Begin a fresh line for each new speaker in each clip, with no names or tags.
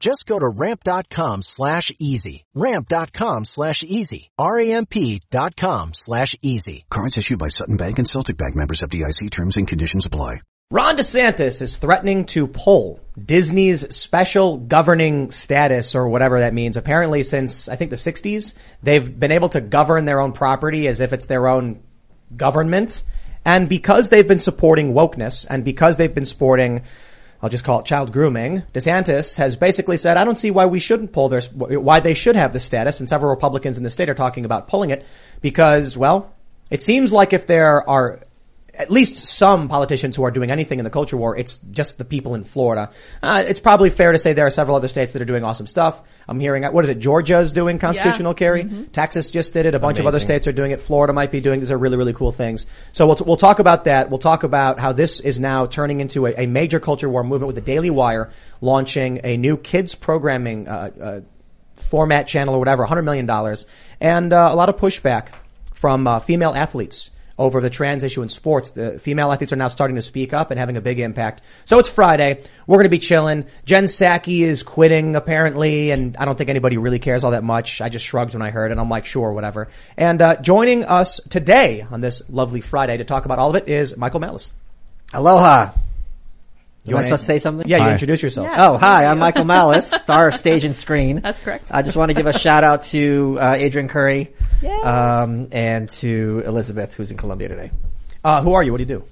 Just go to ramp.com slash easy. Ramp.com slash easy. R-A-M-P dot com slash easy.
Cards issued by Sutton Bank and Celtic Bank members of DIC terms and conditions apply.
Ron DeSantis is threatening to pull Disney's special governing status or whatever that means. Apparently since I think the 60s, they've been able to govern their own property as if it's their own government. And because they've been supporting wokeness and because they've been supporting I'll just call it child grooming. DeSantis has basically said, I don't see why we shouldn't pull their, why they should have the status. And several Republicans in the state are talking about pulling it because, well, it seems like if there are at least some politicians who are doing anything in the culture war, it's just the people in Florida. Uh, it's probably fair to say there are several other states that are doing awesome stuff. I'm hearing, uh, what is it? Georgia's doing constitutional carry. Texas just did it. A bunch of other states are doing it. Florida might be doing. These are really, really cool things. So we'll, we'll talk about that. We'll talk about how this is now turning into a, a major culture war movement with the Daily Wire launching a new kids programming, uh, uh, format channel or whatever, $100 million, and uh, a lot of pushback from uh, female athletes over the trans issue in sports. The female athletes are now starting to speak up and having a big impact. So it's Friday. We're going to be chilling. Jen Psaki is quitting apparently, and I don't think anybody really cares all that much. I just shrugged when I heard, and I'm like, sure, whatever. And uh, joining us today on this lovely Friday to talk about all of it is Michael Matlis.
Aloha.
You
You want
wanna-
to say something?
Yeah, you introduce yourself.
Yeah.
Oh, hi. I'm Michael Malice, star of stage and screen.
That's correct.
I just want to give a shout out to uh, Adrian Curry
Yay.
um, and to Elizabeth, who's in Columbia today.
Uh, who are you? What do you do?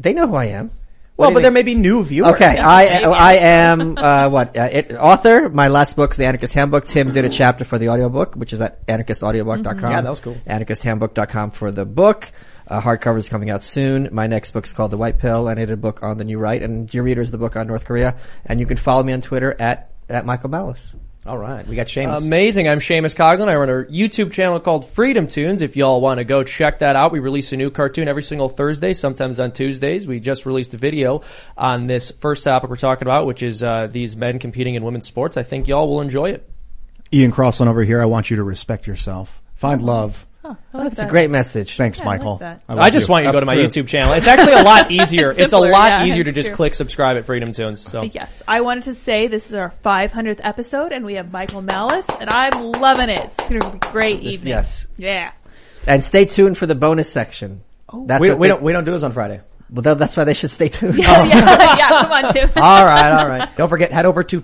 They know who I am.
Well,
do you
but there
mean?
may be new viewers.
Okay, I I am uh, what uh, it, author. My last book is the Anarchist Handbook. Tim did a chapter for the audiobook, which is at anarchistaudiobook.com.
Mm-hmm. Yeah, that was cool.
Anarchisthandbook.com for the book. Uh, hardcover is coming out soon. My next book's called The White Pill, and I did a book on the New Right, and Dear Reader is the book on North Korea. And you can follow me on Twitter at at Michael Um, Malice.
All right. We got Seamus.
Amazing. I'm Seamus Coglin. I run a YouTube channel called Freedom Tunes. If y'all want to go check that out, we release a new cartoon every single Thursday, sometimes on Tuesdays. We just released a video on this first topic we're talking about, which is uh, these men competing in women's sports. I think y'all will enjoy it.
Ian Crossland over here. I want you to respect yourself. Find love.
Oh, I like
That's
that.
a great message.
Thanks,
Yeah, I like
Michael.
that.
love
I just want you to go to my
Approved.
YouTube channel. It's actually a lot easier. it's,
It's
a
simpler,
lot
yeah,
easier to
it's
just
true.
click subscribe at Freedom Tunes. So
Yes, I wanted to say this is our 500th episode, and we have Michael Malice, and I'm loving it. It's going to be a great evening.
yes.
Yeah.
And stay tuned for the bonus section. That's
Oh, we,
what
we
they-
don't we don't do this on Friday.
Well, that- that's why they should stay tuned.
yeah. Yeah. Come on, Tim.
Oh, All right, all right. Don't forget, head over to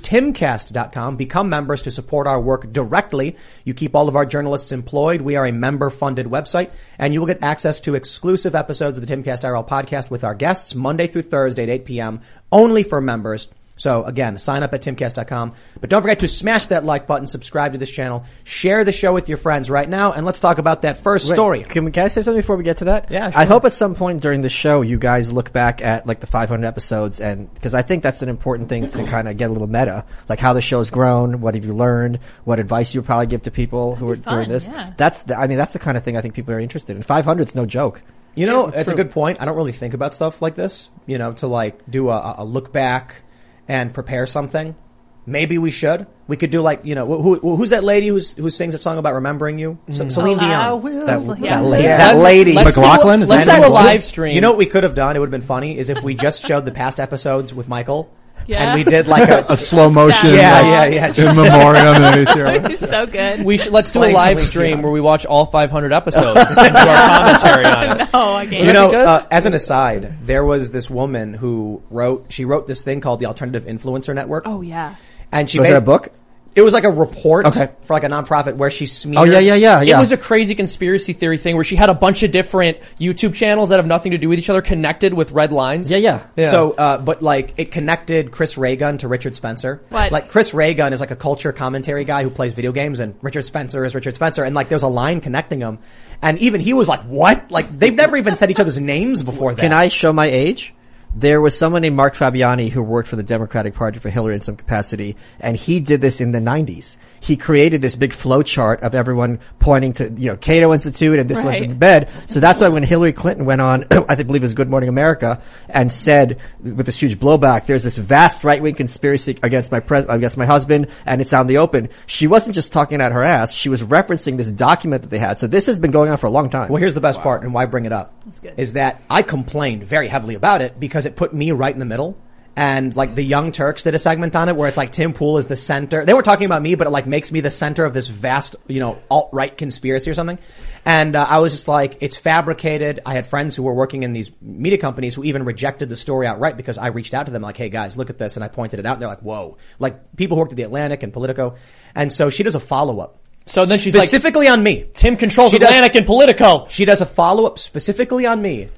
timcast.com. Become members to support our work directly. You keep all of our journalists employed. We are a member funded website and you will get access to exclusive episodes of the Timcast IRL podcast with our guests Monday through Thursday at 8 p.m. only for members. So again, sign up at timcast.com. But don't forget to smash that like button, subscribe to this channel, share the show with your friends right now, and let's talk about that first
Wait,
story.
Can, we- can I say something before we get to that?
Yeah,
I
sure.
hope at some point during the show you guys look back at like the 500 episodes and because I think that's an important thing to kind of get a little meta, like how the show's grown, what have you learned, what advice you would probably give to people who are
That'd be
doing
fun,
this.
yeah.
That's the, I mean that's the kind of thing I think people are interested in. 500 is no joke.
You know, that's a good point. I don't really think about stuff like this. You know, to like do a, a look back and prepare something. Maybe we should. We could do like you know who, who who's that lady who's who sings that song about remembering you? Ce- Celine Dion.
That,
yeah.
that lady,
Yeah.
that
Let's-
lady.
let's do a-
McLaughlin? Is
let's
that
do a
McLaughlin?
live stream.
You know what we could have done? It would have been funny is if we just showed the past episodes with Michael,
Yeah.
and we did like a,
a slow motion.
Oh, yeah
Yeah.
yeah yeah.
In
Just,
memoriam. and it's here.
It's so good.
we should, let's do a
Playing
live
Celine
stream
Dion.
where we watch all 500 episodes and do our commentary on it.
oh, I can't.
you know,
That'd be
uh, as an aside, there was this woman who wrote. She wrote this thing called the Alternative Influencer Network,
oh yeah.
and she
Was
ba-
there a book?
It was like a report
Okay.
for like a nonprofit where she smeared.
Oh yeah, yeah, yeah, yeah.
It was a crazy conspiracy theory thing where she had a bunch of different YouTube channels that have nothing to do with each other connected with red lines.
yeah, yeah.
So, uh, but like it connected Chris Raygun to Richard Spencer.
What?
Like Chris Raygun is like a culture commentary guy who plays video games, and Richard Spencer is Richard Spencer, and like there's a line connecting them. And even he was like, "What?" Like they've never even said each other's names before. That.
Can I show my age? There was someone named Mark Fabiani who worked for the Democratic Party for Hillary in some capacity, and he did this in the 90s. He created this big flow chart of everyone pointing to, you know, Cato Institute and this one's in
Right.
bed. So that's why when Hillary Clinton went on, I think believe it was Good Morning America, and said with this huge blowback, there's this vast right wing conspiracy against my pres- against my husband, and it's out in the open. She wasn't just talking out her ass; she was referencing this document that they had. So this has been going on for a long time.
Well, here's the best part, and why I bring it up
good.
is that I complained very heavily about it because it put me right in the middle. And like the Young Turks did a segment on it where it's like Tim Pool is the center. They were talking about me, but it like makes me the center of this vast, you know, alt right conspiracy or something. And uh, I was just like, it's fabricated. I had friends who were working in these media companies who even rejected the story outright because I reached out to them like, hey guys, look at this, and I pointed it out. And they're like, whoa, like people who worked at the Atlantic and Politico. And so she does a follow up.
So then she's like,
specifically on me.
Tim controls
She does-
Atlantic and Politico.
She does a follow up specifically on me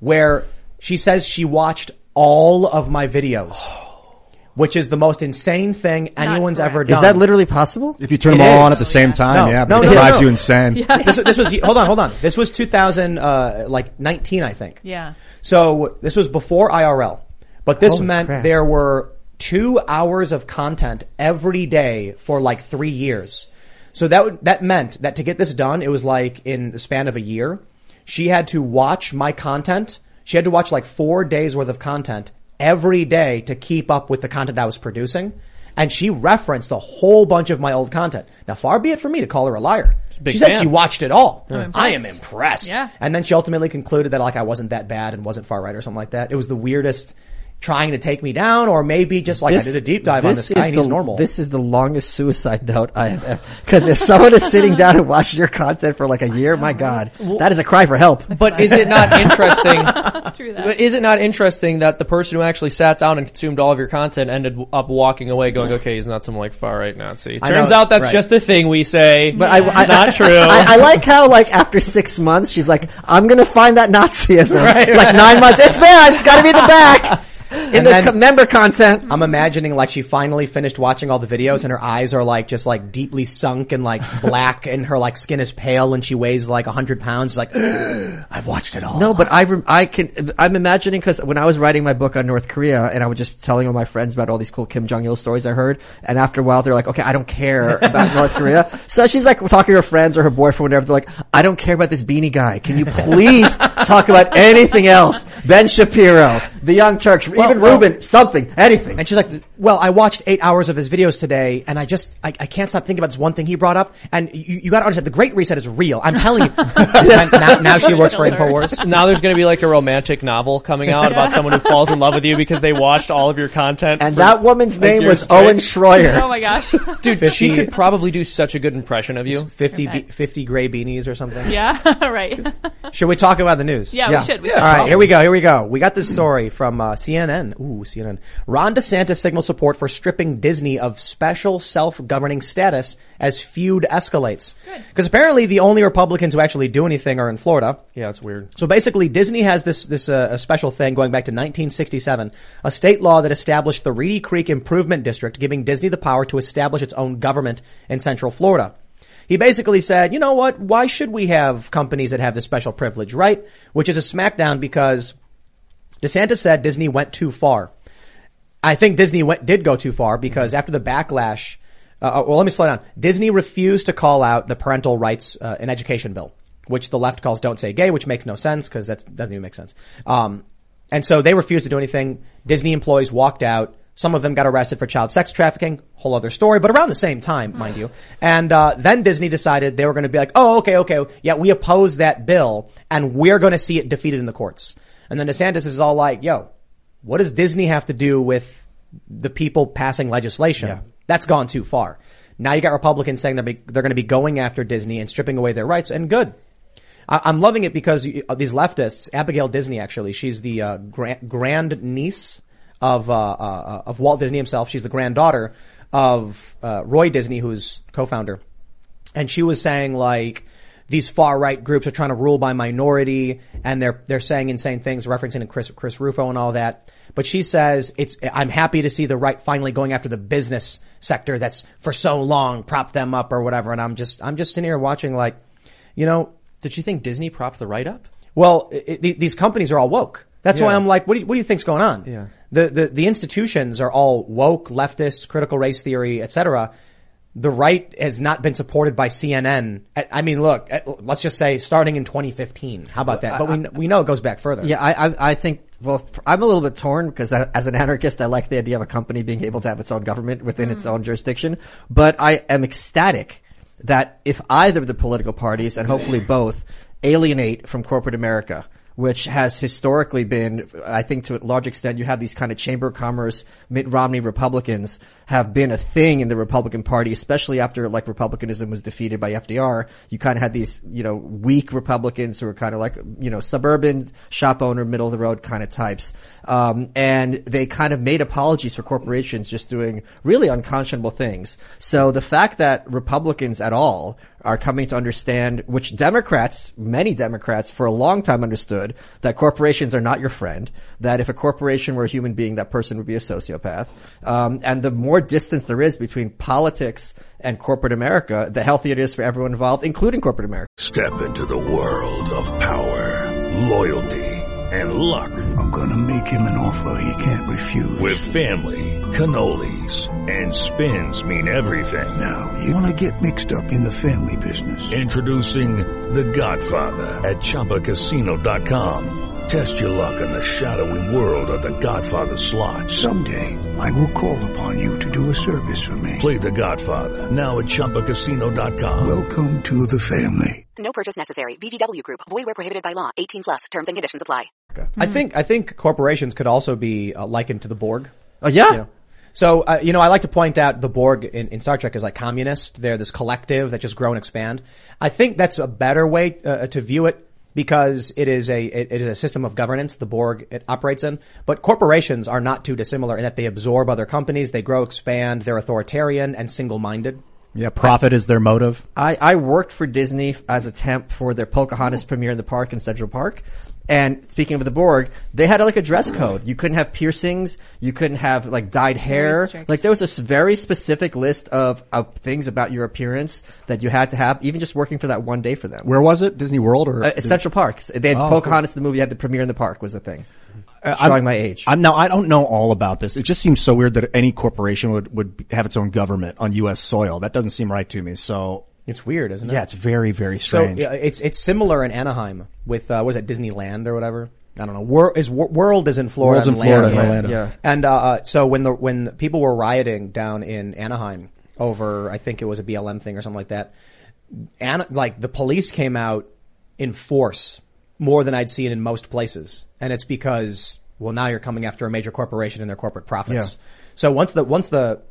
where she says she watched all of my videos, which is the most insane thing anyone's ever done.
is that literally possible?
If you turn
It
them all on
is.
at the same time,
No,
yeah,
no,
but
no,
it drives
no.
you insane.
this, this was hold on, hold on. This was 2000, uh, like 19, I think.
Yeah.
So this was before IRL, but this
Holy
meant
crap.
there were two hours of content every day for like three years. So that would, that meant that to get this done, it was like in the span of a year, she had to watch my content. She had to watch like four days worth of content every day to keep up with the content I was producing. And she referenced a whole bunch of my old content. Now, far be it for me to call her a liar.
Big
she said
fan.
she watched it all. I am
impressed.
impressed.
Yeah.
And then she ultimately concluded that like I wasn't that bad and wasn't far right or something like that. It was the weirdest trying to take me down or maybe just like I did a deep dive on this guy
is
and he's
the-
normal.
This is the longest suicide note I have ever. Because if someone is sitting down and watching your content for like a year, my God, that is a cry for help.
But is it not interesting?
True that.
But is it not interesting that the person who actually sat down and consumed all of your content ended up walking away going, okay, he's not some like far right Nazi.
I
Turns
know,
out that's
right.
just a thing we say. But
I- I-
not true.
I, I like how like after six months she's like, I'm gonna find that Nazism. like nine months, it's there. It's gotta be in the back in the
then-
co- member content.
I'm imagining like she finally finished watching all the videos and her eyes are like just like deeply sunk and like black and her like skin is pale and she weighs like hundred pounds. She's like, I've watched it all.
No, but I rem- I can I'm imagining because when I was writing my book on North Korea and I was just telling all my friends about all these cool Kim Jong Il stories I heard, and after a while they're like, okay, I don't care about North Korea. So she's like talking to her friends or her boyfriend, whatever. They're like, I don't care about this beanie guy. Can you please talk about anything else? Ben Shapiro, The Young Turks, even
well-
Ruben, something, anything.
And she's like, well, I watched eight hours of his videos today and I just, I, I can't stop thinking about this one thing he brought up. And you, you gotta understand, the Great Reset is real. I'm telling you. And now, now she works for InfoWars.
now there's going to be like a romantic novel coming out about someone who falls in love with you because they watched all of your content.
And
for-
that woman's name
years
was
straight.
Owen Schroyer.
oh my gosh.
dude, she
50
could probably do such a good impression of you.
50, be- 50 gray beanies or something.
yeah. right.
Should we talk about the news?
Yeah,
Yeah.
We should. We
All
should.
right, here we go. Here we go. We got this story from uh, CNN. Ooh, CNN. Ron DeSantis signals support for stripping Disney of special self-governing status as feud escalates. Because apparently the only Republicans who actually do anything are in Florida.
Yeah, it's weird.
So basically, Disney has this this uh, a special thing going back to 1967, a state law that established the Reedy Creek Improvement District, giving Disney the power to establish its own government in Central Florida. He basically said, you know what? Why should we have companies that have this special privilege, right? Which is a smackdown because DeSantis said Disney went too far. I think Disney went, did go too far because after the backlash, uh, well, let me slow down. Disney refused to call out the parental rights uh, and education bill, which the left calls "Don't Say Gay," which makes no sense because that doesn't even make sense. Um, and so they refused to do anything. Disney employees walked out. Some of them got arrested for child sex trafficking, whole other story, but around the same time, mind you. And uh, then Disney decided they were going to be like, "Oh, okay, okay, yeah, we oppose that bill, and we're going to see it defeated in the courts." And then DeSantis is all like, "Yo, what does Disney have to do with the people passing legislation? That's gone too far. Now you got Republicans saying they're, be, they're going to be going after Disney and stripping away their rights, and good. I, I'm loving it because you- uh, these leftists, Abigail Disney, actually, she's the uh, grand, grand niece of uh, uh, uh, of Walt Disney himself. She's the granddaughter of uh, Roy Disney, who's co-founder, and she was saying like these far right groups are trying to rule by minority, and they're they're saying insane things, referencing to Chris Chris Rufo and all that. But she says it's I'm happy to see the right finally going after the business sector that's for so long propped them up or whatever. And I'm just I'm just sitting here watching like, you know,
Did you think Disney propped the write up?
well, i i- the- these companies are all woke. That's why
Yeah.
I'm like, what do you, what do you think's going on?
Yeah.
The, the the institutions are all woke, leftists, critical race theory, etc. The right has not been supported by CNN. I, I mean, look, eh, let's just say starting in 2015. How about that? But we kn- we know it goes back further.
Yeah, I, I, I think. Well, I'm a little bit torn because I, as an anarchist, I like the idea of a company being able to have its own government within its
Mm.
own jurisdiction. But I am ecstatic that if either of the political parties, and hopefully both, alienate from corporate America, which has historically been, I think, to a large extent, you have these kind of chamber of commerce, Mitt Romney Republicans have been a thing in the Republican Party, especially after like Republicanism was defeated by FDR. You kind of had these, you know, weak Republicans who were kind of like, you know, suburban shop owner, middle of the road kind of types. Um, and they kind of made apologies for corporations just doing really unconscionable things. So the fact that Republicans at all are coming to understand, which Democrats, many Democrats for a long time understood that corporations are not your friend, that if a corporation were a human being, that person would be a sociopath. Um, and the more distance there is between politics and corporate America, the healthier it is for everyone involved, including corporate America.
Step into the world of power, loyalty, and luck.
I'm gonna make him an offer he can't refuse.
With family, cannolis, and spins mean everything.
Now, you wanna get mixed up in the family business.
Introducing The Godfather at ChumbaCasino.com. Test your luck in the shadowy world of The Godfather slot.
Someday, I will call upon you to do a service for me.
Play The Godfather now at ChumbaCasino.com.
Welcome to the family.
No purchase necessary. VGW Group. Void where prohibited by law. 18 plus. Terms and conditions apply.
Mm-hmm.
I think I think corporations could also be uh, likened to the Borg.
Oh yeah.
So, uh, you know, I like to point out the Borg in, in Star Trek is like communist. They're this collective that just grow and expand. I think that's a better way uh, to view it because it is a it, it is a system of governance the Borg it operates in. But corporations are not too dissimilar in that they absorb other companies, they grow, expand, they're authoritarian and single minded.
Yeah, profit is their motive.
I, I worked for Disney as a temp for their Pocahontas premiere in the park in Central Park. And speaking of the Borg, they had like a dress code. You couldn't have piercings. You couldn't have like dyed hair. Like there was a s- very specific list of, of things about your appearance that you had to have, even just working for that one day for them.
Where was it? Disney World or
Uh, at Central Park. They had Pocahontas, the movie, had the premiere in the park was the thing. Showing my age.
Uh, I'm now. I don't know all about this. It just seems so weird that any corporation would would have its own government on U.S. soil. That doesn't seem right to me. So
It's weird, isn't it?
yeah, it's very very
So
strange.
yeah, it's it's similar in Anaheim with uh, was it Disneyland or whatever? I don't know. Wor- is Wor- World is in Florida.
World's in
and Land-
Florida and
Land-
Orlando.
Yeah.
And uh, uh, so when the when the people were rioting down in Anaheim over, I think it was a BLM thing or something like that. Ana- like the police came out in force more than I'd seen in most places, and it's because well now you're coming after a major corporation and their corporate profits. So once the once the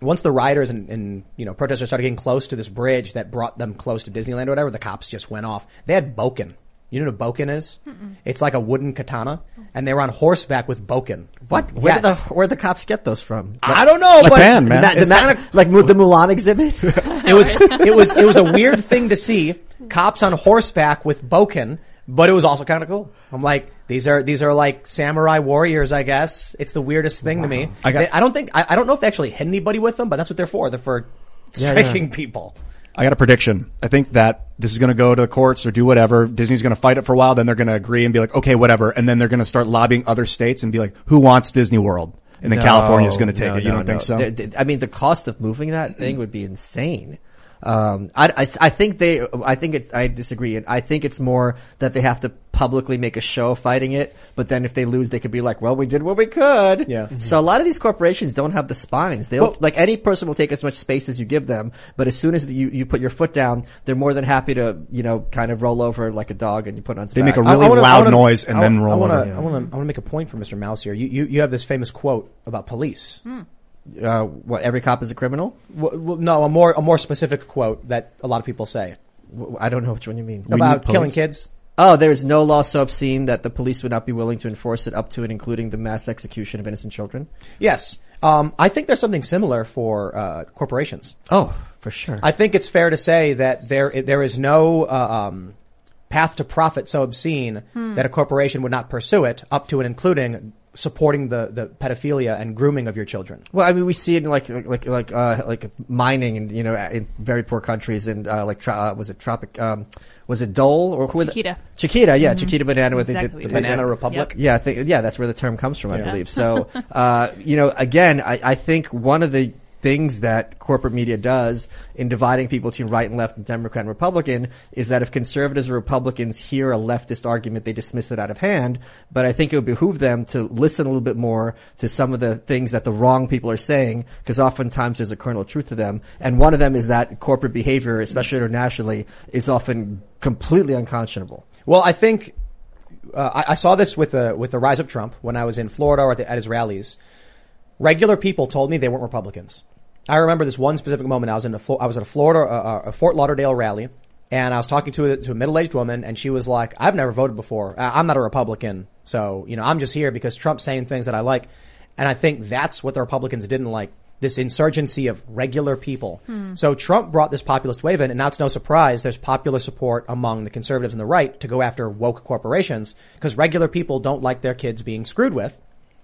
once the rioters and, and you know protesters started getting close to this bridge that brought them close to Disneyland or whatever, the cops just went off. They had boken. You know what a boken is? It's like a wooden katana, and they were on horseback with boken.
What? Where did the,
Yes.
where the cops get those from?
I don't know, but
Japan,
The
man.
Ma- the
It's
Ma- like mu- the Mulan exhibit?
it was it was it was a weird thing to see cops on horseback with boken, but it was also kind of cool. I'm like, these are these are like samurai warriors, I guess. It's the weirdest thing to me. I,
got-
I don't think I, I don't know if they actually hit anybody with them, but that's what they're for. They're for striking people.
I got a prediction. I think that this is going to go to the courts or do whatever. Disney's going to fight it for a while. Then they're going to agree and be like, okay, whatever. And then they're going to start lobbying other states and be like, who wants Disney World? And then California's going to take it. You don't think so?
They're- they- I mean, the cost of moving that thing would be insane. Um, I, I, I think they, I think it's, I disagree. And I think it's more that they have to publicly make a show of fighting it. But then if they lose, they could be like, well, we did what we could.
Yeah.
So a lot of these corporations don't have the spines. They'll, like any person will take as much space as you give them. But as soon as you, you put your foot down, they're more than happy to, you know, kind of roll over like a dog and you put on its
They make
back.
a really
wanna-
loud
wanna-
noise and
I-
then roll
I wanna,
over.
I want to I want to make a point for Mr. Mouse here. You, you you have this famous quote about police.
uh, what, every cop is a criminal?
Well, well, no, a more a more specific quote that a lot of people say
W- I don't know which one you mean.
about killing kids.
Oh, there is no law so obscene that the police would not be willing to enforce it up to and including the mass execution of innocent children.
Yes. Um, I think there's something similar for uh, corporations.
Oh, for sure.
I think it's fair to say that there there is no uh, um, path to profit so obscene
Hmm.
that a corporation would not pursue it, up to and including supporting the, the pedophilia and grooming of your children.
Well, I mean, we see it in like like like uh, like mining and you know in very poor countries and uh, like tro- uh, was it tropic um, was it Dole or who were the-
Chiquita.
Chiquita, yeah,
Mhm.
Chiquita Banana with
Exactly.
the, the,
Banana
the-
Republic?
Yeah, I think yeah, that's where the term comes from, I
Yeah.
believe. So, uh, you know, again, I, I think one of the things that corporate media does in dividing people between right and left and Democrat and Republican is that if conservatives or Republicans hear a leftist argument, they dismiss it out of hand. But I think it would behoove them to listen a little bit more to some of the things that the wrong people are saying, because oftentimes there's a kernel of truth to them. And one of them is that corporate behavior, especially internationally, is often completely unconscionable.
Well, I think uh, I, I saw this with the with the rise of Trump when I was in Florida or at, the, at his rallies. Regular people told me they weren't Republicans. I remember this one specific moment. I was in a Flo- I was at a Florida uh, uh, a Fort Lauderdale rally, and I was talking to a, to a middle aged woman, and she was like, "I've never voted before. I- I'm not a Republican, so you know I'm just here because Trump's saying things that I like." And I think that's what the Republicans didn't like. This insurgency of regular people.
Hmm.
So Trump brought this populist wave in, and now it's no surprise there's popular support among the conservatives and the right to go after woke corporations because regular people don't like their kids being screwed with.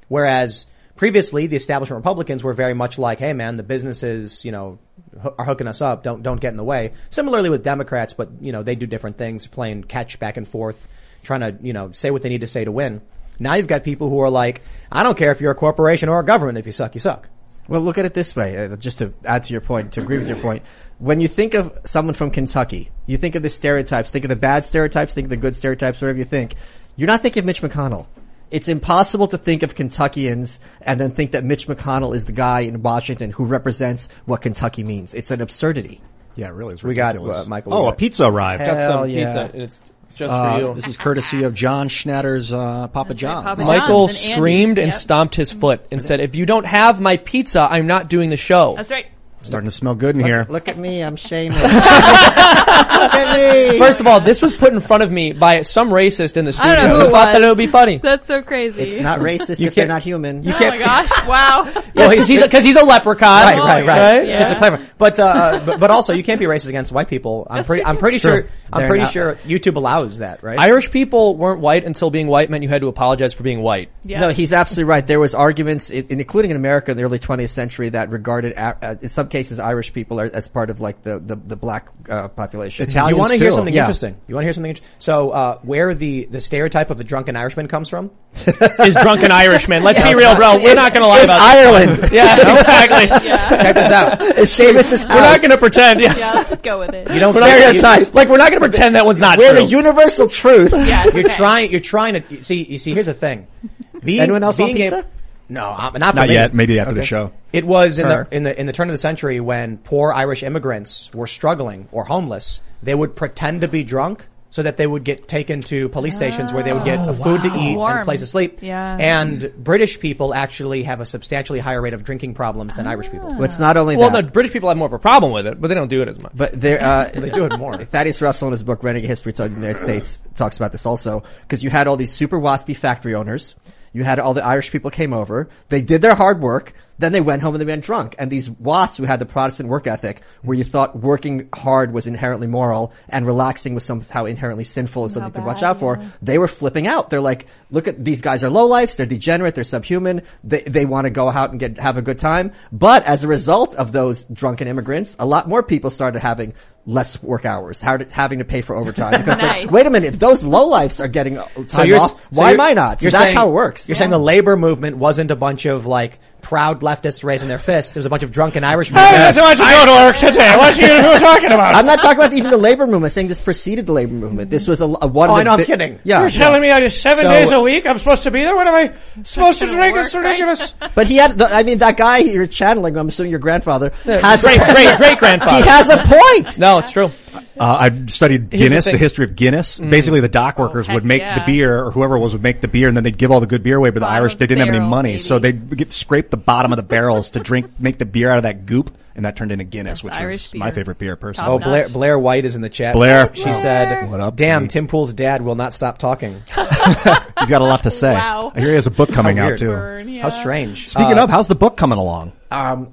Whereas previously the establishment Republicans were very much like, "Hey, man, the businesses, you know, ho- are hooking us up. Don't don't get in the way." Similarly with Democrats, but you know they do different things, playing catch back and forth, trying to you know say what they need to say to win. Now you've got people who are like, "I don't care if you're a corporation or a government. If you suck, you suck."
Well, look at it this way, uh, just to add to your point, to agree with your point. When you think of someone from Kentucky, you think of the stereotypes, think of the bad stereotypes, think of the good stereotypes, whatever you think. You're not thinking of Mitch McConnell. It's impossible to think of Kentuckians and then think that Mitch McConnell is the guy in Washington who represents what Kentucky means. It's an absurdity.
Yeah, really, it's
We got,
ridiculous.
uh, Michael, we
Oh, a
got-
pizza arrived.
Got Hell some yeah. pizza,
and it's just
Uh,
for you.
This is courtesy of John Schnatter's uh, Papa John's.
Michael
John's and Andy.
screamed and
Yep.
stomped his foot and said, "If you don't have my pizza, I'm not doing the show."
That's right.
Starting to smell good in here.
Look at me, I'm shameless. look at me.
First of all, this was put in front of me by some racist in the studio
I don't know who
who
it
thought that it
was.
would be funny.
That's so crazy.
it's not racist
You
if they're
can't-
not human.
You
Oh my gosh! Wow.
Yes, because he's because he's a leprechaun.
Right, right, right.
Yeah.
Just to clarify, but, uh, but but also you can't be racist against white people. I'm pretty. I'm pretty sure.
Sure.
I'm
They're
pretty
not-
sure YouTube allows that, right?
Irish people weren't white until being white meant you had to apologize for being white.
Yeah.
No, he's absolutely right. There was arguments, in, in- including in America in the early 20th century, that regarded, a- uh, in some cases, Irish people are, as part of like the the, the black uh, population.
Italians
you want to hear
too.
something
Yeah.
interesting? You want to hear something? interesting? So, uh, where the the stereotype of a drunken Irishman comes from?
Is drunken Irishman. Let's be real, bro. We're not going to lie
It's
about
Ireland.
this. Yeah, exactly.
Check this out.
it's Seamus's
We're not
house.
going to pretend. Yeah.
yeah. Let's just go with it.
You don't
We're not gonna
say-
type.
Like we're not going to pretend that one's not
We're the
true.
universal truth.
Yeah. it's
You're
okay.
trying. You're trying to see. You see, here's the thing. Being,
Anyone else want
being a-
pizza?
no, I'm, not for
Not
me.
yet. Maybe after the show.
It was in
Her.
the, in the in the turn of the century when poor Irish immigrants were struggling or homeless. They would pretend to be drunk so that they would get taken to police stations where they would
Oh,
get a food to eat and
Warm.
a place to sleep.
Yeah.
And British people actually have a substantially higher rate of drinking problems than Irish people.
Well, it's not only
Well,
that,
no, British people have more of a problem with it, but they don't do it as much.
but there. Uh,
They do it more.
Thaddeus Russell in his book Renegade History of the United States talks about this also because you had all these super waspy factory owners. You had all the Irish people came over. They did their hard work. Then they went home and they went drunk. And these wasps who had the Protestant work ethic where you thought working hard was inherently moral and relaxing was somehow inherently sinful and something to watch out for. They were flipping out. They're like, look at these guys are lowlifes. They're degenerate. They're subhuman. They, they want to go out and get, have a good time. But as a result of those drunken immigrants, a lot more people started having less work hours, how to- having to pay for overtime. Because like,
Nice.
wait a minute, if those lowlifes are getting uh, time off,
so
why am
you're-
I not? So
you're
that's
saying-
how it works.
You're saying the labor movement wasn't a bunch of like proud leftists raising their fists. It was a bunch of drunken Irish people.
Why don't you go to work today? What you talking about?
I'm not talking about even the labor movement. I'm saying this preceded the labor movement. This was a, a one.
Oh,
of
I
the
know, I'm
bi-
kidding.
Yeah,
You're
yeah.
me I just seven
So- days a
week. I'm supposed to be there. What am I supposed
to gonna drink? work, It's ridiculous.
But he had, the, I mean, that guy you're channeling, I'm assuming your grandfather, has
Great,
a point.
great, great grandfather.
He has a point!
No, it's true.
Uh, I've studied
the
Guinness, the,
thing.
history of Guinness. Basically, the dock workers
heck
would make
yeah.
the beer, or whoever it was would make the beer, and then they'd give all the good beer away. But the
Bottom
Irish, they didn't have any
barrel,
money, so
baby.
they'd get, scrape the bottom of the barrels to drink, make the beer out of that goop, and that turned into Guinness,
That's
which
Irish
is my
beer.
favorite beer personally.
Oh, Blair, Blair White is in the chat.
Blair.
She said,
What up,
damn,
dude?
Tim Pool's dad will not stop talking.
He's got a lot to say.
Wow.
I hear he has a book coming
How
out
weird.
too.
Burn, yeah. How strange.
Speaking
Uh,
of, how's the book coming along?
Um,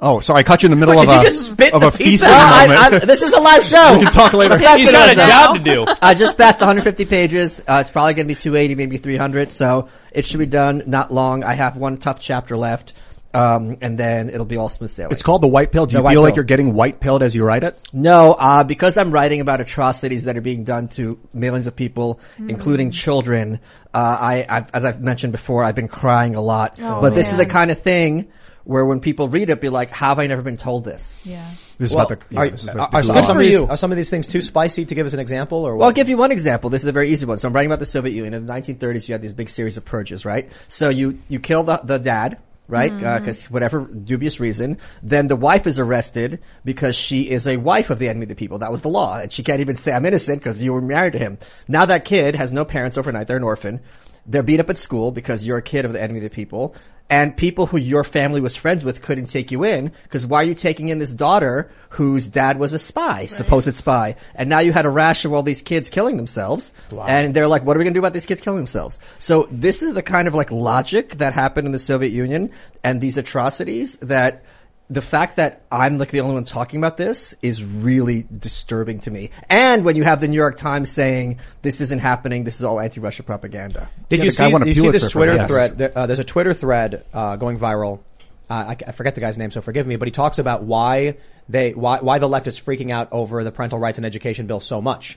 oh, sorry, I caught you in the middle
Wait,
of
did
a
you just spit
of
the
a
pizza?
feasting
I-
moment.
Ah, I- this is a live show.
We can talk later.
He's got a job to do.
I just passed 150 pages. Uh, it's probably going to be 280, maybe 300. So it should be done not long. I have one tough chapter left, um, and then it'll be all smooth sailing.
It's called the White Pill. Do
The
you
White
feel like
Pill.
you're getting white pilled as you write it?
No, uh, because I'm writing about atrocities that are being done to millions of people,
Mm.
including children. Uh, I, I've, as I've mentioned before, I've been crying a lot.
Oh,
but this is the
man.
kind of thing where when people read it, be like, "How have I never been told this?"
Yeah.
This is about the- yeah,
are,
this is
are-
the- the
are
good
some
for
of these,
you.
are some of these things too spicy to give us an example or
Well, I'll
what?
give you one example. This is a very easy one. So I'm writing about the Soviet Union. In the 1930s, you had these big series of purges, right? So you, you kill the, the dad, right?
Mhm.
Because whatever dubious reason. Then the wife is arrested because she is a wife of the enemy of the people. That was the law. And she can't even say, I'm innocent because you were married to him. Now that kid has no parents overnight. They're an orphan. They're beat up at school because you're a kid of the enemy of the people. And people who your family was friends with couldn't take you in because why are you taking in this daughter whose dad was a spy, supposed spy? And now you had a rash of all these kids killing themselves.
Wow.
And they're like, what are we going to do about these kids killing themselves? So this is the kind of like logic that happened in the Soviet Union and these atrocities that the fact that I'm like the only one talking about this is really disturbing to me. And when you have the New York Times saying this isn't happening, this is all anti-Russia propaganda.
Did you see, did you see this Twitter thread? There- uh, there's a Twitter thread uh, going viral. Uh, I, I forget the guy's name, so forgive me. But he talks about why they why why the left is freaking out over the parental rights and education bill so much.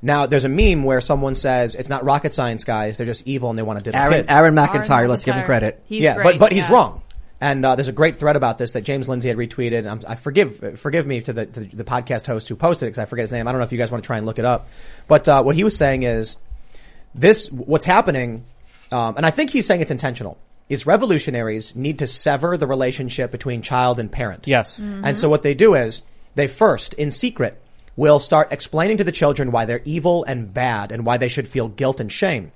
Now, there's a meme where someone says it's not rocket science, guys. They're just evil and they want to diddle
Aaron-
kids.
Aaron McIntyre, Aaron let's give him McIntyre. credit. He's
yeah,
great,
but but he's
yeah.
wrong. And uh, there's a great thread about this that James Lindsay had retweeted. Um, I forgive forgive me to the to the podcast host who posted it because I forget his name. I don't know if you guys want to try and look it up. But uh, what he was saying is this what's happening, um, and I think he's saying it's intentional. Is revolutionaries need to sever the relationship between child and parent?
Yes.
Mhm.
And so what they do is they first, in secret, will start explaining to the children why they're evil and bad and why they should feel guilt and shame.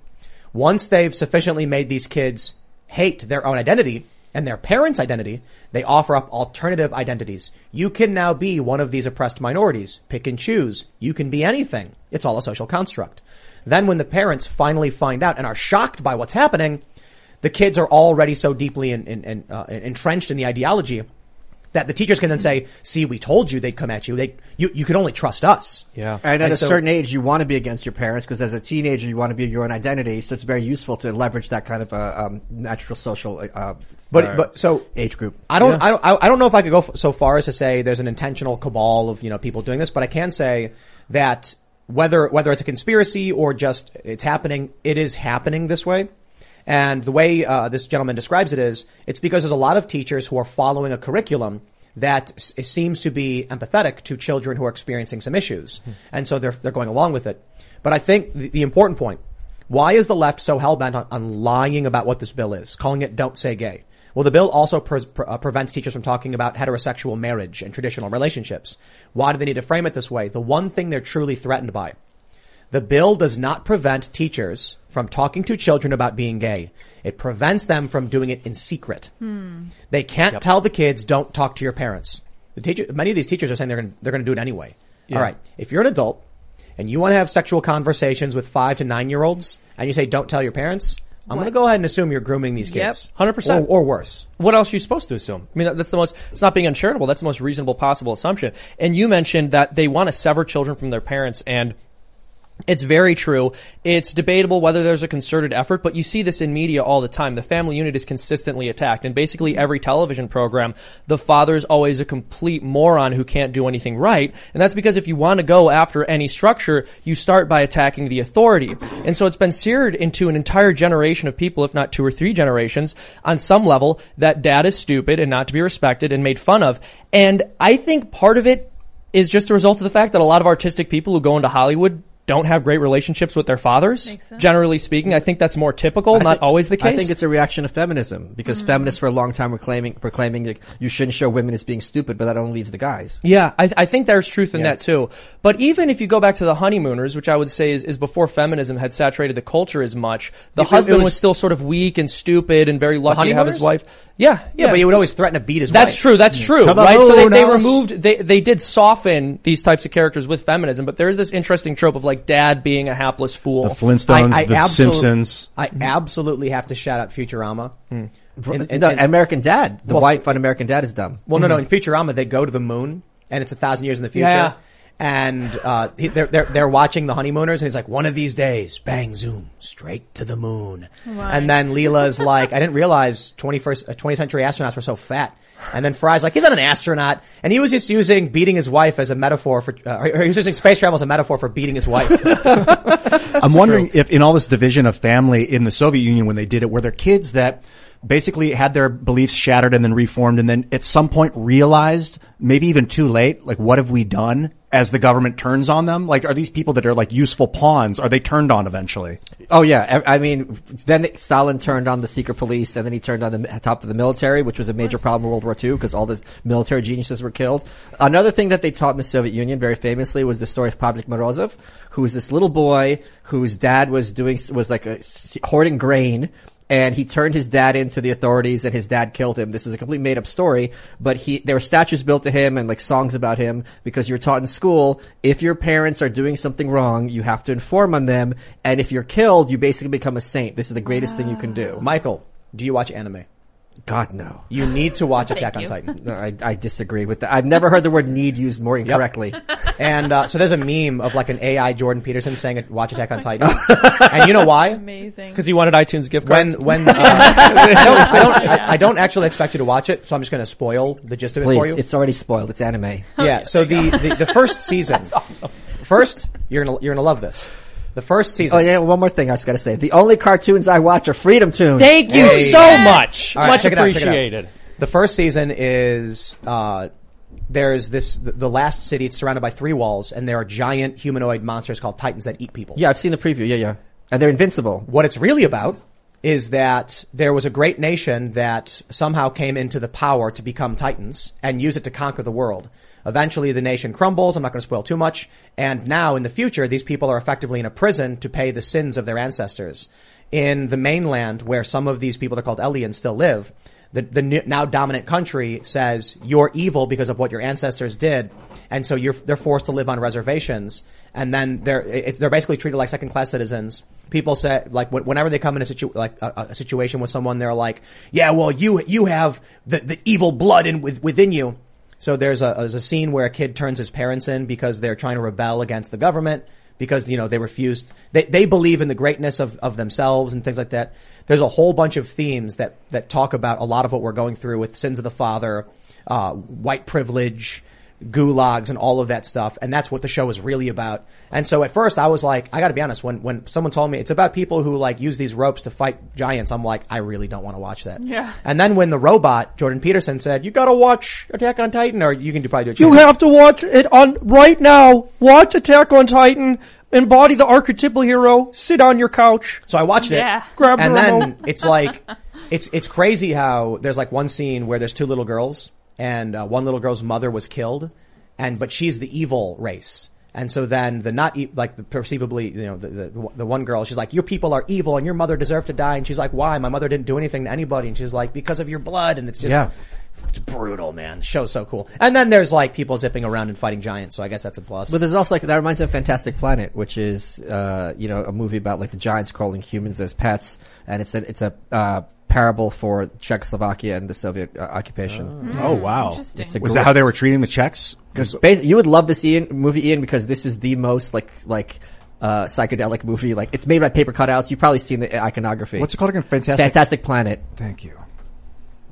Once they've sufficiently made these kids hate their own identity and their parents' identity, they offer up alternative identities. You can now be one of these oppressed minorities. Pick and choose. You can be anything. It's all a social construct. Then when the parents finally find out and are shocked by what's happening, the kids are already so deeply in, in, in, uh, entrenched in the ideology that the teachers can then say, "See, we told you they'd come at you. They, you, you could only trust us."
Yeah,
And at a
so-
certain age, you want to be against your parents because as a teenager, you want to be your own identity. So it's very useful to leverage that kind of uh, um, natural social. uh, Uh,
But
uh,
but so
age group.
I don't I don't I I don't know if I could go f- so far as to say there's an intentional cabal of you know people doing this, but I can say that whether whether it's a conspiracy or just it's happening, it is happening this way. And the way uh, this gentleman describes it is, it's because there's a lot of teachers who are following a curriculum that s- seems to be empathetic to children who are experiencing some issues, and so they're they're going along with it. But I think the, the important point why is the left so hell bent on, on lying about what this bill is, calling it "Don't Say Gay"? Well, the bill also pre- pre- uh, prevents teachers from talking about heterosexual marriage and traditional relationships. Why do they need to frame it this way? The one thing they're truly threatened by. The bill does not prevent teachers from talking to children about being gay. It prevents them from doing it in secret.
Hmm.
They can't
Yep.
tell the kids, don't talk to your parents. The teacher, many of these teachers are saying they're going to, they're going to do it anyway.
Yeah.
All right. If you're an adult and you want to have sexual conversations with five to nine year olds and you say, don't tell your parents, I'm going to go ahead and assume you're grooming these kids.
Yep. 100%.
Or, or worse.
What else are you supposed to assume? I mean, that's the most, it's not being uncharitable. That's the most reasonable possible assumption. And you mentioned that they want to sever children from their parents and it's very true. It's debatable whether there's a concerted effort, but you see this in media all the time. The family unit is consistently attacked. and basically every television program, the father's always a complete moron who can't do anything right. And that's because if you want to go after any structure, you start by attacking the authority. And so it's been seared into an entire generation of people, if not two or three generations, on some level, that dad is stupid and not to be respected and made fun of. And I think part of it is just a result of the fact that a lot of artistic people who go into Hollywood don't have great relationships with their fathers.
Makes sense.
Generally speaking, I think that's more typical, not
thi-
always the case.
I think it's a reaction to feminism because feminists for a long time were claiming, proclaiming that you shouldn't show women as being stupid, but that only leaves the guys.
Yeah, I, I think there's truth in that too. But even if you go back to the honeymooners, which I would say is, is before feminism had saturated the culture as much, the
It- it
husband was,
was-
still sort of weak and stupid and very lucky to have his
honeymooners?
wife. Yeah,
Yeah, but he would always threaten to beat his
That's
wife. Mm.
true. That's true.
Hello,
right. So they, they
Dallas.
removed they they did soften these types of characters with feminism, but there is this interesting trope of like dad being a hapless fool.
The Flintstones,
I, I
the
absolu-
Simpsons.
I absolutely have to shout out Futurama.
Hmm.
And- and-
no,
and-
American Dad, the white fun American Dad is dumb.
Well, no, no. In Futurama, they go to the moon, and it's a thousand years in the future.
Yeah.
And uh, he, they're, they're they're watching the honeymooners, and he's like, "One of these days, bang, zoom, straight to the moon." And then Leela's like, "I didn't realize 21st, uh, 20th century astronauts were so fat." And then Fry's like, "He's not an astronaut," and he was just using beating his wife as a metaphor for, uh, or he was using space travel as a metaphor for beating his wife.
I'm wondering if in all this division of family in the Soviet Union when they did it, were there kids that basically had their beliefs shattered and then reformed and then at some point realized, maybe even too late, like what have we done as the government turns on them? Like are these people that are like useful pawns, are they turned on eventually?
Oh yeah, I I mean, then Stalin turned on the secret police, and then he turned on the top of the military, which was a major problem in World War II because all the military geniuses were killed. Another thing that they taught in the Soviet Union very famously was the story of Pavlik Morozov, who was this little boy whose dad was doing was like a, hoarding grain. And he turned his dad into the authorities, and his dad killed him. This is a complete made up story, but he there were statues built to him and like songs about him because you're taught in school if your parents are doing something wrong, you have to inform on them, and if you're killed, you basically become a saint. This is the greatest thing you can do.
Michael, do you watch anime?
God, no.
You need to watch Attack on
you.
Titan.
No, I, I disagree with that. I've never heard the word need used more incorrectly.
And uh, so there's a meme of like an AI Jordan Peterson saying, "Watch Attack on Titan," and you know why?
Amazing.
because he wanted iTunes gift
When
cards.
when uh, I, don't, I, don't, I don't actually expect you to watch it, so I'm just going to spoil the gist of it for
Please,
you.
it's already spoiled. It's anime.
yeah. So the, the the first season, first you're gonna you're gonna love this. The first season.
Oh yeah, one more thing I just gotta say. The only cartoons I watch are Freedom Tunes.
Thank you so much.
All right,
much
check it out, check it out.
appreciated.
The first season is uh, there's this the, the last city. It's surrounded by three walls, and there are giant humanoid monsters called titans that eat people.
yeah, I've seen the preview. Yeah, yeah. And they're invincible.
What it's really about is that there was a great nation that somehow came into the power to become titans and use it to conquer the world. Eventually, the nation crumbles. I'm not going to spoil too much. And now, in the future, these people are effectively in a prison to pay the sins of their ancestors. In the mainland, where some of these people that are called Elians still live, the, the new- now dominant country says you're evil because of what your ancestors did, and so you're they're forced to live on reservations, and then they're it, they're basically treated like second class citizens. People say like wh- whenever they come in a situ like a, a situation with someone, they're like, yeah, well you you have the the evil blood in with, within you. So there's a there's a scene where a kid turns his parents in because they're trying to rebel against the government because you know they refused they, they believe in the greatness of, of themselves and things like that there's a whole bunch of themes that that talk about a lot of what we're going through with sins of the father uh, white privilege gulags and all of that stuff and that's what the show is really about and so at first i was like i gotta be honest when when someone told me it's about people who like use these ropes to fight giants i'm like i really don't want to watch that
Yeah.
and then when the robot jordan peterson said you gotta watch attack on titan or you can do probably do it
You have to watch it on right now. Watch Attack on Titan. Embody the archetypal hero. Sit on your couch.
So I watched
Yeah.
it.
Grab
and
the
then
remote.
it's like, it's, it's crazy how there's like one scene where there's two little girls and uh, one little girl's mother was killed and, but she's the evil race. And so then the not, e- like the perceivably, you know, the, the, the one girl, she's like, your people are evil and your mother deserved to die. And she's like, why? My mother didn't do anything to anybody. And she's like, because of your blood. And it's just,
Yeah.
it's brutal, man. Show's so cool. And then there's like people zipping around and fighting giants. So I guess that's a plus.
But there's also like that reminds me of Fantastic Planet, which is uh, you know a movie about like the giants calling humans as pets, and it's a it's a uh, parable for Czechoslovakia and the Soviet uh, occupation.
oh wow.
Interesting.
It's a
Was
great-
that how they were treating the Czechs? 'Cause
Bas- you would love this Ian movie, Ian, because this is the most like like uh, psychedelic movie. Like it's made by paper cutouts. You've probably seen the iconography.
what's it called again? Fantastic.
Fantastic Planet.
Thank you.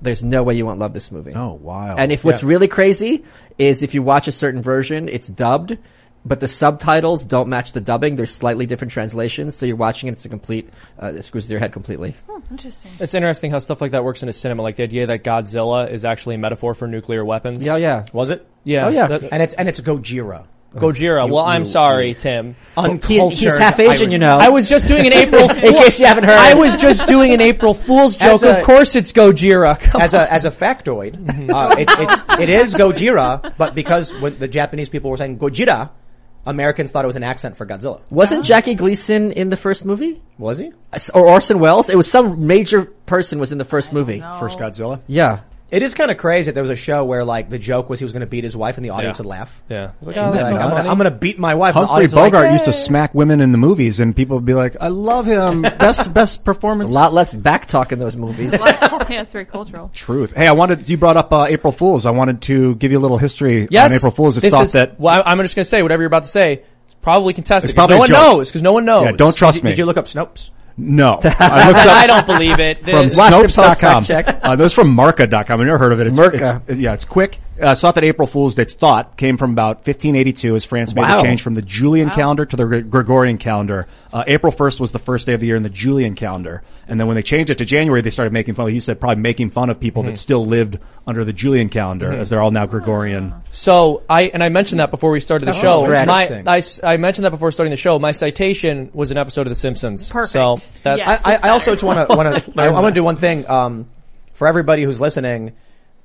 There's no way you won't love this movie.
Oh wow.
And if what's really crazy is if you watch a certain version, it's dubbed, but the subtitles don't match the dubbing. There's slightly different translations, so you're watching it. It's a complete. Uh, it screws your head completely.
Interesting.
It's interesting how stuff like that works in a cinema. Like the idea that Godzilla is actually a metaphor for nuclear weapons.
yeah.
was it?
Yeah.
Oh, yeah.
That-
And it's, and it's Gojira.
Gojira. well, I'm sorry, Tim.
He- he's half Asian, you know.
I was just doing an April. Fool-
In case you haven't heard.
I was just doing an April Fool's joke.
As a-
of course, it's Gojira. Come
as a as a factoid, uh, it, it's, it is Gojira, but because when the Japanese people were saying Gojira, Americans thought it was an accent for Godzilla.
Wasn't Jackie Gleason in the first movie?
Was he?
Or Orson Welles? It was some major person was in the first movie.
First Godzilla.
Yeah.
It is kind of crazy that there was a show where like the joke was he was going to beat his wife and the audience would laugh.
yeah. Look
He's like, I'm, gonna, I'm gonna beat my wife. and the
Humphrey
audience is like,
Bogart used to smack women in the movies, and people would be like, "I love him. Best best performance."
A lot less back talk in those movies.
Wow, yeah, it's very cultural.
Truth. Hey, I wanted you brought up uh, April Fools. I wanted to give you a little history
Yes.
on April Fools. It's
This
thought
is-
that
Well, I- I'm just going to say whatever you're about to say. It's probably contested.
It's
'cause
probably
no
a
one
joke.
knows because no one knows.
yeah, don't trust
Did
me.
you look up Snopes?
no, I looked up
I don't believe it.
from
This-
Washington Post
Snopes.com.
fact check.
Uh, those from Marca.com. I've never heard of it. It's,
Merca.
it's- yeah, it's quick. Uh, thought that April Fool's Day's thought came from about 1582 as France made
Wow.
the change from the Julian calendar to the Gre- Gregorian calendar. Uh, April 1st was the first day of the year in the Julian calendar. And then when they changed it to January, they started making fun, like you said, probably making fun of people
Hmm.
that still lived under the Julian calendar as they're all now Gregorian.
So I and I mentioned that before we started the show.
interesting.
My I, s- I mentioned that before starting the show. My citation was an episode of The Simpsons.
Perfect.
So that's
Yes.
I, I also just want to want to. I want to do one thing um, for everybody who's listening.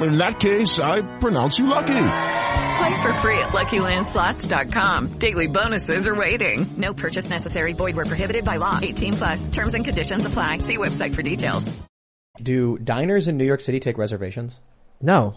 In that case, I pronounce you lucky.
Play for free at LuckyLandSlots.com. Daily bonuses are waiting. No purchase necessary. Void were prohibited by law. 18 plus. Terms and conditions apply. See website for details.
Do diners in New York City take reservations?
no.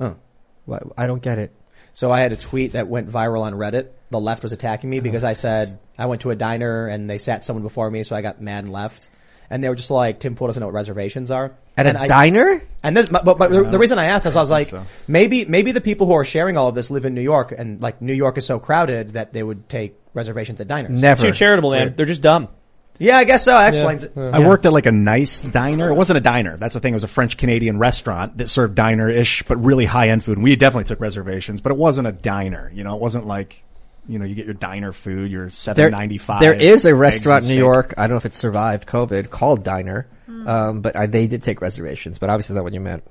Oh.
Why- I don't get it.
So I had a tweet that went viral on Reddit. The left was attacking
Uh-huh.
me because I said I went to a diner and they sat someone before me, so I got mad and left. And they were just like, Tim Pool doesn't know what reservations are.
At
and
a
I-
diner? Uh-huh.
And then, but, but the, the reason I asked is I was like, maybe, maybe the people who are sharing all of this live in New York and like New York is so crowded that they would take reservations at diners.
Never.
too charitable, man. They're just dumb.
Yeah, I guess so. That explains it.
I worked at like a nice diner. It wasn't a diner. That's the thing. It was a French Canadian restaurant that served diner ish, but really high end food. And we definitely took reservations, but it wasn't a diner. You know, it wasn't like, you know, you get your diner food, your
There,
seven ninety five.
there is a restaurant in New York. I don't know if it survived COVID called Diner. Um, but I, they did take reservations, but obviously not what you meant.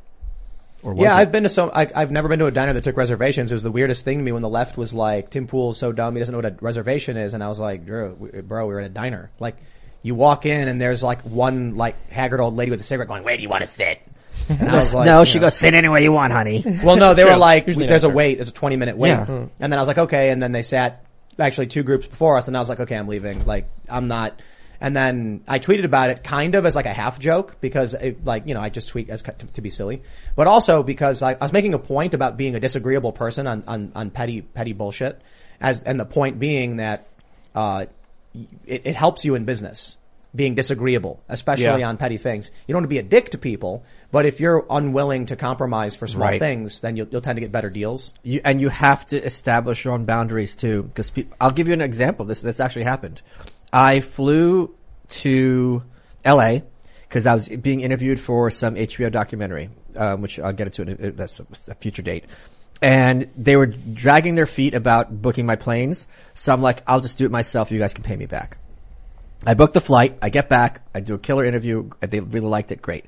Yeah, I've been to so I, I've never been to a diner that took reservations. It was the weirdest thing to me when the left was like, "Tim Pool's so dumb, he doesn't know what a reservation is," and I was like, "Drew, we- bro, we were at a diner. Like, you walk in and there's like one like haggard old lady with a cigarette going, where do you want to sit?" And I was like,
no,
you
she
know.
goes, sit anywhere you want, honey.
Well, no, they were like,
Usually
there's a
nicer.
wait, there's a 20 minute wait.
Yeah. Hmm.
And then I was like, okay. And then they sat actually two groups before us and I was like, okay, I'm leaving. Like, I'm not. And then I tweeted about it kind of as like a half joke because it, like, you know, I just tweet as to, to be silly, but also because I, I was making a point about being a disagreeable person on, on, on petty, petty bullshit as, and the point being that, uh, it, it helps you in business being disagreeable, especially
Yeah.
on petty things. You don't want to be a dick to people, but if you're unwilling to compromise for small
Right.
things, then you'll, you'll tend to get better deals.
You, and you have to establish your own boundaries too, because pe- I'll give you an example. This this actually happened. I flew to L.A. because I was being interviewed for some HBO documentary, um, which I'll get into. In a, that's a, a future date. And they were dragging their feet about booking my planes, so I'm like, I'll just do it myself. You guys can pay me back. I book the flight. I get back. I do a killer interview. They really liked it. Great.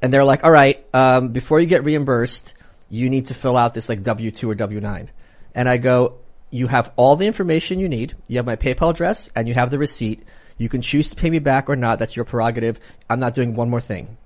And they're like, all right, um, before you get reimbursed, you need to fill out this like W-2 or W-9. And I go, you have all the information you need. You have my PayPal address and you have the receipt. You can choose to pay me back or not. That's your prerogative. I'm not doing one more thing.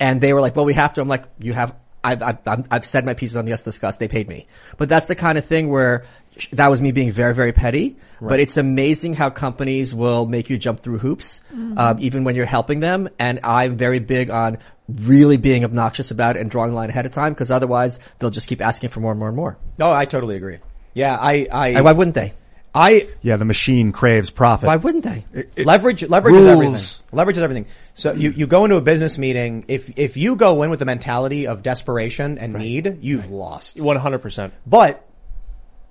And they were like, well, we have to. I'm like, you have, I've, I've, I'm- I've said my pieces on Yes Discuss. They paid me. But that's the kind of thing where sh- that was me being very, very petty. But
Right.
it's amazing how companies will make you jump through hoops,
Mm-hmm.
Mhm.
um, even when you're helping them. And I'm very big on really being obnoxious about it and drawing the line ahead of time because otherwise they'll just keep asking for more and more and more.
No, Oh, I totally agree. Yeah, I, I,
And why wouldn't they?
I
yeah, the machine craves profit.
Why wouldn't they?
leverage leverage is
Rules.
everything. Leverage is everything. So you, you go into a business meeting if if you go in with the mentality of desperation and need, you've lost.
One hundred percent.
But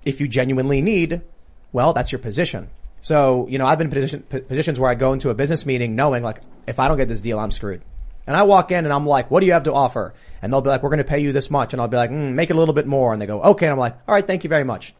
if you genuinely need, well, that's your position. So you know, I've been in position, p- positions where I go into a business meeting knowing like if I don't get this deal, I'm screwed. And I walk in and I'm like, what do you have to offer? And they'll be like, we're going to pay you this much. And I'll be like, mm, make it a little bit more. And they go, okay. And I'm like, all right, thank you very much.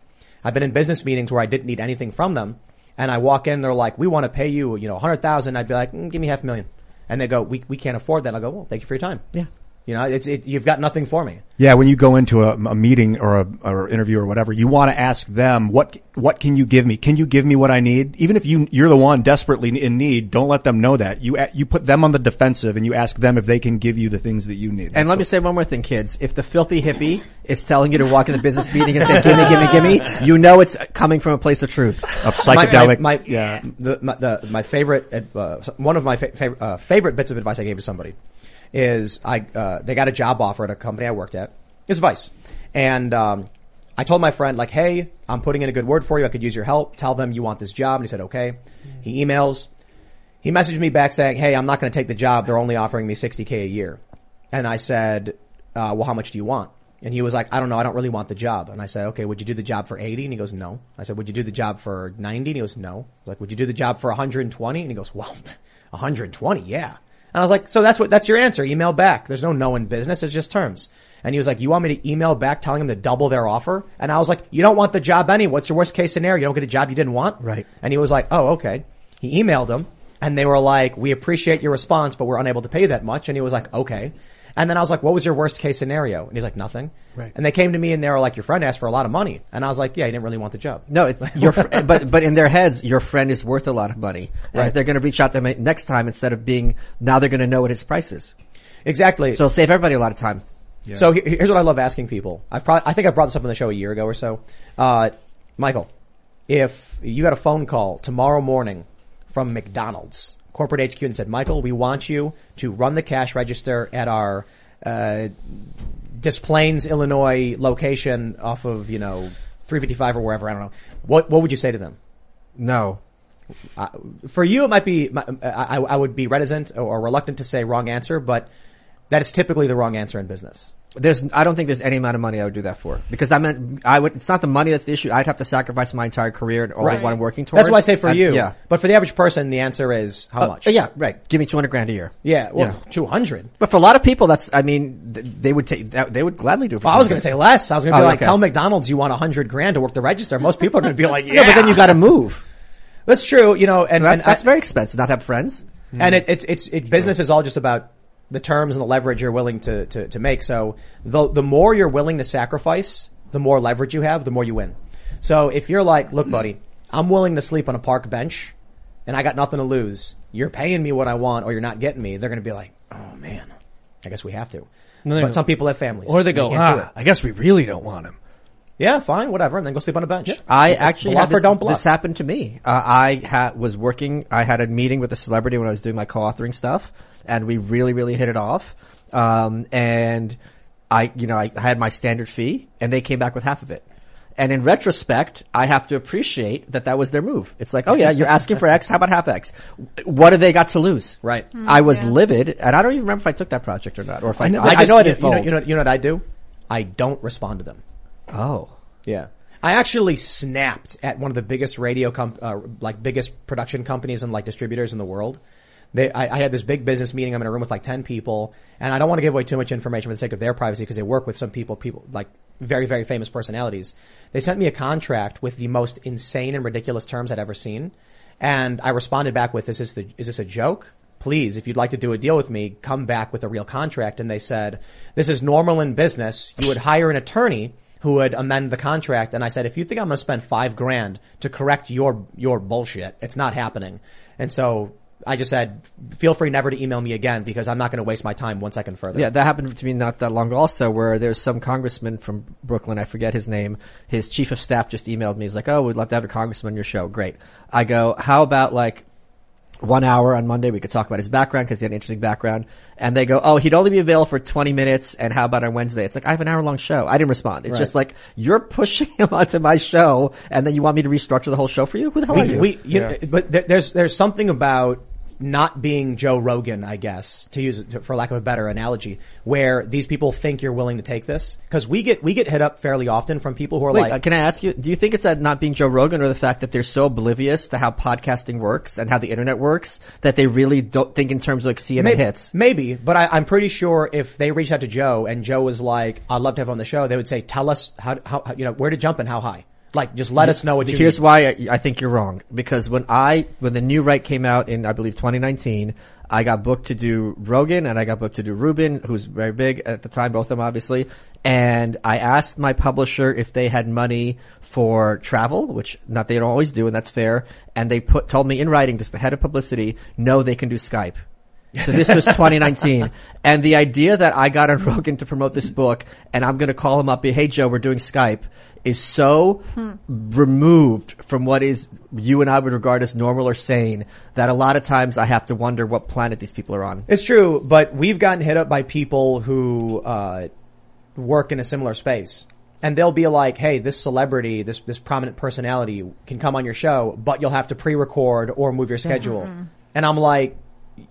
I've been in business meetings where I didn't need anything from them. And I walk in, they're like, we want to pay you, you know, 100,000. I'd be like, mm, give me half a million. And they go, we, we can't afford that. And I go, well, thank you for your time.
Yeah.
You know, it's, it, you've got nothing for me.
Yeah, when you go into a, a meeting or a or interview or whatever, you want to ask them what what can you give me? Can you give me what I need? Even if you you're the one desperately in need, don't let them know that. You a- you put them on the defensive and you ask them if they can give you the things that you need.
And let me say one more thing, kids. If the filthy hippie is telling you to walk in the business meeting and say, gimme, gimme, gimme, you know it's coming from a place of truth.
Of
My, my, my, yeah. The, my, the, my favorite, uh, one of my fa- favorite, uh, favorite bits of advice I gave to somebody is I, uh, they got a job offer at a company I worked at. It's Vice. And, um, I told my friend, like, hey, I'm putting in a good word for you. I could use your help. Tell them you want this job. And he said, okay. He emails. He messaged me back saying, hey, I'm not going to take the job. They're only offering me 60K a year. And I said, uh, well, how much do you want? And he was like, I don't know. I don't really want the job. And I said, okay, would you do the job for 80? And he goes, no. I said, would you do the job for 90? And he goes, no. I was like, would you do the job for 120? And he goes, well, 120. Yeah. And I was like, so that's what, that's your answer. Email back. There's no no in business. It's just terms. And he was like, you want me to email back telling him to double their offer? And I was like, you don't want the job anyway. What's your worst case scenario? You don't get a job you didn't want? Right. And he was like, oh, okay. He emailed him and they were like, we appreciate your response, but we're unable to pay you that much. And he was like, okay. And then I was like, what was your worst case scenario? And he's like, nothing.
Right.
And they came to me and they were like, your friend asked for a lot of money. And I was like, yeah, he didn't really want the job.
No, it's your fr- but but in their heads, your friend is worth a lot of money, and
Right.
if they're going to reach out to him next time instead of being now they're going to know what his price is.
Exactly.
So it'll save everybody a lot of time.
So he- here's what I love asking people. I've probably, I think I brought this up on the show a year ago or so. Uh, Michael, if you got a phone call tomorrow morning from McDonald's corporate HQ and said, Michael, we want you to run the cash register at our, uh, Des Plaines, Illinois location off of, you know, 355 or wherever. I don't know. What, what would you say to them?
No.
Uh, for you, it might be, my- I, I I would be reticent or reluctant to say wrong answer, but that is typically the wrong answer in business.
There's I don't think there's any amount of money I would do that for because I meant I would. It's not the money that's the issue. I'd have to sacrifice my entire career and all
Right.
what I'm working toward.
That's why I say for
And-
you.
yeah,
But for the average person, the answer is how
Uh,
much?
Yeah, right. Give me two hundred grand a year.
Yeah, well, 200.
But for a lot of people, that's I mean th- they would take that they would gladly do. it for
Well, I was
200.
going to say less. I was going to
Oh,
be like,
okay.
tell McDonald's you want 100 grand to work the register. Most people are going to be like, yeah.
No, but then you got to move.
That's true. You know, and
that's,
and I-
that's very expensive. Not to have friends.
Mm-hmm. And it, it's it's it, business is all just about the terms and the leverage you're willing to to, to make. So the the more you're willing to sacrifice, the more leverage you have, the more you win. So if you're like, look, buddy, I'm willing to sleep on a park bench, and I got nothing to lose. You're paying me what I want, or you're not getting me. They're going to be like, oh man, I guess we have to.
No,
but
they don't.
some people have families.
Or they
and
go,
can't do
"Ah,
it."
I guess we really don't want him.
Yeah, fine, whatever, and then go sleep on a bench.
I actually
bluff
had this,
or don't bluff.
this happened to me. Uh, I ha- was working. I had a meeting with a celebrity when I was doing my co-authoring stuff, and we really, really hit it off. Um, and I, you know, I had my standard fee, and they came back with half of it. And in retrospect, I have to appreciate that that was their move. It's like, oh yeah, you're asking for X. How about half X? What do they got to lose?
Right.
Mm,
I was
yeah.
livid, and I don't even remember if I took that project or not, or if I. I know I,
just-
know I didn't.
You Hmm, know,
fold.
you know, you know what I do? I don't respond to them.
Oh.
Yeah. I actually snapped at one of the biggest radio comp, uh, like biggest production companies and like distributors in the world. They, I, I had this big business meeting. I'm in a room with like 10 people and I don't want to give away too much information for the sake of their privacy because they work with some people, people like very, very famous personalities. They sent me a contract with the most insane and ridiculous terms I'd ever seen. And I responded back with, is this the, is this a joke? Please, if you'd like to do a deal with me, come back with a real contract. And they said, this is normal in business. You would hire an attorney who would amend the contract. And I said, if you think I'm going to spend five grand to correct your, your bullshit, it's not happening. And so I just said, feel free never to email me again because I'm not going to waste my time one second further.
Yeah, that happened to me not that long ago also where there's some congressman from Brooklyn, I forget his name, his chief of staff just emailed me. He's like, Oh, we'd love to have a congressman on your show. Great. I go, How about like one hour on Monday? We could talk about his background because he had an interesting background. And they go, Oh, he'd only be available for 20 minutes. And how about on Wednesday? It's like, I have an hour long show. I didn't respond. It's
Right.
just like, you're pushing him onto my show and then you want me to restructure the whole show for you? Who the hell
we,
are you?
we- you know, but there- there's there's something about not being Joe Rogan, I guess, to use it to, for lack of a better analogy, where these people think you're willing to take this because we get we get hit up fairly often from people who are
Wait,
like,
uh, can I ask you? Do you think it's that not being Joe Rogan, or the fact that they're so oblivious to how podcasting works and how the internet works that they really don't think in terms of like CNN
Maybe-
hits?
Maybe, but I, I'm pretty sure if they reached out to Joe and Joe was like, "I'd love to have him on the show," they would say, "Tell us how, how how- you know where to jump and how high." Like, just let us know what you.
Here's
need.
why I, I think you're wrong. Because when I when the new right came out in I believe 2019, I got booked to do Rogan and I got booked to do Rubin, who's very big at the time, both of them obviously. And I asked my publisher if they had money for travel, which not they don't always do, and that's fair. And they put told me in writing, this the head of publicity, no, they can do Skype. So this was 2019. And the idea that I got on Rogan to promote this book and I'm going to call him up, be, hey Joe, we're doing Skype is so removed from what is you and I would regard as normal or sane that a lot of times I have to wonder what planet these people are on.
It's true, but we've gotten hit up by people who uh, work in a similar space, and they'll be like, "Hey, this celebrity, this this prominent personality, can come on your show, but you'll have to pre-record or move your schedule."
Mhm.
And I'm like,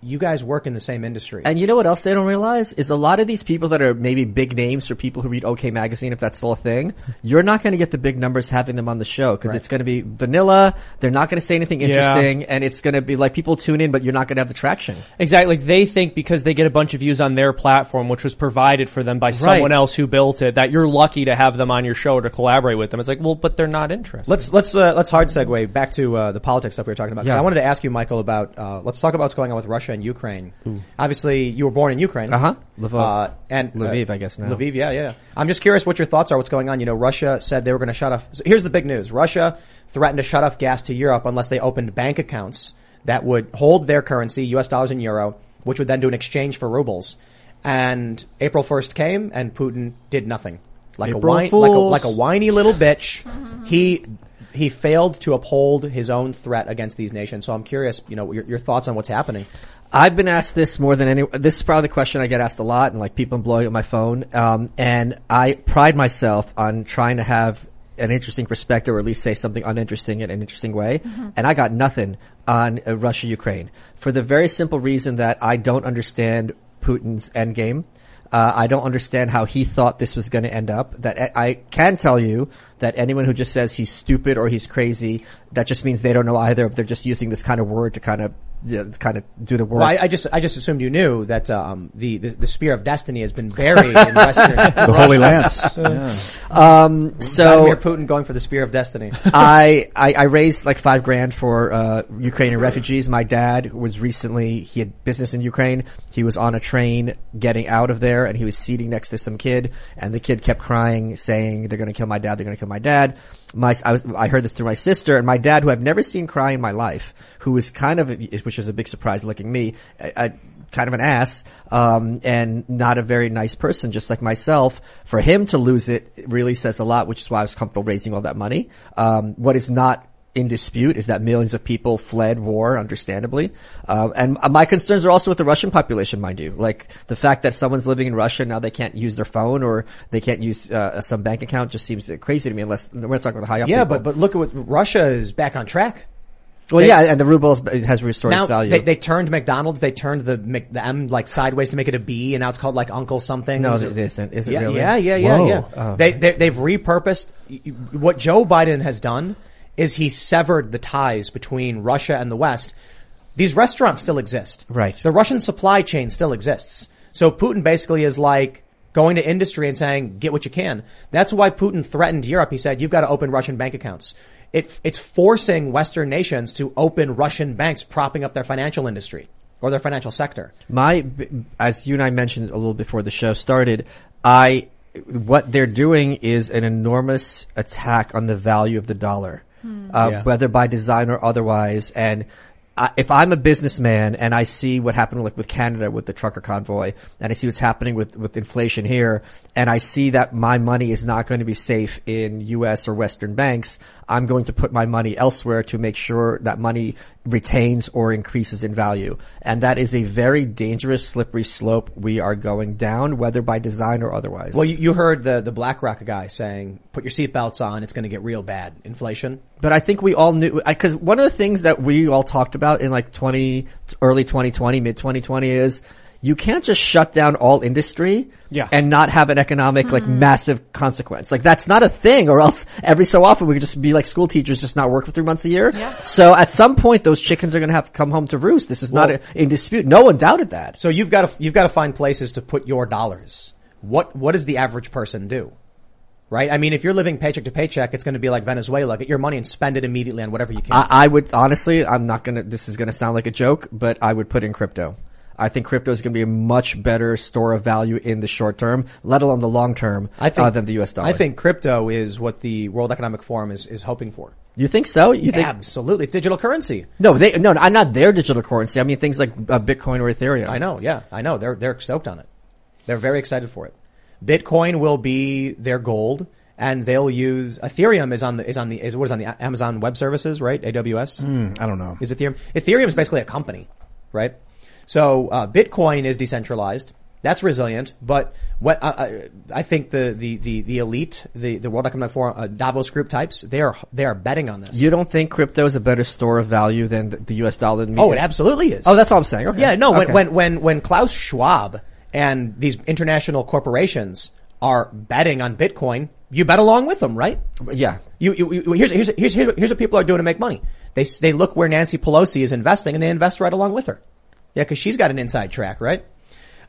"You guys work in the same industry."
And you know what else they don't realize is a lot of these people that are maybe big names for people who read OK Magazine, if that's still a thing, you're not going to get the big numbers having them on the show because it's going to be vanilla. They're not going to say anything
Yeah.
interesting, and it's going to be like people tune in, but you're not going to have the traction.
Exactly. They think because they get a bunch of views on their platform, which was provided for them by someone else who built it, that you're lucky to have them on your show to collaborate with them. It's like, well, but they're not interested.
Let's let's uh, let's hard segue back to uh, the politics stuff we were talking about. 'Cause
Yeah.
I wanted to ask you, Michael, about uh, let's talk about what's going on with Russia and Ukraine.
Ooh.
Obviously, you were born in Ukraine.
Hmm. Uh-huh.
Uh,
Lviv.
and uh,
Lviv, I guess now.
Lviv, yeah, yeah. I'm just curious what your thoughts are. What's going on? You know, Russia said they were going to shut off. So here's the big news: Russia threatened to shut off gas to Europe unless they opened bank accounts that would hold their currency, U.S. dollars and euro, which would then do an exchange for rubles. And April 1st came, and Putin did nothing. Like a
April
whine, like a,
Fools. Mm-hmm.
like a whiny little bitch. he he failed to uphold his own threat against these nations. So I'm curious, you know, your, your thoughts on what's happening.
I've been asked this more than any. This is probably the question I get asked a lot, and like people blowing up my phone. Um, and I pride myself on trying to have an interesting perspective, or at least say something uninteresting in an interesting way.
Mhm.
And I got nothing on uh, Russia Ukraine for the very simple reason that I don't understand Putin's endgame. Uh, I don't understand how he thought this was going to end up. That uh, I I can tell you that anyone who just says he's stupid or he's crazy, that just means they don't know either. They're just using this kind of word to kind of, you know, kind of do the work.
Well, I, I just I just assumed you knew that um, the, the the spear of destiny has been buried in Western
The Holy Lance. Um, so-
Vladimir Putin going for the spear of destiny.
I, I I raised like five grand for uh, Ukrainian refugees. My dad was recently he had business in Ukraine. He was on a train getting out of there, and he was seating next to some kid, and the kid kept crying, saying, "They're going to kill my dad. They're going to kill my dad." My I, was, I heard this through my sister and my dad, who I've never seen cry in my life, who was kind of which is a big surprise looking me. I, I, kind of an ass um, and not a very nice person, just like myself. For him to lose it really says a lot, which is why I was comfortable raising all that money. Um, what is not in dispute is that millions of people fled war, understandably. Uh, and my concerns are also with the Russian population, mind you. Like the fact that someone's living in Russia now they can't use their phone or they can't use uh, some bank account just seems crazy to me. Unless we're not talking about the high up.
Yeah,
people.
but but look at what Russia is back on track.
well,
They-
yeah, and the ruble is- has restored
now
its value.
They, they turned McDonald's. They turned the Mc- the M like sideways to make it a B, and now it's called like Uncle something.
No, it isn't. Is it
yeah,
really?
Yeah, yeah, yeah,
Whoa.
yeah.
Oh.
They, they they've repurposed y- y- what Joe Biden has done is he severed the ties between Russia and the West. These restaurants still exist.
Right.
The Russian supply chain still exists. So Putin basically is like going to industry and saying, get what you can. That's why Putin threatened Europe. He said, you've got to open Russian bank accounts. It, it's forcing Western nations to open Russian banks, propping up their financial industry or their financial sector.
My, as you and I mentioned a little before the show started, I, what they're doing is an enormous attack on the value of the dollar,
Hmm.
uh,
Yeah.
whether by design or otherwise. And I, if I'm a businessman and I see what happened like with Canada with the trucker convoy and I see what's happening with, with inflation here and I see that my money is not going to be safe in US or Western banks, I'm going to put my money elsewhere to make sure that money retains or increases in value. And that is a very dangerous slippery slope we are going down, whether by design or otherwise.
Well, you, you heard the, the BlackRock guy saying, put your seatbelts on. It's going to get real bad. Inflation.
But I think we all knew because one of the things that we all talked about in like twenty, early twenty twenty, mid twenty twenty is you can't just shut down all industry
Yeah.
and not have an economic like massive consequence. Like that's not a thing, or else every so often we could just be like school teachers, just not work for three months a year. So at some point, those chickens are going to have to come home to roost. This is not
Well-
a, in dispute. No one doubted that.
So you've got to you've got to find places to put your dollars. What what does the average person do? Right? I mean, if you're living paycheck to paycheck, it's going to be like Venezuela. Get your money and spend it immediately on whatever you can.
I, I would honestly, I'm not gonna. This is gonna sound like a joke, but I would put in crypto. I think crypto is going to be a much better store of value in the short term, let alone the long term,
I think
uh, than the U.S. dollar.
I think crypto is what the World Economic Forum is is hoping for.
You think so? You think?
Absolutely, it's digital currency.
No, they no, I'm not their digital currency. I mean things like uh, Bitcoin or Ethereum.
I know. Yeah, I know. They're they're stoked on it. They're very excited for it. Bitcoin will be their gold, and they'll use Ethereum is on the is on the is what is on the A- Amazon Web Services, right? AWS. Hmm, I don't know. Is Ethereum? Ethereum is basically a company, right? So uh, Bitcoin is decentralized. That's resilient, but what I, I I think the, the, the, the elite, the, the World Economic Forum, uh, Davos group types, they are they are betting on this.
You don't think crypto is a better store of value than the, the U.S. dollar? than me?
Oh, it absolutely is.
Oh, that's all I'm saying. Okay.
Yeah, no, when,
Okay.
when, when, when Klaus Schwab and these international corporations are betting on Bitcoin, you bet along with them, right?
Yeah.
You, you, you here's, here's, here's, here's, what- here's what people are doing to make money. They, s- they look where Nancy Pelosi is investing and they invest right along with her. Yeah, cause she's got an inside track, right?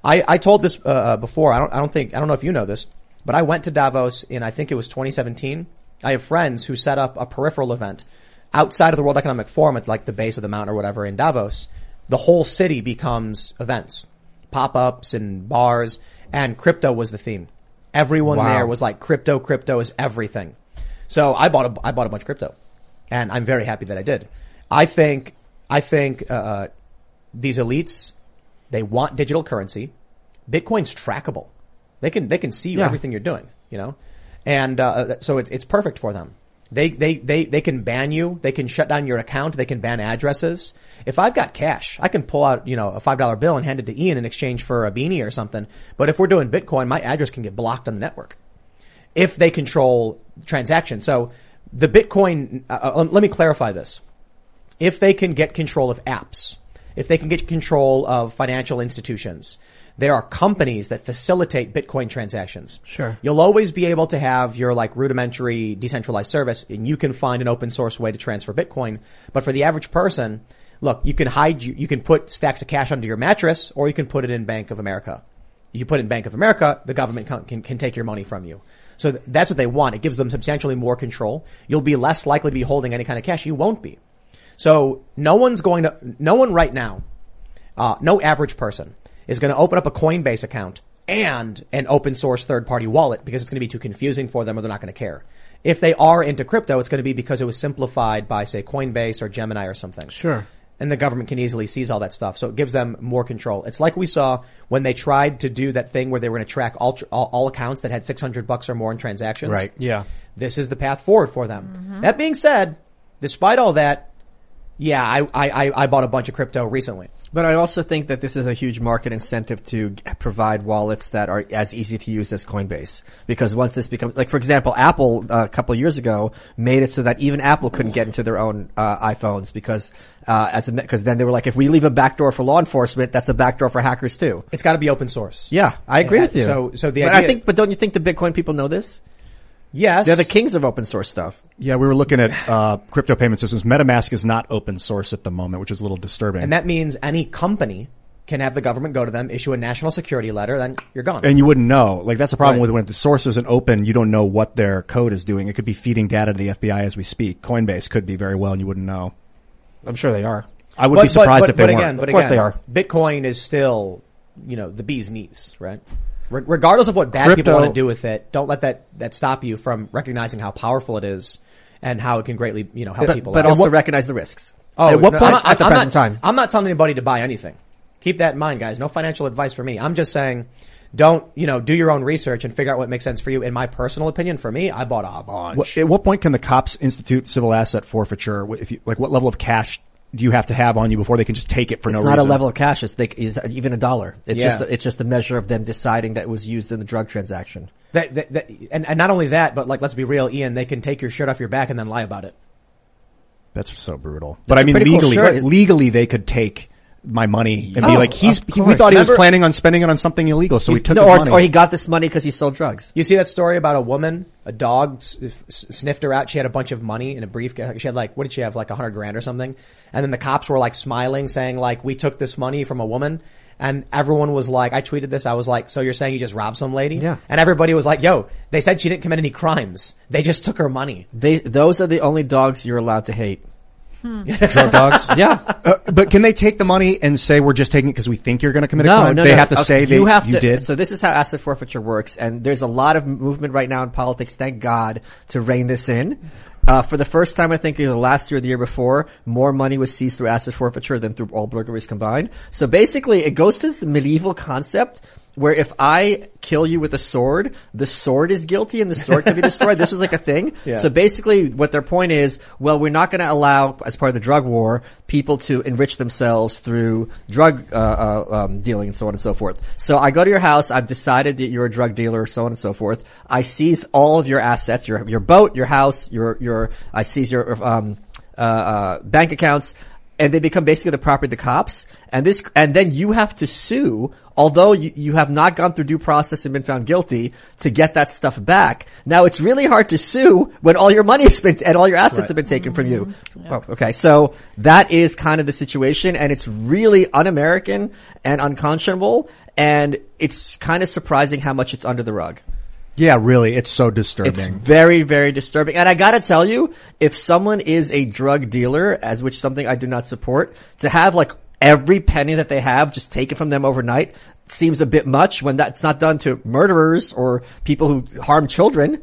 I, I told this, uh, uh, before. I don't, I don't think, I don't know if you know this, but I went to Davos in, I think it was 2017. I have friends who set up a peripheral event outside of the World Economic Forum at like the base of the mountain or whatever in Davos, the whole city becomes events, pop-ups and bars, and crypto was the theme. Everyone
Wow.
there was like crypto, crypto is everything. So I bought a, I bought a bunch of crypto, and I'm very happy that I did. I think I think uh, these elites they want digital currency. Bitcoin's trackable. They can they can see
Yeah.
everything you're doing, you know, and uh, so it's it's perfect for them. They they they they can ban you. They can shut down your account. They can ban addresses. If I've got cash, I can pull out you know a five dollar bill and hand it to Ian in exchange for a beanie or something. But if we're doing Bitcoin, my address can get blocked on the network if they control transactions. So the Bitcoin. Uh, uh, let me clarify this if they can get control of apps, if they can get control of financial institutions, there are companies that facilitate Bitcoin transactions.
Sure.
You'll always be able to have your like rudimentary decentralized service and you can find an open source way to transfer Bitcoin. But for the average person, look, you can hide, you, you can put stacks of cash under your mattress or you can put it in Bank of America. You put it in Bank of America, the government can, can, can take your money from you. So th- that's what they want. It gives them substantially more control. You'll be less likely to be holding any kind of cash. You won't be. So no one's going to, no one right now, uh, no average person is going to open up a Coinbase account and an open source third party wallet because it's going to be too confusing for them or they're not going to care. If they are into crypto, it's going to be because it was simplified by say Coinbase or Gemini or something.
Sure.
and the government can easily seize all that stuff. So it gives them more control. It's like we saw when they tried to do that thing where they were going to track all, tr- all, all accounts that had 600 bucks or more in transactions.
Right.
Yeah.
This is the path forward for them. That being said, despite all that, yeah, I, I, I- I bought a bunch of crypto recently.
But I also think that this is a huge market incentive to g- provide wallets that are as easy to use as Coinbase. Because once this becomes, like for example, Apple uh, a couple years ago made it so that even Apple couldn't get into their own uh, iPhones because uh, as because then they were like, if we leave a backdoor for law enforcement, that's a backdoor for hackers too.
It's got to be open source.
Yeah, I agree
Yeah,
with you.
so- so the
but I
idea-
think, but don't you think the Bitcoin people know this?
Yes,
they're the kings of open source stuff.
Yeah, we were looking at uh, crypto payment systems. MetaMask is not open source at the moment, which is a little disturbing.
And that means any company can have the government go to them, issue a national security letter, then you're gone.
and you wouldn't know. Like that's the problem
Right.
with when the source isn't open, you don't know what their code is doing. It could be feeding data to the FBI as we speak. Coinbase could be very well, and you wouldn't know.
I'm sure they are.
I would
But-
be surprised
but,
if they
but
weren't.
Again, but again, Bitcoin is still, you know, the bee's knees, right? Re- regardless of what bad people
Crypto-
want to do with it, don't let that, that stop you from recognizing how powerful it is and how it can greatly, you know, help
But-
people.
but
out.
also recognize the risks.
Oh,
At what
no,
point-
I'm not-
at the
I'm not-
present time.
I'm not telling anybody to buy anything. Keep that in mind, guys. No financial advice for me. I'm just saying, don't you know, do your own research and figure out what makes sense for you. In my personal opinion, for me, I bought a bunch.
What, at what point can the cops institute civil asset forfeiture? If you, like, what level of cash do you have to have on you before they can just take it for
it's
no
not
reason?
a level of cash. It's, like, is even a dollar. It's
Yeah.
just a, it's just a measure of them deciding that it was used in the drug transaction.
That, that, that, and, and not only that, but like, let's be real, Ian. They can take your shirt off your back and then lie about it.
That's so brutal.
That's
But I
a
mean,
pretty cool
legally,
shirt.
legally, they could take my money and
Oh,
be like, he's,
of
he, we
course.
thought he was
Remember-
planning on spending it on something illegal, so we took
no,
his
or,
money.
or he got this money because he sold drugs.
You see that story about a woman, a dog s- s- sniffed her out. She had a bunch of money in a briefcase. She had like, what did she have? Like a hundred grand or something. And then the cops were like smiling, saying like, we took this money from a woman. And everyone was like, I tweeted this. I was like, so you're saying you just robbed some lady?
Yeah.
And everybody was like, yo, they said she didn't commit any crimes. They just took her money.
They those are the only dogs you're allowed to hate.
drug dogs. Uh,
yeah,
but can they take the money and say we're just taking it because we think you're going to commit a
No,
crime?
no,
they
no.
have to
Okay,
say they, you,
have to,
did.
So this is how asset forfeiture works, and there's a lot of movement right now in politics. Thank God to rein this in. Uh, for the first time, I think either last year or the year before, more money was seized through asset forfeiture than through all burglaries combined. So basically, it goes to this medieval concept where if I kill you with a sword, the sword is guilty and the sword can be destroyed. this was like a thing.
Yeah.
So basically what their point is, well, we're not going to allow, as part of the drug war, people to enrich themselves through drug uh, uh, um, dealing and so on and so forth. So I go to your house. I've decided that you're a drug dealer, so on and so forth. I seize all of your assets, your your boat, your house, your your. I seize your um, uh, uh, bank accounts. And they become basically the property of the cops, and this, and then you have to sue, although you, you have not gone through due process and been found guilty to get that stuff back. Now it's really hard to sue when all your money has been and all your assets
Right.
have been taken from you. Well, okay, so that is kind of the situation, and it's really un-American and unconscionable, and it's kind of surprising how much it's under the rug.
yeah, really, it's so disturbing.
It's very, very disturbing. And I gotta tell you, if someone is a drug dealer, as which something I do not support, to have like every penny that they have just taken from them overnight seems a bit much when that's not done to murderers or people who harm children.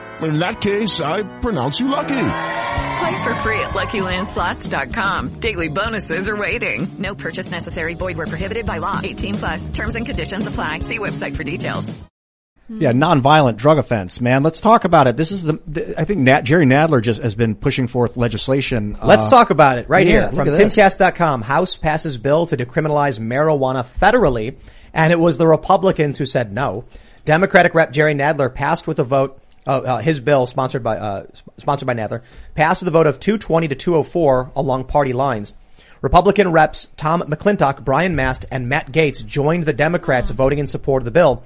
In that case, I pronounce you lucky.
Play for free at LuckyLandSlots.com. Daily bonuses are waiting. No purchase necessary. Void were prohibited by law. 18 plus. Terms and conditions apply. See website for details.
Yeah, nonviolent drug offense, man. Let's talk about it. This is the, the I think Nat, Jerry Nadler just has been pushing forth legislation. uh,
Let's talk about it right here from
Tim.
timcast.com. House passes bill to decriminalize marijuana federally, and it was the Republicans who said no. Democratic rep Jerry Nadler passed with a vote uh, uh, his bill sponsored by uh, sp- sponsored by Nather passed with a vote of 220 to 204 along party lines. Republican reps Tom McClintock, Brian Mast, and Matt Gates joined the Democrats voting in support of the bill.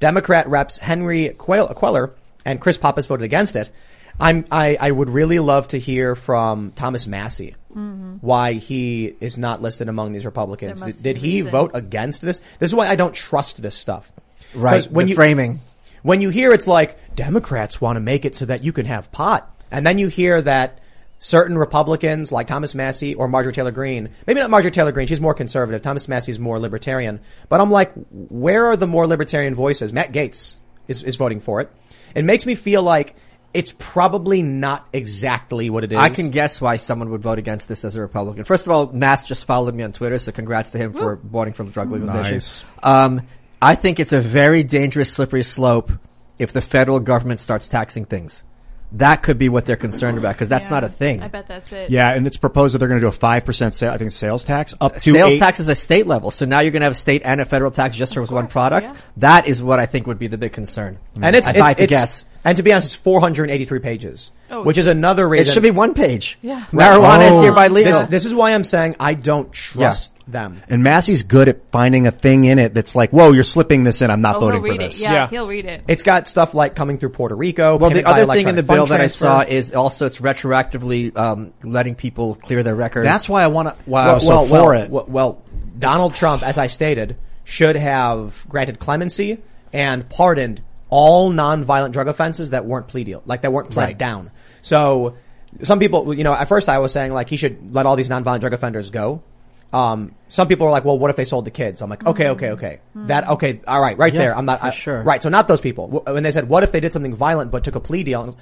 Democrat reps Henry Quail- Queller and Chris Pappas voted against it. I'm, I, I would really love to hear from Thomas Massey
Mm-hmm.
Mhm.
why he is not listed among these Republicans.
There
Did,
must
did
be a
he
reason.
vote against this? This is why I don't trust this stuff.
Right,
'Cause When
the
you,
framing.
When you hear it's like Democrats want to make it so that you can have pot, and then you hear that certain Republicans like Thomas Massey or Marjorie Taylor Greene, maybe not Marjorie Taylor Greene, she's more conservative. Thomas Massey is more libertarian. But I'm like, where are the more libertarian voices? Matt Gates is, is voting for it. It makes me feel like it's probably not exactly what it is.
I can guess why someone would vote against this as a Republican. First of all, Mass just followed me on Twitter, so congrats to him for voting for drug legalization.
Oh. Nice.
Um, I think it's a very dangerous, slippery slope if the federal government starts taxing things. That could be what they're concerned about because that's
Yeah.
not a thing.
I bet that's it.
Yeah, and it's proposed that they're going to do a five percent sale. I think sales tax up to
Sales
eight-
tax is a state level, so now you're going to have a state and a federal tax just for one product. That is what I think would be the big concern.
And it's,
if
it's,
I had to
it's-
guess.
And to be honest, it's 483 pages,
Oh,
which is
geez.
another
It
reason. Oh,
should be one page. Yeah. Marijuana is hereby legal.
This, this is why I'm saying I don't trust them.
And Massey's good at finding a thing in it that's like, whoa, you're slipping this in. I'm not
Oh,
voting
he'll
for
read it.
this.
Yeah, Yeah. he'll
read it.
It's got stuff like coming through Puerto Rico.
Well,
payment
the
by
other thing in
electronic
the
fund
bill that I
transfer.
saw is also it's retroactively um, letting people clear their records.
That's why
I want to.
Well, well, well, Well, well, Donald Trump, as I stated, should have granted clemency and pardoned all nonviolent drug offenses that weren't plea deal, like that weren't pled
Right.
down. So some people, you know, at first I was saying like he should let all these nonviolent drug offenders go. Um, some people are like, well, what if they sold to kids? I'm like, okay, okay, okay. That, okay, all right, right
Yeah,
there. I'm not,
for
I-
sure.
Right. So not those people. W- When they said, what if they did something violent but took a plea deal?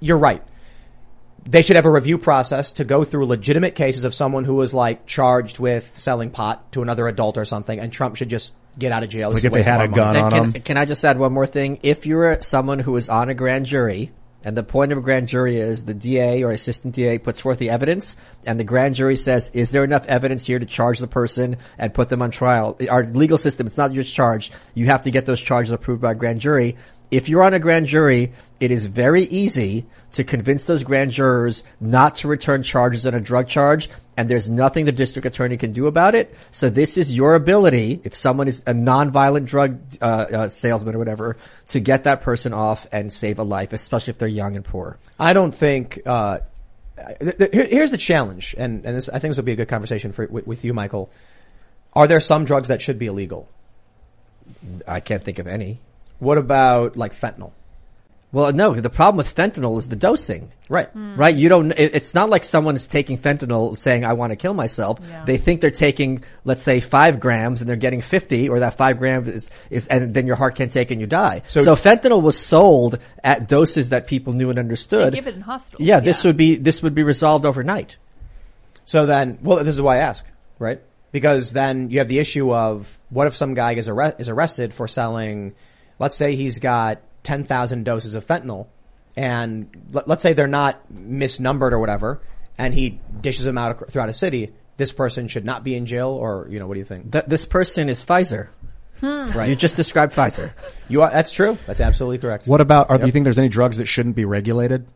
You're right they should have a review process to go through legitimate cases of someone who was like charged with selling pot to another adult or something, and Trump should just get out of jail. This is waste of our money.
And can, Can I just add one more thing? If you're someone who is on a grand jury, and the point of a grand jury is the DA or assistant DA puts forth the evidence, and the grand jury says, "Is there enough evidence here to charge the person and put them on trial?" Our legal system, it's not your charge. You have to get those charges approved by a grand jury. If you're on a grand jury, it is very easy to convince those grand jurors not to return charges on a drug charge, and there's nothing the district attorney can do about it. So this is your ability, if someone is a nonviolent drug uh, uh, salesman or whatever, to get that person off and save a life, especially if they're young and poor.
I don't think. Uh, th- th- here- here's the challenge, and and this, I think this will be a good conversation for with, with you, Michael. Are there some drugs that should be illegal?
I can't think of any.
What about like fentanyl?
Well, no, the problem with fentanyl is the dosing.
Right.
Mm.
Right. You don't, it, it's not like someone is taking fentanyl saying, I want to kill myself. They think they're taking, let's say five grams and they're getting 50 or that five gram is, is, and then your heart can't take and you die.
So-
So, fentanyl was sold at doses that people knew and understood.
They give it in hospitals,
Yeah. This would be, this would be resolved overnight.
So then, well, this is why I ask, right? Because then you have the issue of what if some guy is, arre- is arrested for selling, let's say he's got 10,000 doses of fentanyl and let, let's say they're not misnumbered or whatever and he dishes them out ac- throughout a city. This person should not be in jail or, you know, what do you think?
That this person is Pfizer.
Right.
You just described Pfizer.
You are, that's true. That's absolutely correct.
What about? Are, Do you
Yep.
think there's any drugs that shouldn't be regulated?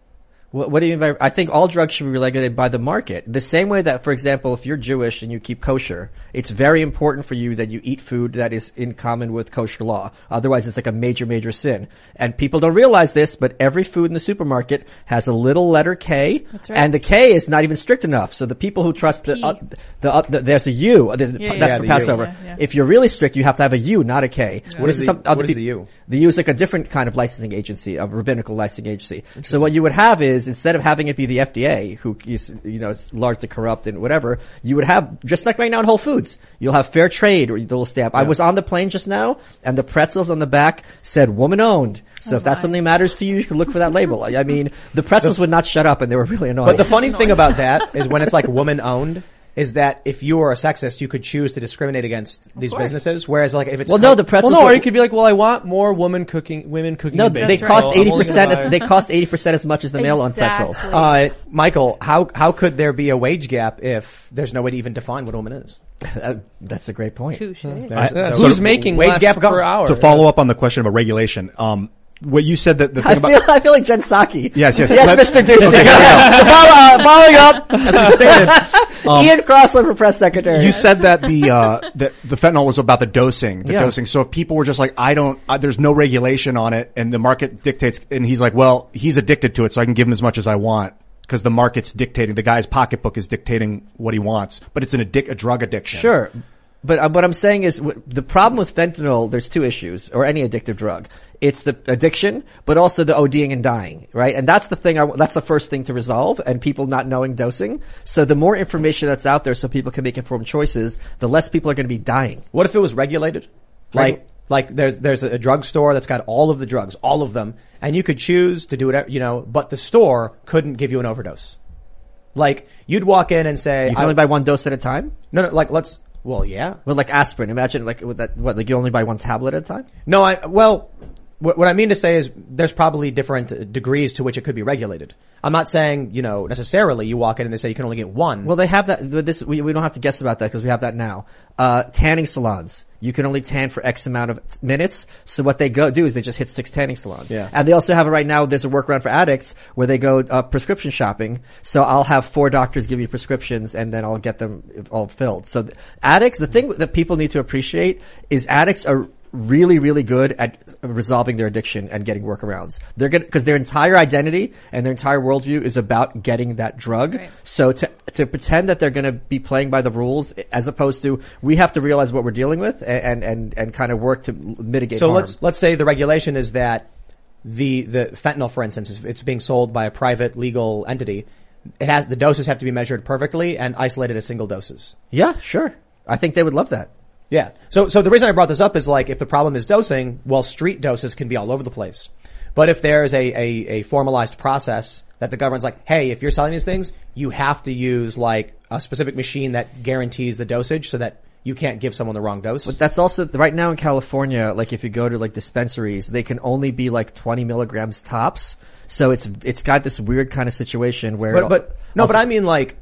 What, what do you mean by? I think all drugs should be regulated by the market. The same way that, for example, if you're Jewish and you keep kosher, it's very important for you that you eat food that is in common with kosher law. Otherwise, it's like a major, major sin. And people don't realize this, but every food in the supermarket has a little letter K,
That's right.
and the K is not even strict enough. So the people who trust the, uh, the, uh, the there's a U. uh, there's-
Yeah, yeah,
that's
yeah.
for
Yeah, the U.
Passover.
Yeah, yeah.
If you're really strict, you have to have a U, not a K.
What is the- what is the U?
The U is like a different kind of licensing agency, a rabbinical licensing agency. So what you would have is instead of having it be the FDA, who is you know is largely corrupt and whatever, you would have just like right now in Whole Foods, you'll have fair trade or the little stamp. I was on the plane just now, and the pretzels on the back said woman owned. So
Oh
if that's something that matters to you, you can look for that label. I I mean, the pretzels would not shut up, and they were really annoying.
But the funny thing about that is when it's like woman owned is that if you are a sexist, you could choose to discriminate against these
course.
businesses. Whereas like if it's,
Well, no, the pretzels
Well, no, or
were-
you could be like, well, I want more women cooking, women cooking.
no,
in
they,
bed,
they
so
cost
I'm
eighty
only
percent.
gonna
As,
buy-
they cost eighty percent as much as the mail-on pretzels.
Uh, Michael, how how could there be a wage gap if there's no way to even define what a woman is?
that's a great point. Hmm.
Touche.
Who's making less per hour?
To follow up on the question about regulation, um, what you said that the
I
thing about
feel, I feel like Jen Psaki.
Yes, yes.
Yes,
Let-
Mr. Dusik.
Okay,
so follow- uh,
yeah.
following up,
As we stated, um,
Ian Crossland for press secretary.
You said that the uh, that the fentanyl was about the dosing, the
Yeah.
dosing. So if people were just like, I don't, uh, there's no regulation on it, and the market dictates, and he's like, well, he's addicted to it, so I can give him as much as I want because the market's dictating. The guy's pocketbook is dictating what he wants, but it's an addic- a drug addiction.
Sure. But uh, what I'm saying is w- the problem with fentanyl, there's two issues, or any addictive drug. It's the addiction, but also the ODing and dying, right? And that's the thing, I, w- that's the first thing to resolve, and people not knowing dosing. So the more information that's out there so people can make informed choices, the less people are going to be dying.
What if it was regulated? Like, like there's there's a drugstore that's got all of the drugs, all of them, and you could choose to do whatever you know, but the store couldn't give you an overdose. Like you'd walk in and say,
You can
I-
only buy one dose at a time?
No, no, like let's, well, yeah.
Well, like aspirin, imagine like with that, what, like you only buy one tablet at a time?
No, I well, what, what I mean to say is there's probably different uh, degrees to which it could be regulated. I'm not saying you know necessarily you walk in and they say you can only get one.
Well, they have that. This we, we don't have to guess about that because we have that now. Uh, tanning salons. You can only tan for X amount of minutes. So what they go do is they just hit six tanning salons.
Yeah.
And they also have it right now. There's a workaround for addicts where they go uh, prescription shopping. So I'll have four doctors give me prescriptions and then I'll get them all filled. So th- addicts, the thing that people need to appreciate is addicts are really, really good at resolving their addiction and getting workarounds. They're gonna, cause their entire identity and their entire worldview is about getting that drug. So to, to pretend that they're gonna be playing by the rules as opposed to we have to realize what we're dealing with and, and, and kind of work to mitigate
so
harm.
let's let's say the regulation is that the the fentanyl, for instance, is, it's being sold by a private legal entity. It has the doses have to be measured perfectly and isolated as single doses.
Yeah, sure. I think they would love that.
Yeah. So so the reason I brought this up is like if the problem is dosing, well, street doses can be all over the place. But if there's a, a, a formalized process that the government's like, hey, if you're selling these things, you have to use like a specific machine that guarantees the dosage so that you can't give someone the wrong dose.
But that's also right now in California. Like if you go to like dispensaries, they can only be like twenty milligrams tops. So it's it's got this weird kind of situation where.
But, but no, but I mean like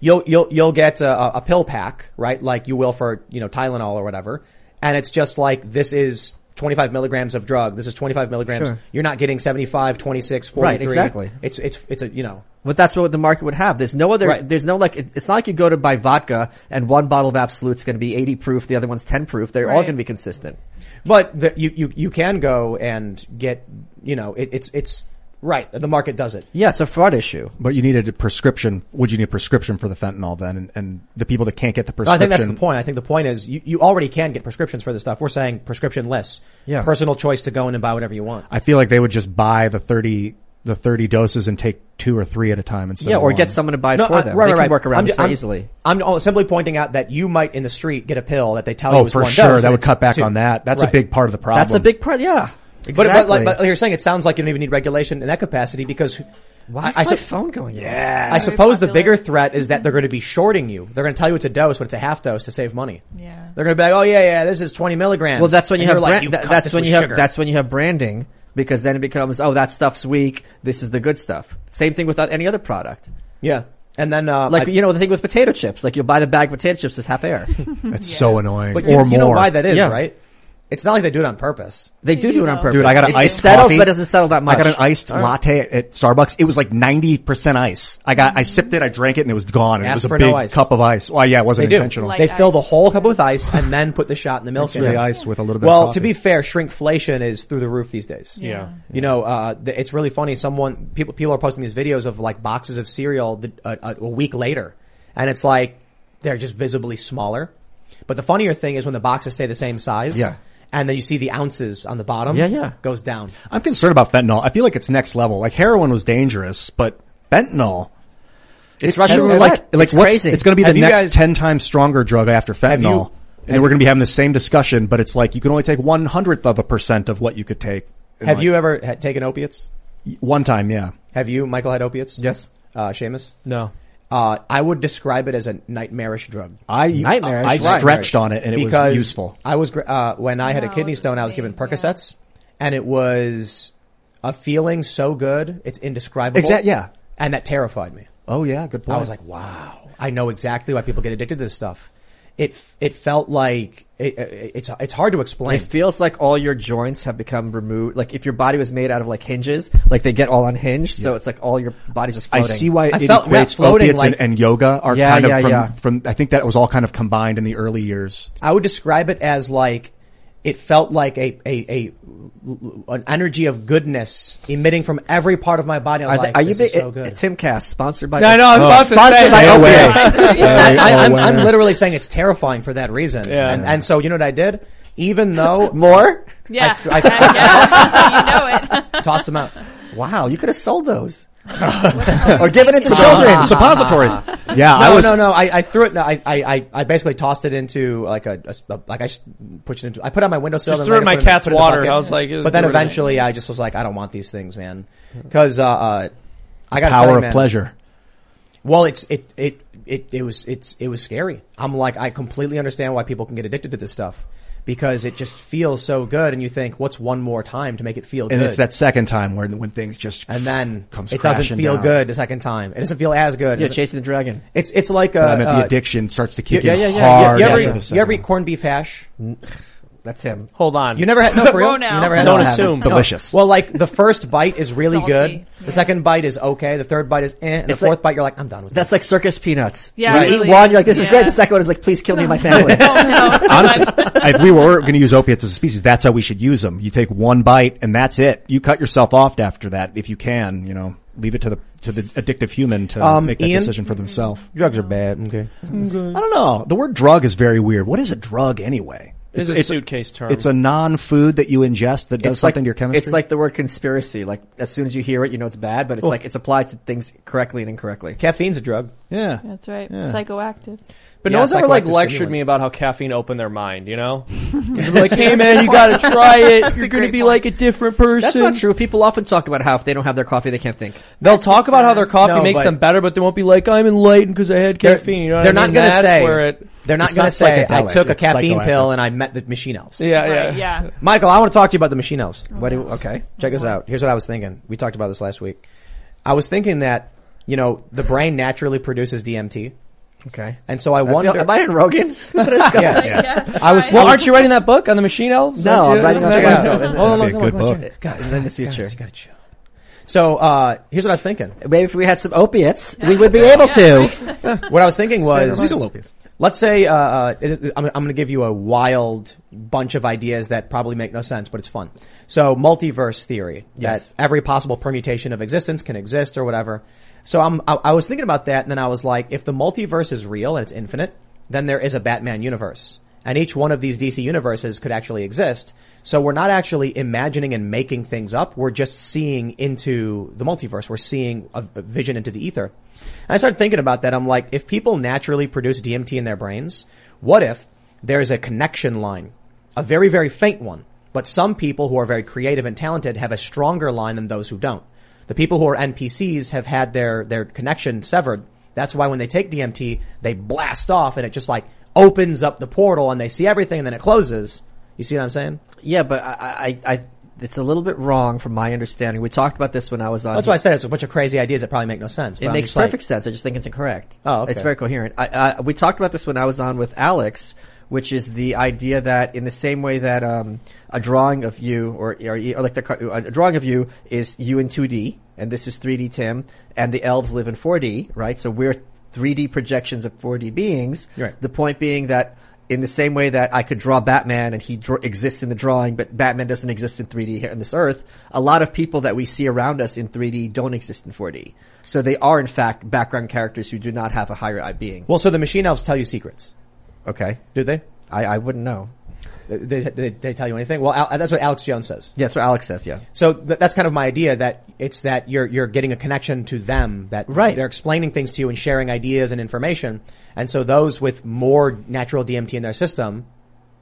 you'll you'll you'll get a, a pill pack, right? Like you will for you know Tylenol or whatever, and it's just like this is. 25 milligrams of drug. This is 25 milligrams.
Sure.
You're not getting 75, 26,
Right,
43.
exactly.
It's, it's, it's a, you know,
But that's what the market would have. There's no other. There's no like. it- It's not like you go to buy vodka and one bottle of Absolute's going to be eighty proof, the other one's ten proof. They're all
Right.
going to be consistent.
But the, you, you you can go and get you know it, it's it's right the market does it.
Yeah, it's a fraud issue.
But you needed a prescription. Would you need a prescription for the fentanyl then? And, and the people that can't get the
No, I
prescription.
think that's the point. I think the point is you, you already can get prescriptions for this stuff. We're saying prescription less,
Yeah.
personal choice to go in and buy whatever you want.
I feel like they would just buy the thirty the thirty doses and take two or three at a time instead. of one.
No, I- Right, right, right. I'm ju-
very
I'm- I'm all- simply pointing out that you might in the street get a pill that they tell
Oh,
you is
for
one
sure.
dose
That
and
would
it's
cut back
two.
on that. That's a
Right.
big part of the problem.
That's a big part. Yeah, exactly.
But, but, like, but you're saying it sounds like you don't even need regulation in that capacity because
why is
I,
my
I sup-
phone going?
Yeah. I suppose the bigger threat is that they're going to be shorting you. They're going to tell you it's a dose, but it's a half dose to save money. Yeah. They're going to be like, oh yeah, yeah, this is 20 milligrams.
Well, that's when you
And
have
you're like,
brand-
you
that-
cut
that's
this
when
with
you have
sugar.
that's when you have branding because then it becomes oh that stuff's weak. This is the good stuff. Same thing without any other product.
Yeah, and then uh,
like
I-
you know the thing with potato chips, like you buy the bag of potato chips is half air.
That's so annoying.
But you,
or
you
more.
know why that is,
Yeah.
right? It's not like they do it on purpose.
They do do it on purpose.
Dude, I got an
it,
iced
it settles,
coffee.
but it doesn't settle that much.
I got an iced
All right.
latte at- at Starbucks. It was like ninety percent ice. I got, I sipped it, I drank it, and it was gone. It
Ask
was a
for
big
no ice.
cup of ice. Well, yeah, it wasn't
they do.
intentional.
they fill the whole cup with ice and then put the shot in the milk.
Mix the ice with a little bit of
Well,
coffee.
to be fair, shrinkflation is through the roof these days.
Yeah. Yeah.
You know, uh, the, it's really funny. Someone people people are posting these videos of like boxes of cereal the, a, a week later, and it's like they're just visibly smaller. But the funnier thing is when the boxes stay the same size.
Yeah.
And then you see the ounces on the bottom.
Yeah, yeah.
Goes down.
I'm concerned about fentanyl. I feel like it's next level. Like heroin was dangerous, but fentanyl.
It's
it-
Russian
and,
roulette.
Like, like
It's
what's,
crazy.
It's going to be
Have
the
you
next
guys-
ten times stronger drug after
Have you-
fentanyl, and then we're going to be having the same discussion. But it's like you can only take one hundredth of a percent of what you could take. And,
Have
like,
you ever had taken opiates?
One time, yeah.
Have you, Michael, had opiates?
Yes.
Uh, Seamus?
No.
Uh, I would describe it as a nightmarish drug.
I
Nightmarish? I
stretched on it and it was useful.
I was gr- uh, when I had a kidney stone, I was given Percocets, and it was a feeling so good it's indescribable.
Exact- yeah.
and that terrified me.
Oh yeah, good
I
point.
was like, wow, I know exactly why people get addicted to this stuff. it it felt like it, it, it's it's hard to explain.
It feels like all your joints have become removed. Like if your body was made out of like hinges, like they get all unhinged. So it's like all your body's just
I
floating.
see why it equates opiates and, and yoga are
Yeah,
kind of
yeah,
from,
yeah.
from. I think that was all kind of combined in the early years.
I would describe it as like it felt like a a, a an energy of goodness emitting from every part of my body. I
Are,
was
they-
like,
are you
this
big,
is so good.
Timcast sponsored by? Oh,
Yeah, I know, I was about to
sponsored
say.
by
No way.
Opiates.
I, I, I'm, I'm literally saying it's terrifying for that reason.
Yeah.
And, and so you know what I did? Even though
more,
Yeah.
I, I,
you know it.
tossed them out.
Wow, you could have sold those. or given it to children.
Suppositories. Yeah,
no,
I was-
No, no, I, I threw it. No, I, I, I- I basically tossed it into like a, a s- a- like I s- pushed it into. I put it on my windowsill.
Just
and
threw it in
later
my
put
cat's
put in the
water.
bucket.
I was like, it
but then
ruined it.
eventually, I just was like, I don't want these things, man, because uh, uh, I got
Power of pleasure.
Well, it's it it it it was it's it was scary. I'm like, I completely understand why people can get addicted to this stuff because it just feels so good, and you think, what's one more time to make it feel
And
good?
it's that second time where when things just
and then
comes
it doesn't
crashing
feel
down.
good the second time. It doesn't feel as good.
Yeah,
Doesn't-
chasing the dragon.
It's it's like uh,
But I meant the
uh,
addiction starts to kick
yeah,
in
yeah, yeah, yeah.
hard
You
after
ever,
the
you
second
ever eat corned beef hash?
That's him.
Hold on.
You never had no for real.
Whoa, now.
You never had
Don't
I haven't.
assume. Delicious.
Well, like the first bite is really
Salty,
good. The second bite is okay. The third bite is eh. And
It's
the fourth
like-
bite, you're like, I'm done with.
That's like circus peanuts.
Yeah,
you
really.
eat one, you're like, this is
Yeah.
great. The second one is like, please kill me and my family.
Honestly, if we were going to use opiates as a species, that's how we should use them. You take one bite and that's it. You cut yourself off after that if you can. You know, leave it to the to the addictive human to
Um,
make that
Ian?
decision for themselves.
Drugs are bad. Okay.
I don't know. The word drug is very weird. What is a drug anyway?
It is a suitcase term.
It's a non-food that you ingest that does
like,
something to your chemistry.
It's like the word conspiracy. Like as soon as you hear it, you know it's bad, but it's
Oh.
like it's applied to things correctly and incorrectly.
Caffeine's a drug.
Yeah.
That's right. Psychoactive.
But
Yeah,
no one's ever like
psychoactive
lectured
stimulant.
me about how caffeine opened their mind, you know? They're like, hey man, you gotta try it. You're gonna be like a different person.
That's not true. People often talk about how if they don't have their coffee, they can't think.
They'll talk about how their coffee
No,
makes
but-
them better, but they won't be like, I'm enlightened because I had caffeine. You know what
they're
I
not
mean?
going to
That's
say.
where it-
they're not
It's
going to say I
psychedelic.
took a
It's
caffeine
psychoactive.
pill and I met the machine elves.
Yeah, Right, yeah. Oh, yeah.
Michael, I want to talk to you about the machine elves.
What? Do, okay.
Check this out. Here's what I was thinking. We talked about this last week. I was thinking that you know the brain naturally produces DMT.
Okay.
And so I
feel-
wonder.
am I in Rogan? What is going on?
yeah. I was.
Well, aren't you writing that book on the machine elves?
No,
Aren't
I'm
you-
writing
isn't
that
that-
book. Hold
Yeah.
on,
Hold on, hold on, hold on,
book.
Guys,
In the future.
guys, you gotta chill. So uh, here's what I was thinking.
Maybe if we had some opiates, we would be able to.
What I was thinking was
Legal opiates.
Let's say uh, uh, it- it- I'm, I'm going to give you a wild bunch of ideas that probably make no sense, but it's fun. So multiverse theory
Yes.
that every possible permutation of existence can exist or whatever. So I'm I, I was thinking about that, and then I was like, if the multiverse is real and it's infinite, then there is a Batman universe, and each one of these DC universes could actually exist. So we're not actually imagining and making things up; we're just seeing into the multiverse. We're seeing a, a vision into the ether. And I started thinking about that. I'm like, if people naturally produce DMT in their brains, what if there's a connection line, a very, very faint one, but some people who are very creative and talented have a stronger line than those who don't. The people who are NPCs have had their, their connection severed. That's why when they take DMT, they blast off and it just like opens up the portal and they see everything and then it closes. You see what I'm saying?
Yeah, but I, I, I, it's a little bit wrong from my understanding. We talked about this when I was on.
That's why I said it's a bunch of crazy ideas that probably make no sense. but
It
I'm
makes
just like-
perfect sense. I just think it's incorrect.
Oh, okay.
it's very coherent. I, I, we talked about this when I was on with Alex, which is the idea that in the same way that um, a drawing of you or, or, or like the, car- a drawing of you is you in 2D, and this is 3D Tim, and the elves live in 4D, right? So we're 3D projections of 4D beings.
Right.
The point being that. In the same way that I could draw Batman and he draw, exists in the drawing, but Batman doesn't exist in 3D here on this earth, a lot of people that we see around us in 3D don't exist in 4D. So they are in fact background characters who do not have a higher I being.
Well, so the machine elves tell you secrets.
Okay.
Do they?
I, I wouldn't know.
They, they, they tell you anything? Well, Al, uh, that's what Alex Jones says.
Yeah, that's what Alex says, yeah.
So th- that's kind of my idea that it's that you're you're getting a connection to them that
Right.
they're explaining things to you and sharing ideas and information. And so those with more natural DMT in their system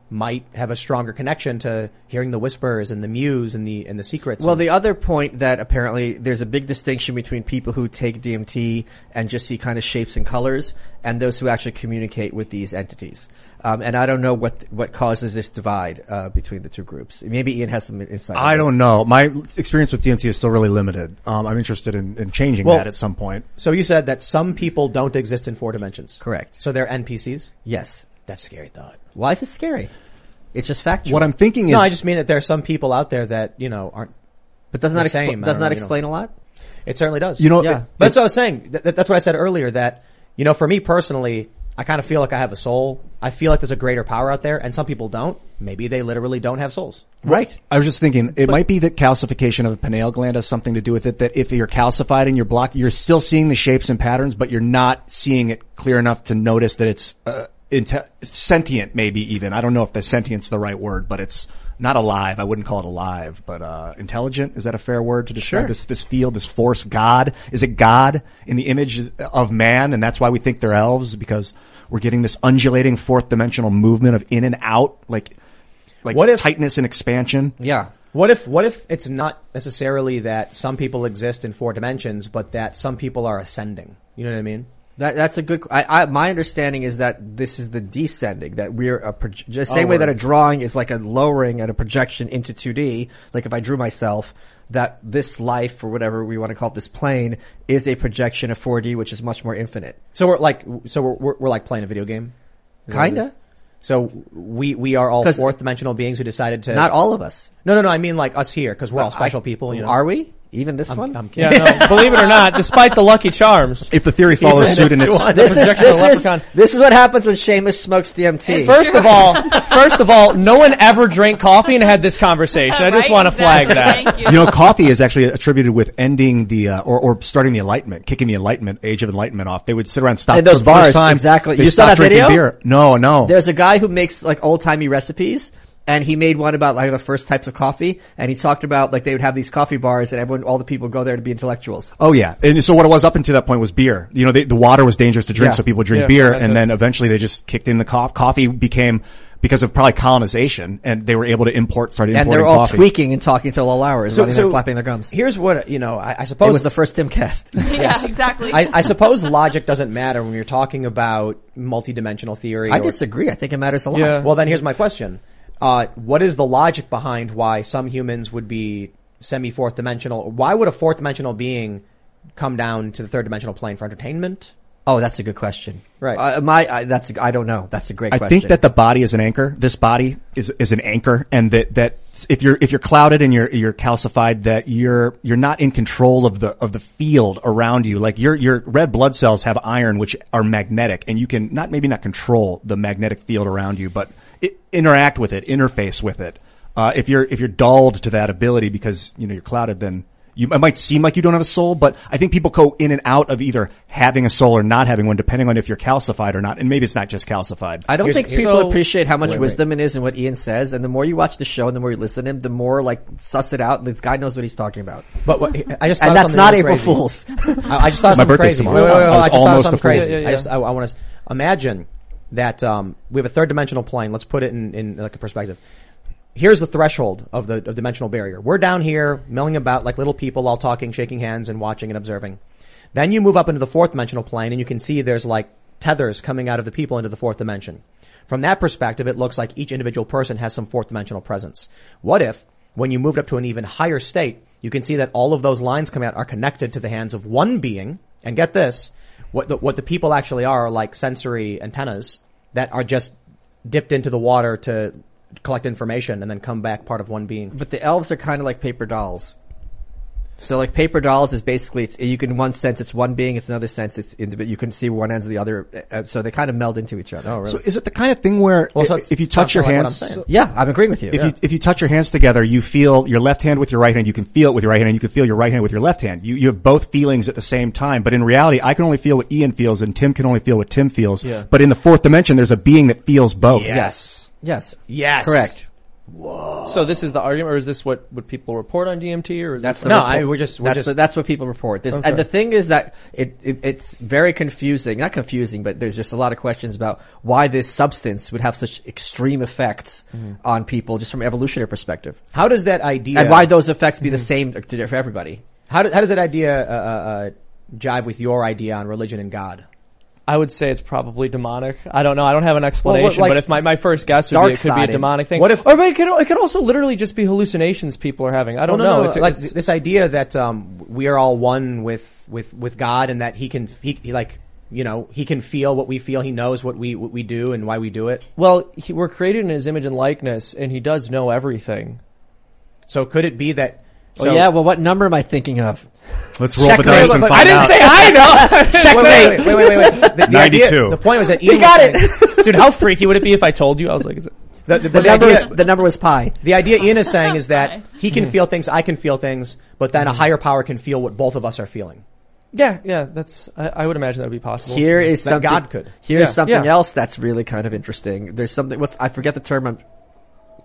might have a stronger connection to hearing the whispers and the muse and the and the secrets.
Well,
and-
the other point that apparently there's a big distinction between people who take DMT and just see kind of shapes and colors, and those who actually communicate with these entities. Um, and I don't know what what causes this divide uh, between the two groups. Maybe Ian has some insight. on
I
this.
don't know. My experience with DMT is still really limited. Um, I'm interested in, in changing
Well-
that at some point.
so you said that some people don't exist in four dimensions.
Correct.
So they're NPCs.
Yes.
That's a scary thought.
Why is it scary? It's just factual.
What I'm thinking no, I just mean that there are some people out there that you know aren't.
But doesn't
the
that expl-
same. I
doesn't
don't
that
know,
explain a lot?
It certainly does.
You know, Yeah. it-
but that's what I was saying. Th- th- that's what I said earlier. That you know, for me personally, I kind of feel like I have a soul. I feel like there's a greater power out there, and some people don't. Maybe they literally don't have souls.
Right.
I was just thinking it might be that calcification of the pineal gland has something to do with it. That if you're calcified and you're blocked, you're still seeing the shapes and patterns, but you're not seeing it clear enough to notice that it's uh, inte- sentient. Maybe even I don't know if the sentient's the right word, but it's not alive. I wouldn't call it alive, but uh, intelligent is that a fair word to describe
Sure.
this this field, this force? God is it God in the image of man, and that's why we think they're elves because we're getting this undulating fourth dimensional movement of in and out, like like what if, tightness and expansion.
Yeah.
What if what if it's not necessarily that some people exist in four dimensions, but that some people are ascending? You know what I mean?
That, that's a good. I, I, my understanding is that this is the descending. That we're a proj- the same way
Oh,
Onward.
that a drawing is like a lowering and a projection into 2D. Like if I drew myself, that this life or whatever we want to call it, this plane is a projection of 4D, which is much more infinite.
So we're like so we're we're, we're like playing a video game. Is that what it
Kinda.
is? So we we are all
'Cause-
fourth dimensional beings who decided to
Not all of us.
No, no, no. I mean like us here because we're all special
I-
people. You know,
Are we? Even this
I'm-
one?
I'm
Yeah, no, believe it or not, despite the lucky charms,
if the theory
follows suit and
it's-
This is this is this is what happens when Seamus smokes DMT.
First of all, first of all, no one ever drank coffee and had this conversation. I just
Right,
want to flag
exactly.
that.
You know, coffee is actually attributed with ending the uh, or or starting the Enlightenment, kicking the Enlightenment, Age of Enlightenment off. They would sit around, stop
In those
for the first
bars,
time,
exactly.
They
You saw
stopped
that
drinking
video?
beer. No, no.
There's a guy who makes like old timey recipes. And he made one about like the first types of coffee, and he talked about like they would have these coffee bars, and everyone, all the people go there to be intellectuals.
Oh yeah, and so what it was up until that point was beer. You know, they, the water was dangerous to drink,
Yeah.
so people drink
Yeah,
beer,
that's
and
it.
then eventually they just kicked in the coffee. Coffee became because of probably colonization, and they were able to import, started
And
importing
they're all
coffee.
tweaking and talking till all hours,
So-
running there
so
flapping their gums.
Here's what you know. I, I
It
suppose
was the first Timcast.
Yes.
exactly.
I, I suppose logic doesn't matter when you're talking about multidimensional theory.
I
or-
disagree. I think it matters a lot.
Well, then here's my question: uh, What is the logic behind why some humans would be semi fourth dimensional? Why would a fourth dimensional being come down to the third dimensional plane for entertainment?
Oh, that's a good question.
Right.
Uh, my, I, that's a, I don't know. That's a great
I
question.
think that the body is an anchor. This body is is an anchor, and that that if you're if you're clouded and you're you're calcified, that you're you're not in control of the of the field around you. Like your your red blood cells have iron, which are magnetic, and you can not maybe not control the magnetic field around you, but i interact with it, interface with it. Uh, if you're if you're dulled to that ability because you know you're clouded, then you, it might seem like you don't have a soul, but I think people go in and out of either having a soul or not having one, depending on if you're calcified or not. And maybe it's not just calcified.
I don't
Here's-
think
here's-
people
So-
appreciate how much
Wait, wait.
wisdom it is in what Ian says, and the more you watch the show and the more you listen to him, the more like suss it out. This guy knows what he's talking about.
But what, I just
and
thought of
that's
something
not
really
April
crazy.
Fools.
I, I just thought of
My
something
birthday's
crazy.
tomorrow.
Wait, wait,
I
wait, wait, I,
was
just thought of
almost
something
a fool.
crazy.
Yeah, yeah,
I just
yeah.
I, want to imagine that um, we have a third dimensional plane. Let's put it in, in like a perspective. Here's the threshold of the of dimensional barrier. We're down here milling about like little people, all talking, shaking hands, and watching and observing. Then you move up into the fourth dimensional plane, and you can see there's like tethers coming out of the people into the fourth dimension. From that perspective, it looks like each individual person has some fourth dimensional presence. What if, when you moved up to an even higher state, you can see that all of those lines coming out are connected to the hands of one being? And get this, what the, what the people actually are, are like sensory antennas that are just dipped into the water to collect information and then come back part of one being.
But the elves are kind of like paper dolls. So like paper dolls is basically it's, you can in one sense it's one being, it's another sense it's individ- you can see one ends of the other. uh, So they kind of meld into each other. Oh,
So is it the kind of thing where
Well,
i-
so
if,
it's-
you
it's
touch your
not like what
hands,
I'm saying. Yeah, I'm agreeing with you.
If
Yeah.
you if you touch your hands together, you feel your left hand with your right hand. You can feel it with your right hand, and you can feel your right hand with your left hand. You you have both feelings at the same time. But in reality, I can only feel what Ian feels, and Tim can only feel what Tim feels.
Yeah.
But in the fourth dimension, there's a being that feels both.
Yes.
Yes.
Yes.
Correct.
So this is the argument, or is this what what people report on DMT, or is
That's the
this
report. that's the- that's what people report. There's-
Okay.
And the thing is that it, it it's very confusing. Not confusing, but there's just a lot of questions about why this substance would have such extreme effects
Mhm.
on people, just from an evolutionary perspective.
How does that idea
and why those effects be the same to- for everybody?
How, do, how does that idea uh, uh, uh, jive with your idea on religion and God?
I would say it's probably demonic. I don't know. I don't have an explanation,
like-
but if my, my first guess would be it could be a
Dark-sided.
demonic thing.
What if-
or but it could it could also literally just be hallucinations people are having. I don't
Well, no,
know.
no,
It's,
like
it's-
this idea that um, we are all one with with with God and that He can he, he like you know, he can feel what we feel. He knows what we, what we do and why we do it.
Well, he, we're created in his image and likeness, and he does know everything.
So could it be that?
Oh yeah, well, what number am I thinking of?
Let's
roll the dice and find out.
Wait, wait, wait, wait, wait, wait. The, the idea-
92.
the point was that
We
Ian
got
it,
dude. How freaky would it be if I told you? I was like, is it?
The, the,
The number
idea,
was- the number was pi.
the idea Ian is saying is that he can
Mm.
feel things, I can feel things, but then a
Hmm.
higher power can feel what both of us are feeling.
Yeah, yeah. That's I, I would imagine that would be possible.
Here is
That
something.
God could.
Here is
Yeah.
something
Yeah.
else that's really kind of interesting. There's something. What's I forget the term. I'm,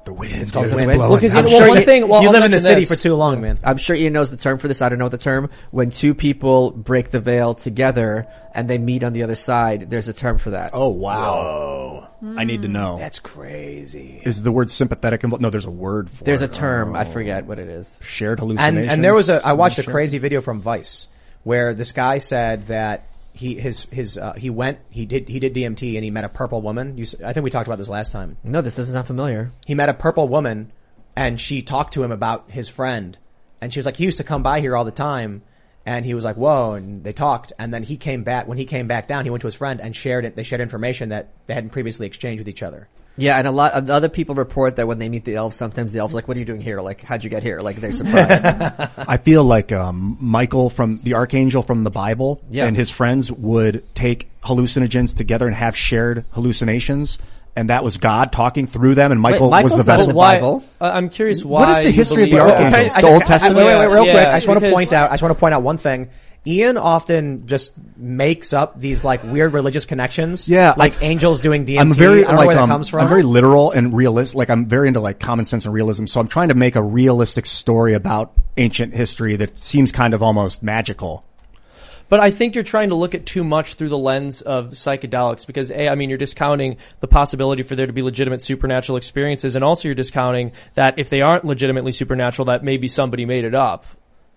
the wind. It's
called the wind. Well, 'cause you know- well, one thing- well, I'll mention this. long, man.
I'm sure Ian knows the term for this. I don't know the term. When two people break the veil together and they meet on the other side, there's a term for that.
Oh wow.
Oh.
Whoa. I need to
Hmm.
know. That's
crazy.
Is the word sympathetic involved? No, there's a word for
There's
it.
a term. I
Oh.
forget what it is.
Shared
And,
hallucinations.
and there was a, I watched a
Sure.
crazy video from Vice where this guy said that he, his, his, uh, he went, he did, he did DMT and he met a purple woman. You, s- I think we talked about this last time.
No, this is not familiar.
He met a purple woman and she talked to him about his friend and she was like, he used to come by here all the time. And he was like, whoa. And they talked. And then he came back, when he came back down, he went to his friend and shared it. They shared information that they hadn't previously exchanged with each other.
Yeah, and a lot of other people report that when they meet the elves, sometimes the elves are like, "What are you doing here? Like, how'd you get here?" Like, they're surprised.
I feel like um, Michael from the Archangel from the Bible
Yeah.
and his friends would take hallucinogens together and have shared hallucinations, and that that was God talking through them, and Michael was the vessel.
Uh, I'm curious why.
What is the
you
history of the
believe-
Archangel?
Can I- I- I- Wait, wait, wait, real quick. I just want to
because-
point out. I just want to point out one thing. Ian often just makes up these like weird religious connections.
Yeah,
like,
like-
angels doing DMT.
I'm very
I don't know
like,
where
um,
that comes from.
I'm very literal and realistic. Like I'm very into like common sense and realism. So I'm trying to make a realistic story about ancient history that seems kind of almost magical.
But I think you're trying to look at too much through the lens of psychedelics because A, I mean, you're discounting the possibility for there to be legitimate supernatural experiences and also you're discounting that if they aren't legitimately supernatural, that maybe somebody made it up.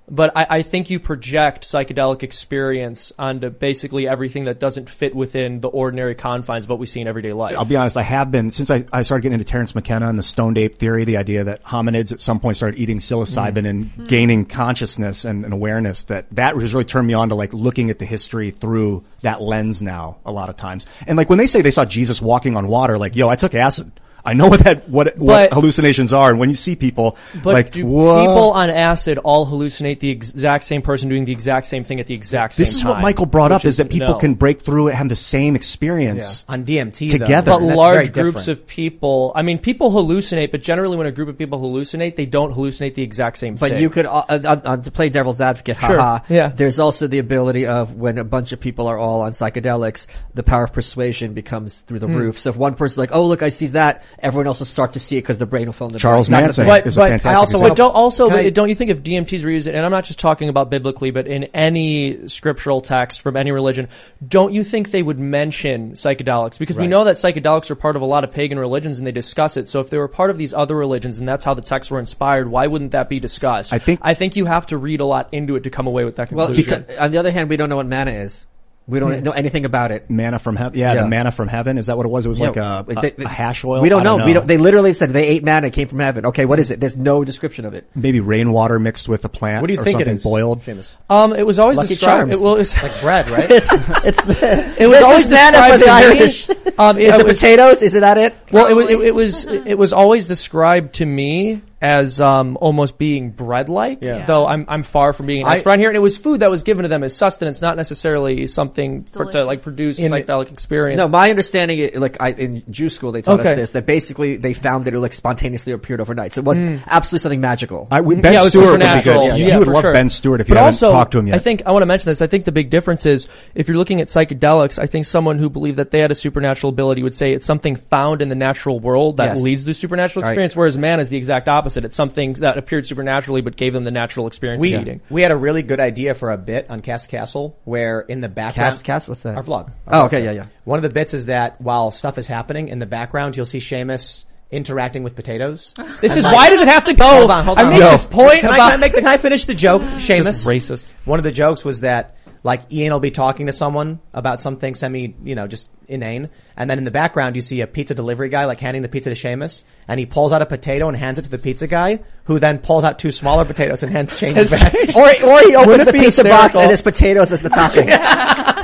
But I, I think you project psychedelic experience onto basically everything that doesn't fit within the ordinary confines of what we see in everyday life.
I'll be honest. I have been since I, I started getting into Terrence McKenna and the stoned ape theory, the idea that hominids at some point started eating psilocybin
Mm.
and gaining consciousness and, and awareness that that has really turned me on to like looking at the history through that lens now a lot of times. And like when they say they saw Jesus walking on water, like, yo, I took acid. I know what that, what, what
But-
hallucinations are. And when you see people,
But
like,
do
"Whoa."
people on acid all hallucinate the exact same person doing the exact same thing at the exact same time?
this is what Michael brought
which
up is that people
no.
can break through and have the same experience
on DMT though,
together.
But large groups of people, I mean, people hallucinate, but generally when a group of people hallucinate, they don't hallucinate the exact same
But
thing.
you could, uh, uh, uh, to play devil's advocate,
Sure.
haha.
Yeah.
There's also the ability of when a bunch of people are all on psychedelics, the power of persuasion becomes through the
Hmm.
roof. So if one person's like, oh, look, I see that, everyone else will start to see it because the brain will fill in the
Charles
blank. Not
Manson
that they-
is a But- but fantastic I also example.
But don't also,
Can I-
but don't you think if DMTs were used, and I'm not just talking about biblically, but in any scriptural text from any religion, don't you think they would mention psychedelics? Because we
Right.
know that psychedelics are part of a lot of pagan religions and they discuss it. So if they were part of these other religions and that's how the texts were inspired, why wouldn't that be discussed? I think, I think you have to read a lot into it to come away with that
well,
conclusion.
because, on the other hand, we don't know what mana is. We don't
Hmm.
know anything about it.
Manna from heaven. Yeah,
Yeah.
the manna from heaven. Is that what it was? It was
Yeah,
like a, a,
they- they-
a hash oil.
we don't,
I
know. We don't, they literally said they ate manna, it came from heaven. Okay, what is it? There's no description of it.
maybe rainwater mixed with a plant.
What do you
or
think it
something
is,
Boiled.
Seamus?
Um, it was always
Lucky
described.
Charms.
It, well, it's
like bread, right?
it's, it's the,
It was
this
always
is manna
described
for the
to me-
Irish.
Um,
is it
was-
potatoes? Is it that it?
Well, it, wa- it, it was it was always described to me as um, almost being bread like.
Yeah.
Though I'm I'm far from being an
I-
expert on here, and it was food that was given to them as sustenance, not necessarily something for, to like produce
In-
psychedelic experience.
No, my understanding, i- like I, in Jew school, they taught
Okay.
us this that basically they found that it like spontaneously appeared overnight. So it was absolutely something magical.
I, we- Ben
Hmm. yeah, it was
Stewart would be
supernatural.
good. Yeah, you would
for
love
sure.
Ben Stewart if you
but
haven't
also,
talked to him yet.
I think I want to mention this. I think the big difference is if you're looking at psychedelics, I think someone who believed that they had a supernatural ability would say it's something found in the natural world that
Yes.
leads to supernatural
Right.
experience, whereas man is the exact opposite. It's something that appeared supernaturally but gave them the natural experience
we
of eating.
we had a really good idea for a bit on Cast Castle where in the background
Cast Castle? What's that?
Our vlog.
Oh,
Our
okay,
vlog.
yeah, yeah.
One of the bits is that while stuff is happening in the background, you'll see Seamus interacting with potatoes.
This
And
is-
like-
why does it have to go?
Hold on, hold
I
on.
made No. this point
Can I-
about-
can I make the- can I finish the joke, Seamus?
racist.
One of the jokes was that like Ian will be talking to someone about something semi, you know, just inane, and then in the background you see a pizza delivery guy like handing the pizza to Seamus, and he pulls out a potato and hands it to the pizza guy, who then pulls out two smaller potatoes and hands changes back.
or or he
Would
opens
it
the
be
pizza box
hysterical?
and his potatoes as the topping.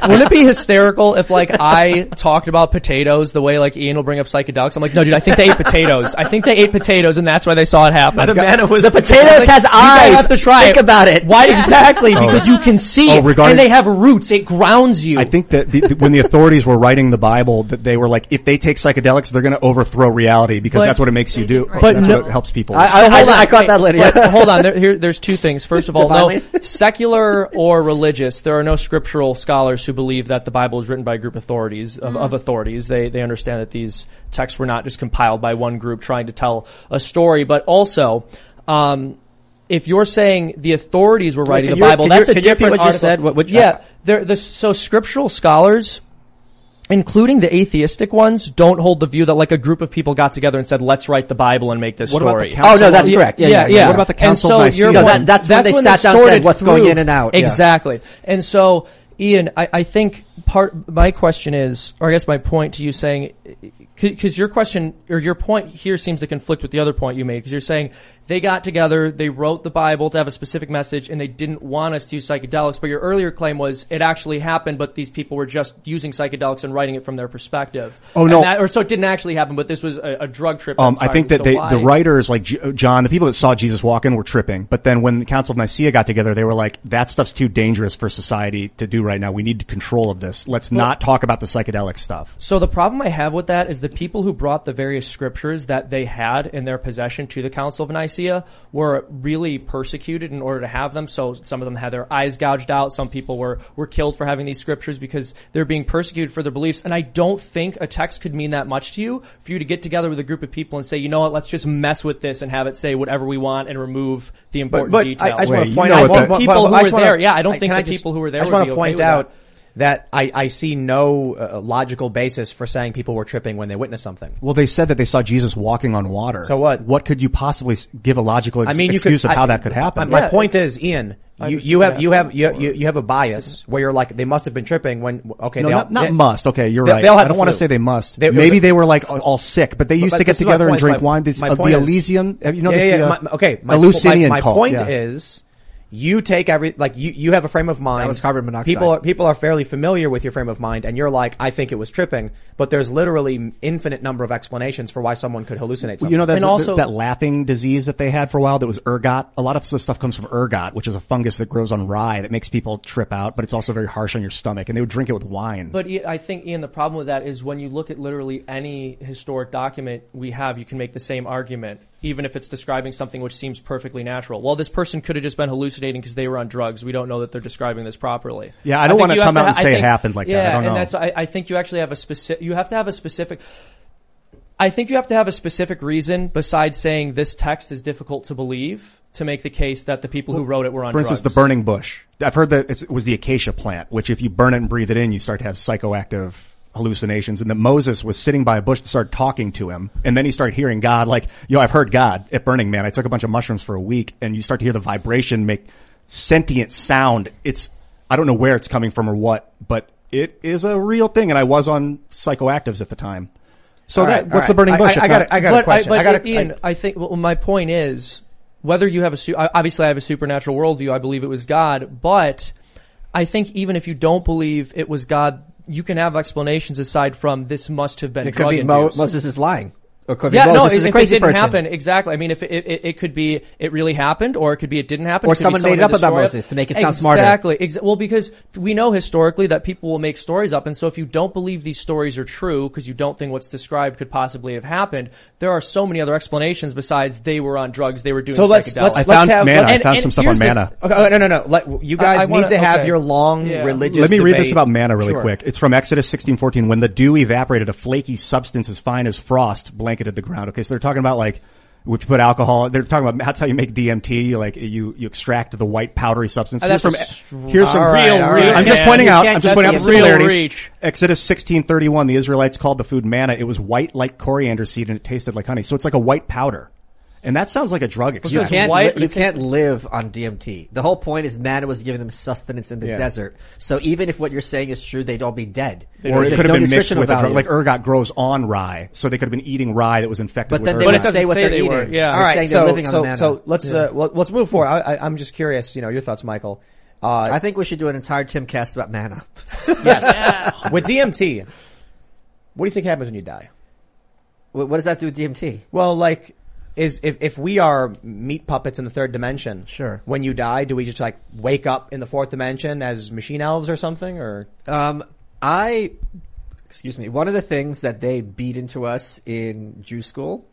Wouldn't it be hysterical if like I talked about potatoes the way like Ian will bring up psychedelics? I'm like, no, dude, I think they ate potatoes. I think they ate potatoes, and that's why they saw it happen.
The man was-
the
potatoes has
You
eyes.
guys have to try
Think
it.
about it.
Why exactly?
Oh.
Because you can see
Oh,
it,
regarding-
and they have roots. It grounds you.
I think that the, when the authorities were writing the Bible, that they were like, if they take psychedelics, they're going to overthrow reality because
But-
that's what it makes you do.
But
that's
no-
what helps people.
So hold on, wait,
yeah.
but hold on. There, here, there's two things. First of all, no,
Divinely.
secular or religious, there are no scriptural scholars who believe that the Bible is written by a group authorities of,
Mm.
of authorities. They they understand that these texts were not just compiled by one group trying to tell a story, but also. Um, if you're saying the authorities were writing
can
the
you-
Bible,
can you-
that's a
can you repeat
different.
what you
article.
said? What- what-
yeah, there the so scriptural scholars including the atheistic ones, don't hold the view that like a group of people got together and said, "Let's write the Bible and make this
What about
story."
the council? Oh, no, that's correct. Yeah, yeah, yeah. What about the council of
And so
Nicaea?
your
No,
point-
that- that's when they sat down and
sorted
said, "What's going
through."
in and out? Yeah.
Exactly. And so, Ian, I, I think part my question is, or I guess my point to you saying, because your question or your point here seems to conflict with the other point you made, because you're saying they got together, they wrote the Bible to have a specific message, and they didn't want us to use psychedelics. But your earlier claim was it actually happened, but these people were just using psychedelics and writing it from their perspective.
Oh, no.
And that- or so it didn't actually happen, but this was a, a drug trip.
Um, I
inspired
think
you,
that
so
they,
why?
the writers, like J- John, the people that saw Jesus walking were tripping. But then when the Council of Nicaea got together, they were like, that stuff's too dangerous for society to do right now. We need control of this. Let's
Well-
not talk about the psychedelic stuff.
So the problem I have with that is the people who brought the various scriptures that they had in their possession to the Council of Nicaea were really persecuted in order to have them. So some of them had their eyes gouged out. Some people were, were killed for having these scriptures because they're being persecuted for their beliefs. And I don't think a text could mean that much to you for you to get together with a group of people and say, you know what, let's just mess with this and have it say whatever we want and remove the important
but
details.
I, I just want
Wait,
to point
you know
out
what
that-
the people who
I
were
just wanna-
there. Yeah, I don't think
can
the
just-
people who were there
I just
would
want
be
to
okay
point
with that.
out that I, I see no uh, logical basis for saying people were tripping when they witnessed something.
Well, they said that they saw Jesus walking on water.
So what?
What could you possibly s- give a logical ex-
I mean, you
excuse
could,
of how
I-
that could happen?
My, my point is, Ian,
I
you,
understand
you have
that.
you have you, you, you have a bias where you're like they must have been tripping when okay
No,
they all,
not, not
they-
must. Okay, you're
they-
right.
they all
I
had the
don't want to
flu.
say they must.
They- it was
Maybe
a-
they were like all, all sick, but they used
But-
to
but
get
this is my
together and
point.
drink
My-
wine. This
my
uh, the
point is-
Elysium. Have you
Yeah,
noticed
yeah,
the
yeah.
uh,
My- okay, my,
Eleusinian
my, my
cult?
point
Yeah.
is, you take every like you you have a frame of mind.
That was carbon monoxide.
People are, people are fairly familiar with your frame of mind, and you're like, I think it was tripping, but there's literally infinite number of explanations for why someone could hallucinate. Something.
You know that that- that laughing disease that they had for a while that was ergot. A lot of the stuff comes from ergot, which is a fungus that grows on rye that makes people trip out, but it's also very harsh on your stomach. And they would drink it with wine.
But I- I think Ian, the problem with that is when you look at literally any historic document we have, you can make the same argument, even if it's describing something which seems perfectly natural. Well, this person could have just been hallucinating because they were on drugs. We don't know that they're describing this properly.
Yeah, I don't
think
wanna
you have
come out
ha-
and
I
say it
think-
happened like that. I
yeah,
don't know.
and that's I, I think you actually have a specific. You have to have a specific. I think you have to have a specific reason besides saying this text is difficult to believe to make the case that the people who wrote it were on
For
drugs.
instance, the burning bush. I've heard that it's, it was the acacia plant, which if you burn it and breathe it in, you start to have psychoactive hallucinations. And that Moses was sitting by a bush that started talking to him, and then he started hearing God. Like, yo, I've heard God at Burning Man. I took a bunch of mushrooms for a week, and you start to hear the vibration make sentient sound. It's I don't know where it's coming from or what, but it is a real thing. And I was on psychoactives at the time. So
All
that
right, all
what's the
right.
burning
I-
bush?
I- I
if
got
not-
it, I got it.
but
question.
I,
I
but
gotta-
Ian, I, think well, my point is whether you have a su- I- obviously I have a supernatural worldview. I believe it was God, but I think even if you don't believe it was God, you can have explanations aside from this must have been.
It could
drug
be Mo-
induced.
Moses is lying. Or it could be
yeah,
Moses
no,
is
if,
a
if
crazy
it didn't
person.
happen, exactly. I mean, if it, it, it could be it really happened, or it could be it didn't happen,
Or
It could be
someone made
someone
it up
to
about
destroy
Moses to make it sound smarter.
Exactly. Exa- well, because we know historically that people will make stories up, and so if you don't believe these stories are true because you don't think what's described could possibly have happened, there are so many other explanations besides they were on drugs, they were doing.
So let's
psychedelics.
let's, let's have let's-
And- and here's the-
Okay, oh, no, no, no. Let, you
I-
guys
I wanna-
need to have
okay.
your long
Yeah.
religious.
Let me read this
debate.
about manna really
Sure.
quick. It's from Exodus sixteen fourteen. When the dew evaporated, a flaky substance as fine as frost blanketed the ground. Okay, so they're talking about like if you put alcohol. They're talking about that's how you make DMT. You like you you extract the white powdery substance.
Uh,
Here's
that's
from E-
a str-
here's some
all right,
real.
all right.
I'm just
Yeah,
pointing
you
out.
can't-
I'm just
that's
pointing out
a
the
real
similarities.
reach.
Exodus sixteen thirty one. The Israelites called the food manna. It was white like coriander seed, and it tasted like honey. So it's like a white powder. And that sounds like a drug
You
extract.
can't, li- you can't live on DMT. The whole point is manna was giving them sustenance in the
Yeah.
desert. So even if what you're saying is true, they'd all be dead.
Or
There's
it could
no
have been mixed
nutritional
with a drug.
value.
Like ergot grows on rye, so they could have been eating rye that was infected
But
with
then they
ergot.
would But it say doesn't what say they're they were. eating. Yeah.
All
They're
right.
saying they're
so
living on
so,
manna.
so let's
Yeah.
uh, well, let's move forward. I, I, I'm just curious. You know your thoughts, Michael. Uh,
I think we should do an entire Timcast about mana.
with DMT, what do you think happens when you die?
What does that do with DMT?
Well, like, is if, if we are meat puppets in the third dimension,
Sure.
When you die, do we just like wake up in the fourth dimension as machine elves or something? Or
Um, I, excuse me, one of the things that they beat into us in Jew school,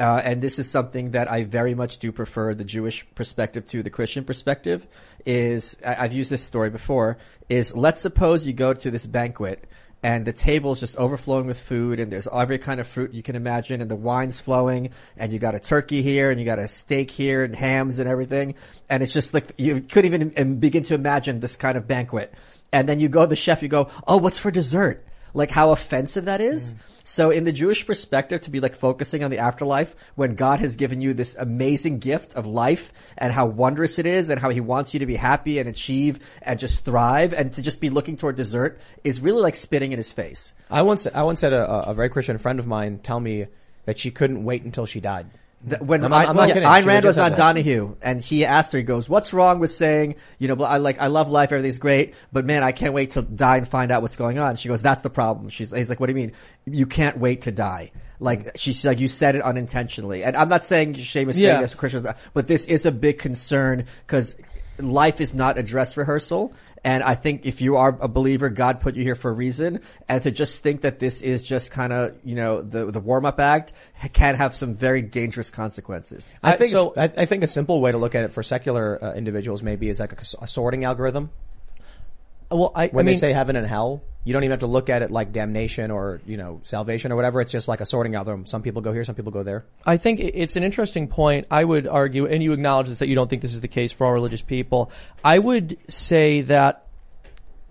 uh, and this is something that I very much do prefer the Jewish perspective to the Christian perspective, is I, I've used this story before, is let's suppose you go to this banquet and the table's just overflowing with food and there's every kind of fruit you can imagine and the wine's flowing and you got a turkey here and you got a steak here and hams and everything and it's just like you couldn't even im- begin to imagine this kind of banquet and then you go to the chef you go oh what's for dessert like how offensive that is
Mm.
so in the jewish perspective to be like focusing on the afterlife when god has given you this amazing gift of life and how wondrous it is and how he wants you to be happy and achieve and just thrive and to just be looking toward dessert is really like spitting in his face
I once I once had a, a very Christian friend of mine tell me that she couldn't wait until she died.
That when
I'm
I'm,
not- I'm not
well,
kidding.
yeah, Ayn
She
Rand
just
was
said
on
that.
Donahue, and he asked her, he goes, "What's wrong with saying, you know, bl- I like I love life, everything's great, but man, I can't wait to die and find out what's going on." She goes, "That's the problem." She's, he's like, "What do you mean? You can't wait to die?" Like she's like, "You said it unintentionally," and I'm not saying Seamus is
Yeah.
saying this, Christian, but this is a big concern because life is not a dress rehearsal. And I think if you are a believer, God put you here for a reason. And to just think that this is just kind of, you know, the, the warm up act can have some very dangerous consequences.
I think so. I, I think a simple way to look at it for secular uh, individuals maybe is like a, s- a sorting algorithm.
Well, I,
when
I mean,
they say heaven and hell, you don't even have to look at it like damnation or you know salvation or whatever. It's just like a sorting algorithm. Some people go here, some people go there.
I think i- it's an interesting point. I would argue, and you acknowledge this, that you don't think this is the case for all religious people. I would say that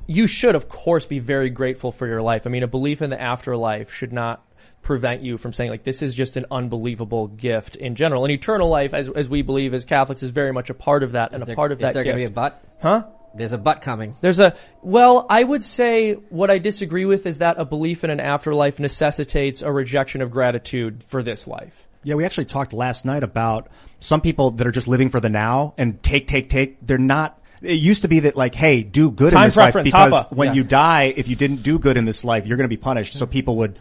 you should, of course, be very grateful for your life. I mean, a belief in the afterlife should not prevent you from saying like this is just an unbelievable gift in general. And eternal life, as as we believe as Catholics, is very much a part of that,
Is
and a
there-
part of
is
that.
there going to be a
gift.
butt?
Huh?
There's a butt coming.
There's a well, I would say what I disagree with is that a belief in an afterlife necessitates a rejection of gratitude for this life.
Yeah, we actually talked last night about some people that are just living for the now and take, take, take. They're not. It used to be that like, hey, do good
Time
in this life
preference,
because
Tapa.
when
Yeah.
you die, if you didn't do good in this life, you're going to be punished. So people would,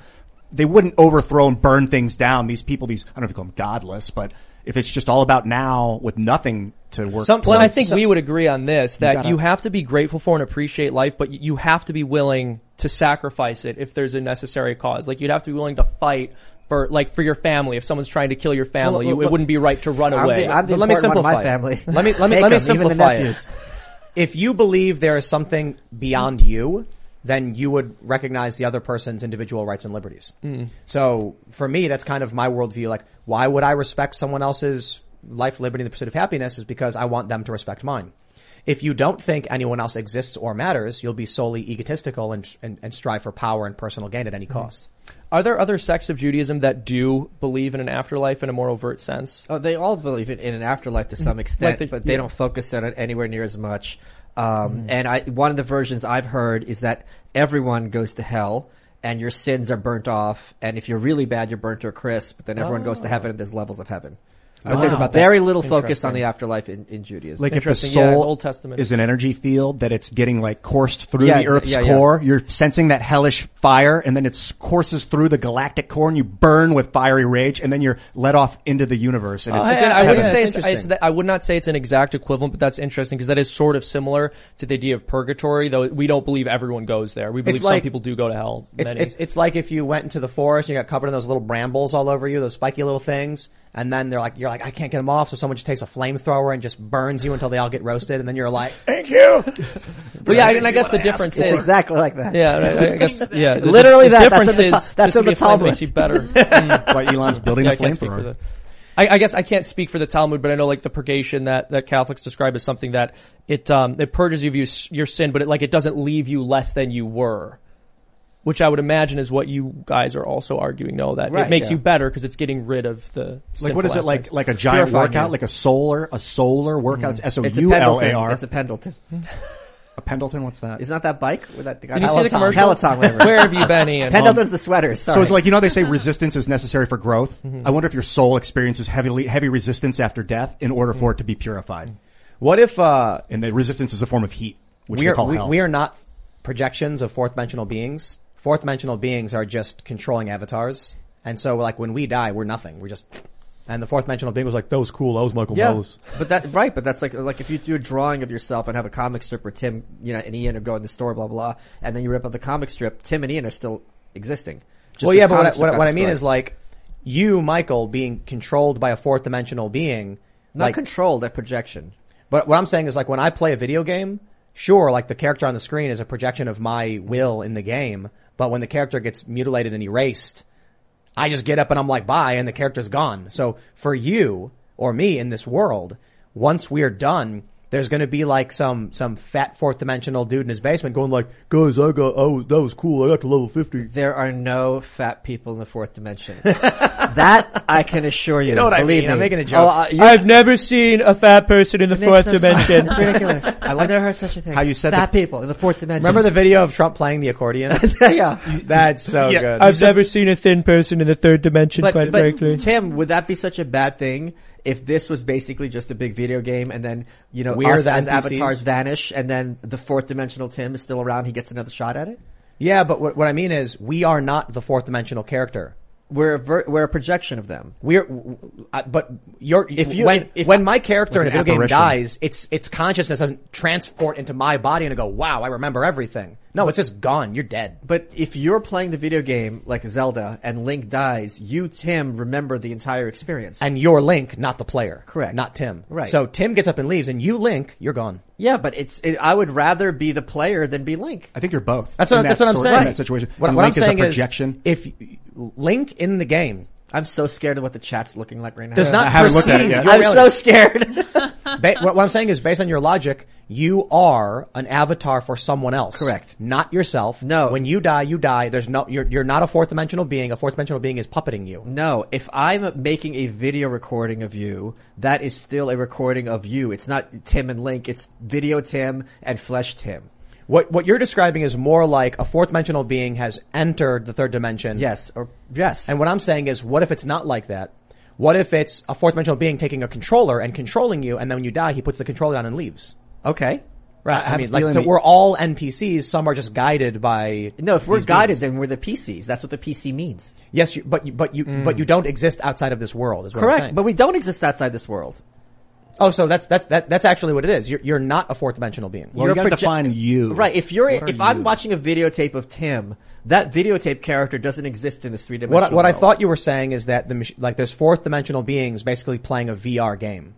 they wouldn't overthrow and burn things down. These people, these I don't know if you call them godless, but if it's just all about now with nothing to work.
Some, well,
towards-
I think we would agree on this that you,
gotta-
have to be grateful for and appreciate life, but you have to be willing to sacrifice it if there's a necessary cause. Like you'd have to be willing to fight for, like, for your family. If someone's trying to kill your family,
Well,
you, it
well,
wouldn't be right to run
I'm
away.
the- I'm the But let me important one in my simplify it. family. Let me- let me- Take let me 'em, even the simplify it. nephews. If you believe there is something beyond you, then you would recognize the other person's individual rights and liberties.
Mm.
So for me, that's kind of my worldview. Like, why would I respect someone else's life, liberty, and the pursuit of happiness is because I want them to respect mine. If you don't think anyone else exists or matters, you'll be solely egotistical and, and, and strive for power and personal gain at any cost.
Are there other sects of Judaism that do believe in an afterlife in a more overt sense?
Oh, they all believe in, in an afterlife to some
Mhm.
extent,
Like the-
but they
yeah.
don't focus on it anywhere near as much. Um,
Mm.
And I, one of the versions I've heard is that everyone goes to hell and your sins are burnt off. And if you're really bad, you're burnt to a crisp, but then everyone goes to heaven and there's levels of heaven. But
I wonder
there's
about that.
very little focus on
Interesting.
the afterlife in, in Judaism.
Like if the soul is an energy field that it's getting like coursed through
Yeah,
the
it's-
Earth's
yeah, yeah.
core, you're sensing that hellish fire, and then it courses through the galactic core, and you burn with fiery rage, and then you're let off into the universe.
Uh, Oh,
And it's,
It's an- I wouldn't
heaven.
say it's, it's, I would not say it's an exact equivalent, but that's interesting because that is sort of similar to the idea of purgatory. Though we don't believe everyone goes there. We believe some people do go to hell.
It's,
Many-
it's it's like if you went into the forest and you got covered in those little brambles all over you, those spiky little things, and then they're like, you're like, I can't get them off, so someone just takes a flamethrower and just burns you until they all get roasted, and then you're like, thank you.
Well, yeah, and I guess the difference
It's
is
exactly like that.
Yeah, I, I guess yeah. the-
Literally
the
that. That's
difference
in the
is
Tal- that's
this
in
would be
the
a flame
Talmud.
makes you better. Mm.
Why Elon's building
Yeah,
a
I can't speak
flamethrower.
for the- I, I guess I can't speak for the Talmud, but I know like the purgation that, that Catholics describe as something that it um, it purges you of your, s- your sin, but it like it doesn't leave you less than you were, which I would imagine is what you guys are also arguing. No, that
Right,
it makes
yeah.
you better because it's getting rid of the
like what is it
sinful
like?
aspects.
Like a giant workout, like a solar, a solar workout. It's S O U L A R.
Mm-hmm. It's a Pendleton.
A Pendleton. What's that?
Is not that bike? With that, the guy
Did you see the
Peloton.
commercial?
Peloton, whatever.
Where have you been, Ian?
Pendleton's the sweaters. Sorry.
So it's like you know they say resistance is necessary for growth.
Mm-hmm.
Mhm.
I wonder if your soul experiences heavily heavy resistance after death in order for it to be purified.
What if? uh
And the resistance is a form of heat, which
we
they
are
call
we,
hell.
we are not projections of fourth dimensional beings. Fourth dimensional beings are just controlling avatars, and so like when we die, we're nothing. We're just. And the fourth dimensional being was like, "That was cool. That was Michael
Yeah,
Mellis."
but that right, but that's like like if you do a drawing of yourself and have a comic strip where Tim, you know, and Ian are going to the store, blah blah, and then you rip up the comic strip, Tim and Ian are still existing. Just
well,
the
yeah, but
comic
what I,
strip
what, I-
got
what I mean
destroyed.
is like you, Michael, being controlled by a fourth dimensional being.
Not
like,
controlled, a projection.
But what I'm saying is like when I play a video game, sure, like the character on the screen is a projection of my will in the game, but when the character gets mutilated and erased, I just get up and I'm like, bye, and the character's gone. So for you or me in this world, once we're done, there's going to be like some, some fat fourth dimensional dude in his basement going like, guys, I got, oh, that was cool. I got to level 50.
There are no fat people in the fourth dimension. that I can assure you.
You know what I
Believe
mean. I'm
me.
making a joke.
Oh, uh, you-
I've never seen a fat person in the
Makes
fourth
no
dimension.
sense. It's ridiculous. I have never heard such a thing.
how you said
fat
the-
people in the fourth dimension.
Remember the video of Trump playing the accordion?
yeah.
That's so
Yeah.
good.
I've never seen a thin person in the third dimension,
but,
quite
but
frankly.
Tim, would that be such a bad thing if this was basically just a big video game and then, you know,
We're
us
the
as
NPCs?
avatars vanish and then the fourth dimensional Tim is still around, he gets another shot at it?
Yeah, but what, what I mean is we are not the fourth dimensional character.
We're a ver- we're a projection of them.
We're, w- w- I- Uh, but you're
If you-
when
if-
when my character
Like
in a
an
video game
apparition.
dies, its its consciousness doesn't transport into my body and go, "Wow, I remember everything." No, it's just gone. You're dead.
But if you're playing the video game like Zelda and Link dies, you, Tim, remember the entire experience.
And you're Link, not the player.
Correct.
Not Tim.
Right.
So Tim gets up and leaves, and you Link, you're gone.
yeah, but it's, it, I would rather be the player than be Link.
I think you're both.
That's what,
in that
that's what I'm
sort-
saying.
in that situation.
What,
And
what I'm
Link is a
saying
projection.
if Link in the game
I'm so scared of what the chat's looking like right now.
does not perceive your
I'm so
reality.
scared.
Ba- what, what I'm saying is, based on your logic, you are an avatar for someone else.
Correct.
Not yourself. No. When you die, you die. There's no. You're you're not a fourth dimensional being. A fourth dimensional being is puppeting you.
No, if I'm making a video recording of you, that is still a recording of you. It's not Tim and Link. It's video Tim and flesh Tim.
What what you're describing is more like a fourth dimensional being has entered the third dimension.
Yes. Or yes.
And what I'm saying is, what if it's not like that? What if it's a fourth dimensional being taking a controller and controlling you, and then when you die, he puts the controller down and leaves?
Okay.
Right.
I have
I,
a
mean, like
feeling
so
that-
we're all NPCs. Some are just guided by.
No, if we're
these
guided,
beings.
then we're the PCs. That's what the PC means.
Yes, you, but you, but you but you don't exist outside of this world. Is what I'm
Correct.
saying.
But we don't exist outside this world.
Oh, so that's that's that, that's actually what it is. You're you're not a fourth dimensional being.
Well, you You're gotta proje- define
you.
Right. If you're,
What are
if I'm
you?
watching a videotape of Tim, that videotape character doesn't exist in this three
What I,
dimensional
what I
world.
thought you were saying is that the mach- like there's fourth dimensional beings basically playing a VR game.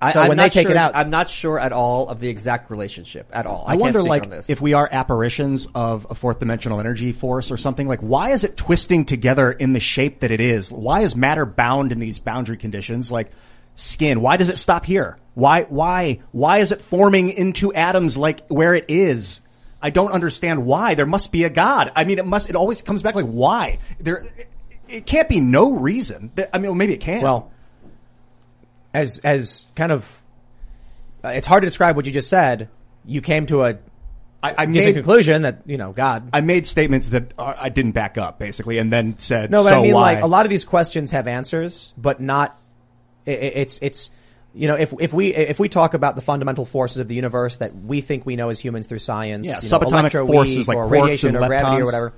I,
so
I'm
when they
not
take it
sure-
out,
I'm not sure at all of the exact relationship at all. I,
I,
can't
wonder,
speak
like,
on this.
if we are apparitions of a fourth dimensional energy force or something, like, why is it twisting together in the shape that it is? Why is matter bound in these boundary conditions, like skin? Why does it stop here? Why, why, why is it forming into atoms like where it is? I don't understand why. There must be a god. I mean, it must. It always comes back like why there. It, it can't be no reason. I mean, well, maybe it can.
Well, as as kind of uh, it's hard to describe what you just said. You came to a
I, I
decent
made-
conclusion that you know God.
I made statements that uh, I didn't back up, basically, and then said,
No, but
so
I mean,
why?
like a lot of these questions have answers, but not. i- i it's it's you know if if we if we talk about the fundamental forces of the universe that we think we know as humans through science,
Yeah,
you
subatomic
know, electroweak
forces like
or
quarks
radiation
and
or gravity or
leptons.
whatever,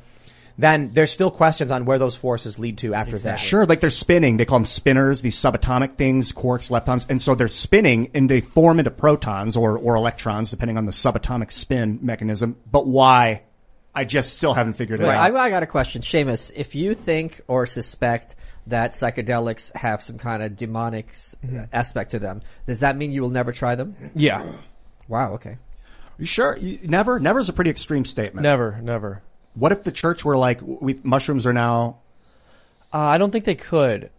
then there's still questions on where those forces lead to after that.
Sure, like they're spinning. They call them spinners, these subatomic things, quarks, leptons. And so they're spinning and they form into protons or, or electrons, depending on the subatomic spin mechanism. But why? I just still haven't figured it
Wait,
out.
I, I got a question, Seamus. If you think or suspect that psychedelics have some kind of demonic s-
Mm-hmm.
aspect to them, does that mean you will never try them?
Yeah.
Wow. Okay.
You sure? You, never? Never is a pretty extreme statement.
Never, never.
What if the church were like, we, mushrooms are now.
Uh, I don't think they could.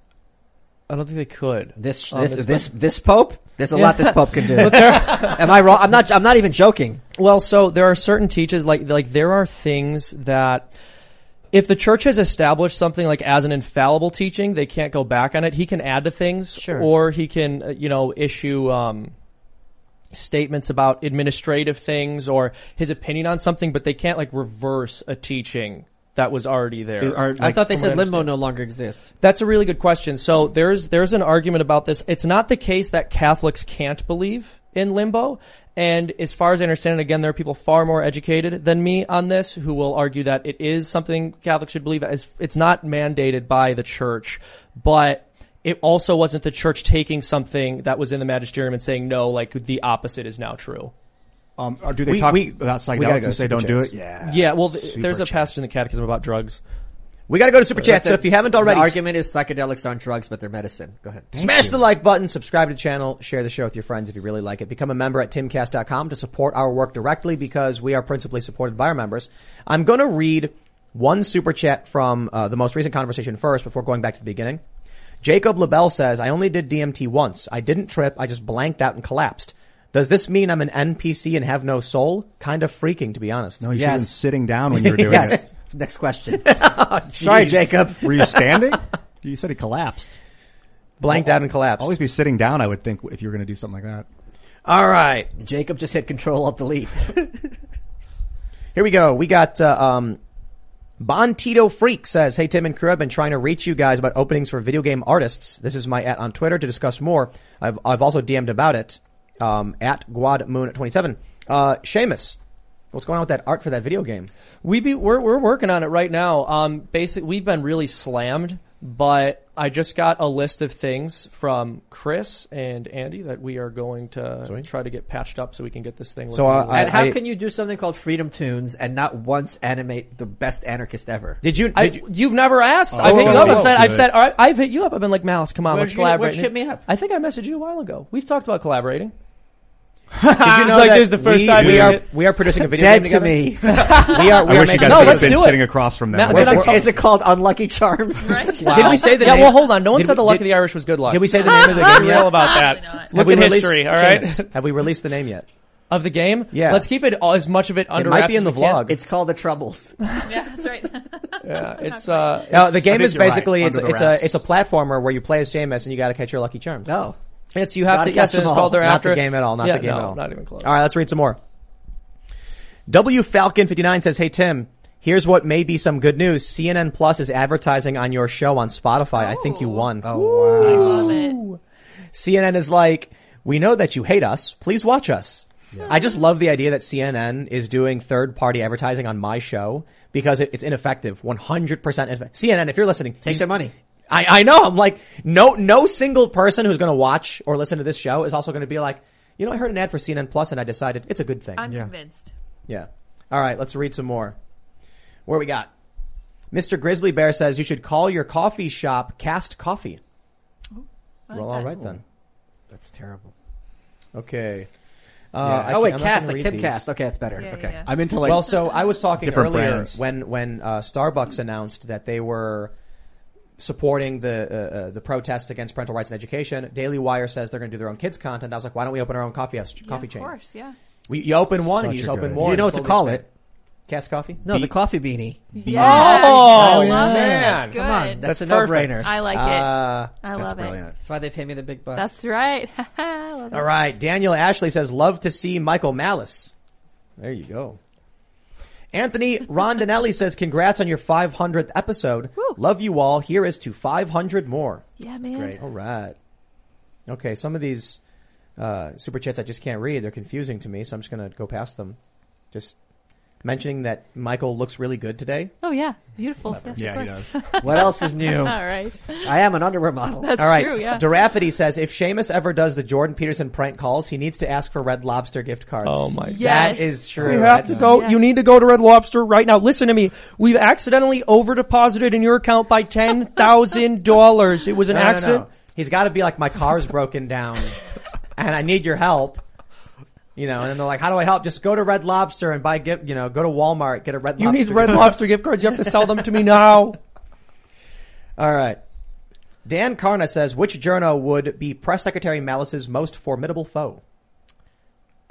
I don't think they could.
This
Um,
this
it's
this
been-
this pope. There's a
Yeah.
lot this pope can do.
But there-
Am I wrong? I'm not. I'm not even joking.
Well, so there are certain teachers like like there are things that if the church has established something like as an infallible teaching, they can't go back on it. He can add to things,
Sure.
or he can uh, you know issue um, statements about administrative things or his opinion on something, but they can't like reverse a teaching that was already there. oh
I thought they
From what I
said limbo no longer exists.
that's a really good question. So there's there's an argument about this. It's not the case that Catholics can't believe. in limbo. And as far as I understand it, again, there are people far more educated than me on this who will argue that it is something Catholics should believe as it's not mandated by the church, but it also wasn't the church taking something that was in the magisterium and saying, no, like the opposite is now true.
Um, or do they talk about
we gotta
psychedelics
go
and say
super
don't do
chats.
it? Yeah.
Yeah. Well, th-
Super
there's a
chats.
passage in the catechism about drugs.
We got to go to super chat. So if you haven't already,
the argument is psychedelics aren't drugs, but they're medicine. Go ahead.
Smash the like button, subscribe to the channel, share the show with your friends if you really like it. Become a member at timcast.com to support our work directly because we are principally supported by our members. I'm going to read one super chat from uh, the most recent conversation first before going back to the beginning. Jacob LaBelle says, I only did DMT once. I didn't trip. I just blanked out and collapsed. Does this mean I'm an NPC and have no soul? Kind of freaking, to be honest. No,
you should have been sitting down when you were doing
yes.
it.
Next question. Sorry, Jacob.
Were you standing? you said he collapsed.
Blanked out and collapsed.
Always be sitting down, I would think, if you were going to do something like that.
All right.
Jacob just hit control alt delete.
Here we go. We got uh, um, Bon Tito Freak says, "Hey Tim and crew, I've been trying to reach you guys about openings for video game artists. This is my at on Twitter to discuss more. I've I've also DM'd about it um, at Guad Moon at twenty seven. Uh, Seamus, what's going on with that art for that video game?
We be we're we're working on it right now. Um, basically, we've been really slammed, but I just got a list of things from Chris and Andy that we are going to try to get patched up so we can get this thing.
uh,
looking
and
good.
how can you do something called Freedom Tunes and not once animate the best anarchist ever?
Did you?
I, you've never asked. I've hit you up. I've said, I've said, all right, I've hit you up. I've been like, Malice, come on,
Where'd
let's
you-
collaborate.
where'd you hit me up?
I think I messaged you a while ago. We've talked about collaborating.
Did you know
like
that
this is the first
we,
time
we
you
are
did it?
we are producing a video
Dead
game
to
together?
me.
we are. We
I
are
wish you
making
guys
No,
would have
let's
been
do it.
sitting across from them.
Matt,
What's
did I
the-
tell-
Is it called Unlucky Charms?
Wow.
Did we say the
yeah,
name?
well, hold on. No one
Did
said the
we-
luck
did-
of the Irish was good luck.
Did we say the name of the game
We
yet?
know about that.
Have
Look
we
at
released-
history, all right?
Seamus, have we released the name yet?
Of the game?
Yeah.
Let's keep it all, as much of it
it
under
might
wraps
be in the
as we can.
vlog.
It's called The Troubles.
Yeah, that's right.
Yeah, it's, uh,
No,
it's-
the game is basically it's it's a
it's
it's a platformer where you play as Seamus and you got to catch your lucky charms.
No,
you have
Not
to
Oh. catch
yes, and
them
it's
all.
called
Not the
thereafter.
Not the game at all. Not
Yeah,
the game
no,
at all.
Not even close.
All right, let's read some more. W Falcon fifty nine says, "Hey Tim, here's what may be some good news. CNN Plus is advertising on your show on Spotify. I think you won.
Oh
Love it.
CNN is like, we know that you hate us. Please watch us. I just love the idea that CNN is doing third party advertising on my show because it, it's ineffective. One hundred percent. CNN, if you're listening,
Take
you-
their money.
I, I know. I'm like, no, no single person who's going to watch or listen to this show is also going to be like, you know, I heard an ad for CNN Plus and I decided it's a good thing.
I'm convinced.
Yeah. All right. Let's read some more. Where we got? Mr. Grizzly Bear says you should call your coffee shop Cast Coffee. well,
I like
all
that.
right then.
That's terrible.
Okay. Uh,
Yeah.
I
Oh, wait,
can't- I'm not
Cast,
gonna
like
read
Tim
these.
Cast. Okay, that's better. Yeah, Okay. yeah.
I'm into, like,
Well, so I was talking
different
earlier
brands.
when when uh, Starbucks announced that they were supporting the uh, uh, the protests against parental rights in education. Daily Wire says they're going to do their own kids content. I was like, why don't we open our own coffee house,
Yeah,
coffee
of
chain?
course, yeah.
We, you open one
Such
and you just
a
open
good
more.
idea. You know what to call it.
Cast coffee?
No, the coffee beanie.
Yes, I
Oh,
love
man.
it. That's
Come on,
good.
that's a no-brainer.
perfect. I like it.
Uh,
I love it.
That's why they pay me the big bucks.
That's right. I love
All
it.
right. Daniel Ashley says, love to see Michael Malice. There you go. Anthony Rondinelli says, congrats on your 500th episode. Love you all. Here is to 500 more.
Yeah, man.
All right. Okay. Some of these, uh, super chats I just can't read. They're confusing to me. So I'm just going to go past them. Just mentioning that Michael looks really good today.
Oh yeah, beautiful. Yes,
Yeah,
of
he
course.
What else is new?
All right.
I am an underwear model.
That's
All right.
true. Yeah.
Durafity says if Seamus ever does the Jordan Peterson prank calls, he needs to ask for Red Lobster gift cards.
Oh my
god.
Yes.
That is true.
You have to
That's-
go. You need to go to Red Lobster right now. Listen to me. We've accidentally over deposited in your account by ten thousand dollars. It was an
No, no, no.
accident.
He's got to be like, my car's broken down and I need your help. You know, and then they're like, how do I help? Just go to Red Lobster and buy gift, you know, go to Walmart, get a Red
You
Lobster.
need Red Lobster gift cards. You have to sell them to me now.
All right. Dan Karna says, which journo would be Press Secretary Malice's most formidable foe?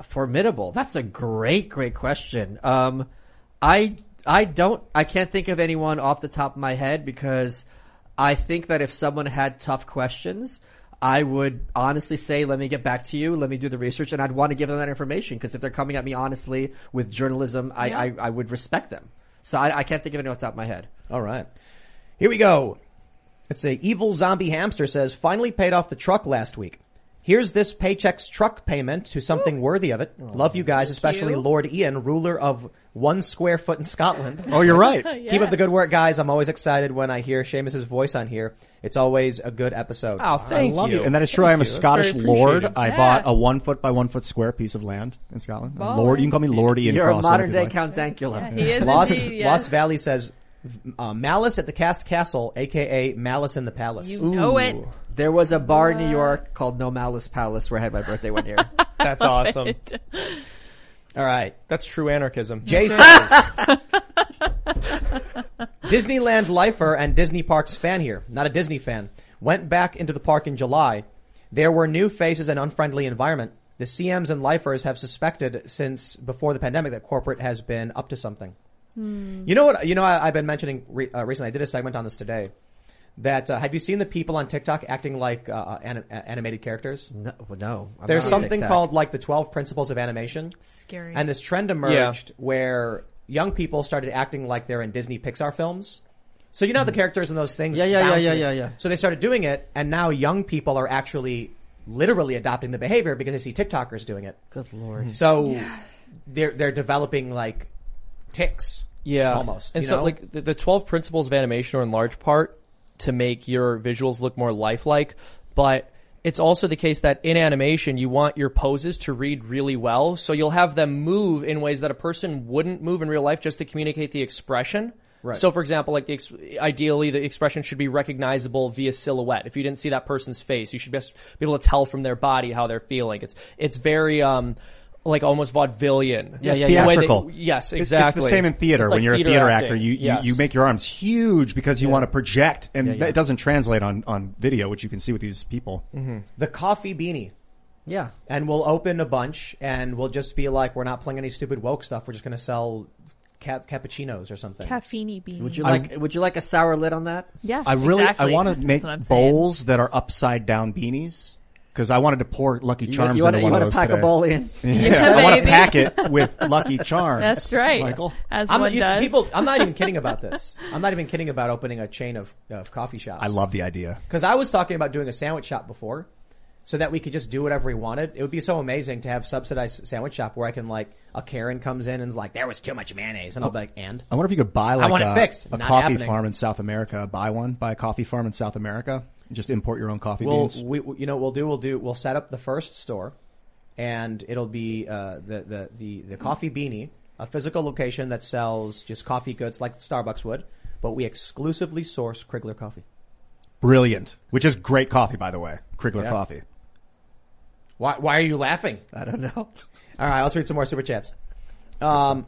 Formidable. That's a great, great question. Um, I I don't I can't think of anyone off the top of my head because I think that if someone had tough questions, I would honestly say, "Let me get back to you. Let me do the research," and I'd want to give them that information because if they're coming at me honestly with journalism, I
Yeah.
I, I would respect them. So I, I can't think of anyone off the top of my head.
All right. Here we go. It's a evil zombie hamster says, finally paid off the truck last week. Here's this paycheck's truck payment to something worthy of it. Love you guys, especially
you.
Lord Ian, ruler of one square foot in Scotland.
Oh, you're right.
Keep
Yeah.
up the good work, guys. I'm always excited when I hear Seamus's voice on here. It's always a good episode.
Oh, thank
I love
you.
And that is true.
Thank
I am a
you. That's
Scottish
very
lord.
appreciated.
I
Yeah.
bought a one foot by one foot square piece of land in Scotland.
Baller.
Lord, you can call me Lord Ian
You're a
Cross.
modern day
if you'd like.
Count Dankula.
He
is
Lost,
indeed, yes.
Lost Valley says, uh, "Malice at the Cast Castle, aka Malice in the Palace."
You know Ooh. it. There was a bar in New York called No Malice Palace where I had my birthday one year.
That's awesome.
All right.
That's true anarchism.
Jay says, Disneyland lifer and Disney parks fan here, not a Disney fan, went back into the park in July. There were new faces and unfriendly environment. The CMs and lifers have suspected since before the pandemic that corporate has been up to something. You know what? You know, I, I've been mentioning re- uh, recently. I did a segment on this today. That uh, have you seen the people on TikTok acting like uh, anim- uh, animated characters?
No, well, no. I'm
There's
not on
something
TikTok.
called like the 12 principles of animation.
Scary.
And this trend emerged where young people started acting like they're in Disney Pixar films. So you know the characters in those things.
Yeah, yeah, yeah,
bounce
yeah,
in it.
yeah, yeah.
So they started doing it, and now young people are actually literally adopting the behavior because they see TikTokers doing it.
Good lord.
So they're they're developing like ticks.
Yeah,
almost.
And
you
so,
know?
like the, the twelve principles of animation are in large part to make your visuals look more lifelike, but it's also the case that in animation you want your poses to read really well, so you'll have them move in ways that a person wouldn't move in real life, just to communicate the expression.
Right.
So, for example, like the ex- ideally, the expression should be recognizable via silhouette. If you didn't see that person's face, you should best be able to tell from their body how they're feeling. It's it's very um like almost vaudevillian.
Yeah, yeah,
The way that-
theatrical.
yes,
It's-
exactly.
It's the same in theater.
It's
when
like
you're a theater actor,
acting.
you, you,
Yes.
you make your arms huge because you want to project, and that doesn't translate on, on video, which you can see with these people.
the coffee beanie.
Yeah.
And we'll open a bunch and we'll just be like, we're not playing any stupid woke stuff. We're just going to sell ca- cappuccinos or something.
Caffeine bean.
Would you
I'm-
like Would you like a sour lid on that?
Yeah.
I really
exactly.
I want
That's
to make
what I'm saying.
bowls that are upside down beanies because I wanted to pour Lucky
You-
Charms
you wanna-
into
you
one
wanna
of those
pack a
today.
bowl in.
Yeah,
Yeah,
I want to
baby.
pack it with Lucky Charms.
That's right.
Michael.
As
I'm,
one
you-
does.
People, I'm not even kidding about this. I'm not even kidding about opening a chain of, of coffee shops.
I love the idea.
Because I was talking about doing a sandwich shop before, so that we could just do whatever we wanted. It would be so amazing to have subsidized sandwich shop where I can like a Karen comes in and is like, "There was too much mayonnaise," and I'll be like, "And
I wonder if you could buy
I
like
want
a,
it fixed.
a
Not
coffee
happening.
farm in South America. Buy one. Buy a coffee farm in South America. and Just import your own coffee
we'll,
beans.
we, you know, what we'll do, we'll do, we'll set up the first store, and it'll be uh, the, the the the coffee beanie, a physical location that sells just coffee goods like Starbucks would, but we exclusively source Krigler coffee.
Brilliant. Which is great coffee, by the way. Krigler
Yeah.
coffee.
Why, why are you laughing? I don't know. All right, let's read some more super chats. Um,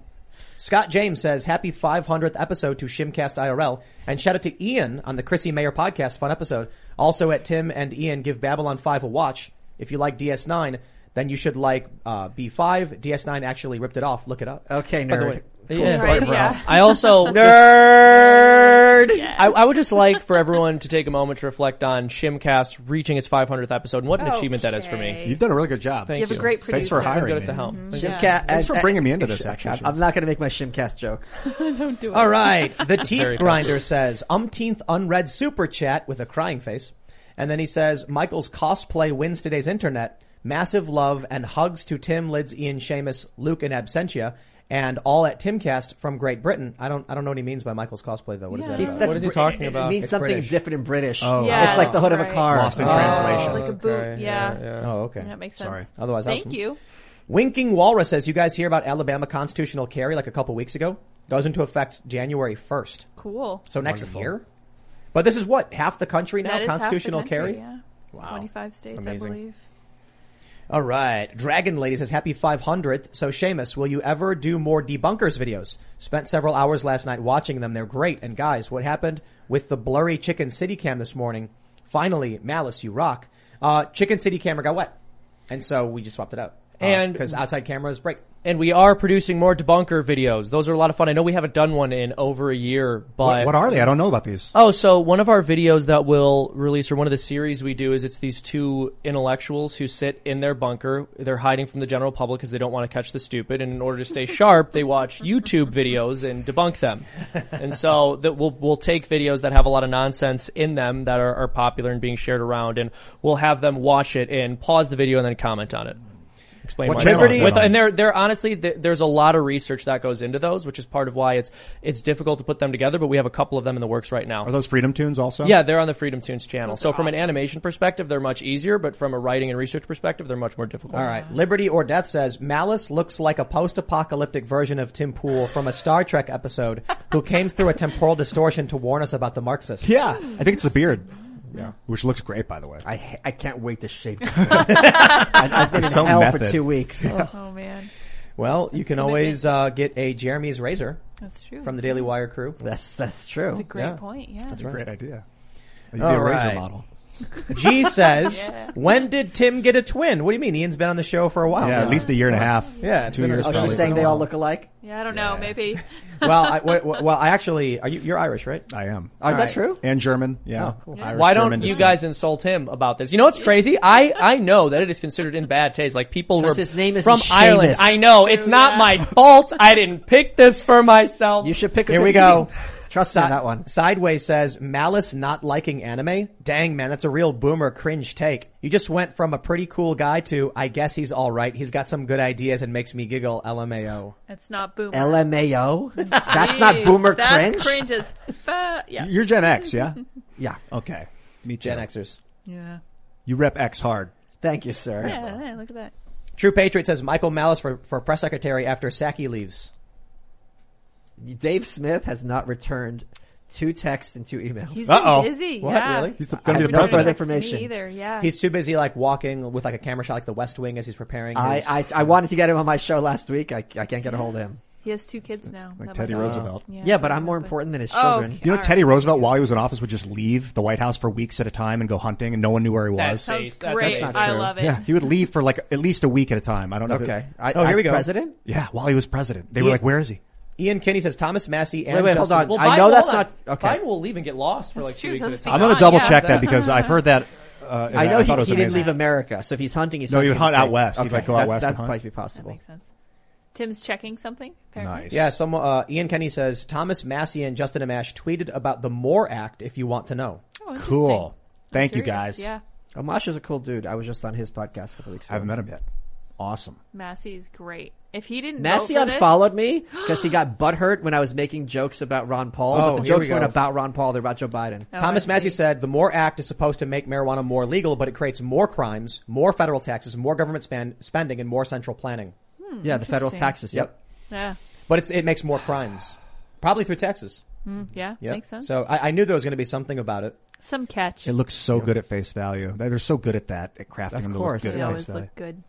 Scott James says, "Happy 500th episode to Shimcast IRL," and shout out to Ian on the Chrissy Mayer podcast. Fun episode. Also at Tim and Ian, give Babylon 5 a watch. If you like DS9, then you should like uh, B5. DS9 actually ripped it off. Look it up.
Okay,
By the way, yeah.
story, bro.
I also
nerd.
I, I would just like for everyone to take a moment to reflect on Shimcast reaching its 500th episode and what an achievement that is for me.
You've done a really good job.
Thank
You have a great Thanks for producer. hiring
I'm good
me.
at the helm.
Mhm.
Thank you.
Shimcast.
Thanks for
and-
bringing me into
and-
this, actually,
I'm not going to make my Shimcast joke.
Don't do it.
All right. The
That's
teeth
very
grinder
popular.
says umpteenth unread super chat with a crying face, and then he says Michael's cosplay wins today's internet. Massive love and hugs to Tim, Lids, Ian, Seamus, Luke, and Absentia, and all at Timcast from Great Britain. I don't I don't know what he means by Michael's cosplay though. What is
Yeah.
that?
He's- that's What is he Brit- talking it about? means
It's
something
British.
different in British.
Oh,
Yeah, It's like the hood of a that's car. right.
Lost in
Oh,
translation.
like a boot, Okay, yeah. yeah, yeah.
Oh, okay.
That makes
Sorry.
sense.
Otherwise, I was-
Thank you.
Winking Walrus says, "You guys hear about Alabama constitutional carry like a couple weeks ago? Goes into effect January first.
Cool.
So next
Wonderful.
year. But this is what half the country now
That is half the
constitutional
country,
carry.
Yeah. Wow. 25 states,
Amazing.
I believe.
All right, Dragon Lady says happy 500th. So Seamus, will you ever do more debunkers videos? Spent several hours last night watching them. They're great. And guys, what happened with the blurry Chicken City cam this morning? Finally, Malice, you rock. Uh, Chicken City camera got wet, and so we just swapped it out.
And
because outside cameras break.
And we are producing more debunker videos. Those are a lot of fun. I know we haven't done one in over a year, but
What, what are they? I don't know about these.
Oh, so one of our videos that we'll release, or one of the series we do, is it's these two intellectuals who sit in their bunker. They're hiding from the general public because they don't want to catch the stupid. And in order to stay sharp, they watch YouTube videos and debunk them. And so that we'll we'll take videos that have a lot of nonsense in them that are, are popular and being shared around, and we'll have them watch it and pause the video and then comment on it. Explain
What
why
channel is that
With-
on?
and they're they're honestly th- there's a lot of research that goes into those, which is part of why it's it's difficult to put them together. But we have a couple of them in the works right now.
Are those Freedom Tunes also?
Yeah, they're on the Freedom Tunes channel. So from an animation perspective, they're much easier, but from a writing and research perspective, they're much more difficult.
All right. Liberty or Death says Malice looks like a post-apocalyptic version of Tim Pool from a Star Trek episode who came through a temporal distortion to warn us about the Marxists.
Yeah. I think it's the beard. Yeah. Which looks great, by the way.
I, ha- I can't wait to shave this. thing. I, I've been in
There's some
hell for
method.
two weeks.
Oh man.
Well, you can always uh, get a Jeremy's razor.
That's true.
From the Daily Wire crew.
That's that's true.
That's a great point, yeah. That's a great
idea.
You'd
be a razor model.
G says,
Yeah.
"When did Tim get a twin? What do you mean? Ian's been on the show for a while.
Yeah, at least a year and a half.
Yeah, it's
Two
been a-
years
oh, she's
probably.
saying they all look alike.
Yeah, I don't know. Maybe.
well, I, w- w- well, I actually, are you, you're Irish, right?
I am.
Oh, is that
true?
And German. Yeah.
Oh, cool.
Irish,
Why
German
don't you
descent.
guys insult him about this? You know what's crazy? I, I know that it is considered in bad taste. Like people who are
'Cause his name is
from
Seamus.
Ireland. I know it's not my fault. I didn't pick this for myself. You
should pick.
Here we go.
Trust
on that one. Sideways says malice not liking anime. Dang man, that's a real boomer cringe take. You just went from a pretty cool guy to I guess he's all right. He's got some good ideas and makes me giggle. LMAO.
That's not boomer.
LMAO. That's
Jeez,
not boomer
that's
cringe.
Cringe is. fa- yeah.
You're Gen X, yeah?
yeah.
Okay. Me too.
Gen Xers.
Yeah.
You rep X hard.
Thank you, sir.
Yeah. hey, Look at that.
True Patriot says Michael Malice for, for press secretary after Saki leaves.
Dave Smith has not returned two texts and two emails.
He's been Uh-oh. busy, What, yeah. really?
He's gonna
I
be
have
the
no
president.
further
Text me
information.
either, yeah.
He's too busy like walking with like a camera shot like the West Wing as he's preparing.
I,
his-
I I wanted to get him on my show last week. I, I can't get a hold of him.
He has two kids now. That
Teddy
might-
Roosevelt.
Yeah, but I'm more important than his
Oh,
children.
okay.
You know, Teddy Roosevelt, while he was in office, would just leave the White House for weeks at a time and go hunting, and no one knew where he
That
was.
sounds That's great.
not I true. love it.
Yeah, he would leave for like at least a week at a time. I don't know. if it-
Okay. I- Oh, here as we go. president?
Yeah, while he was president, they
He-
were like, "Where is he?"
Ian Kinney says Thomas Massey and
Wait, wait, hold
Justin-
on. I know
will-
that's
hold
not- okay.
Biden will leave and get lost for like two weeks at a time.
I'm gonna double check that because I've heard that. Uh, and
I know
thought it
he,
was
he didn't
amazing.
leave America, so if he's hunting, he's
No, he
hunting
would hunt
his
out
thing.
west. He'd,
Okay.
like, go out
that,
west
That
and hunt.
might be possible.
Makes sense. Tim's checking something. Apparently.
Yeah, some uh, Ian Kenny says Thomas Massey and Justin Amash tweeted about the Moore Act. If you want to know,
Oh, interesting.
Cool. Thank you,
curious,
guys.
yeah.
Amash is a cool dude. I was just on his podcast a couple weeks ago.
I haven't met him yet. Awesome.
Massey is great. If he didn't, vote
Massey
for this-
unfollowed me because he got butthurt when I was making jokes about Ron Paul.
Oh,
but the
here we
jokes weren't
go.
about Ron Paul; they're about Joe Biden.
Oh,
Thomas Massey said the Moore Act is supposed to make marijuana more legal, but it creates more crimes, more federal taxes, more government span- spending, and more central planning.
Hmm,
yeah, the federal
interesting.
taxes. Yep.
Yeah.
But it's, it makes more crimes, probably through taxes.
Hmm, yeah.
Yep.
Makes sense.
So I, I knew there was going to be something about it.
Some catch.
It looks so good at face value. They're so good at that at crafting
Of
them to
course.
look good
They
at
always
face value.
look good.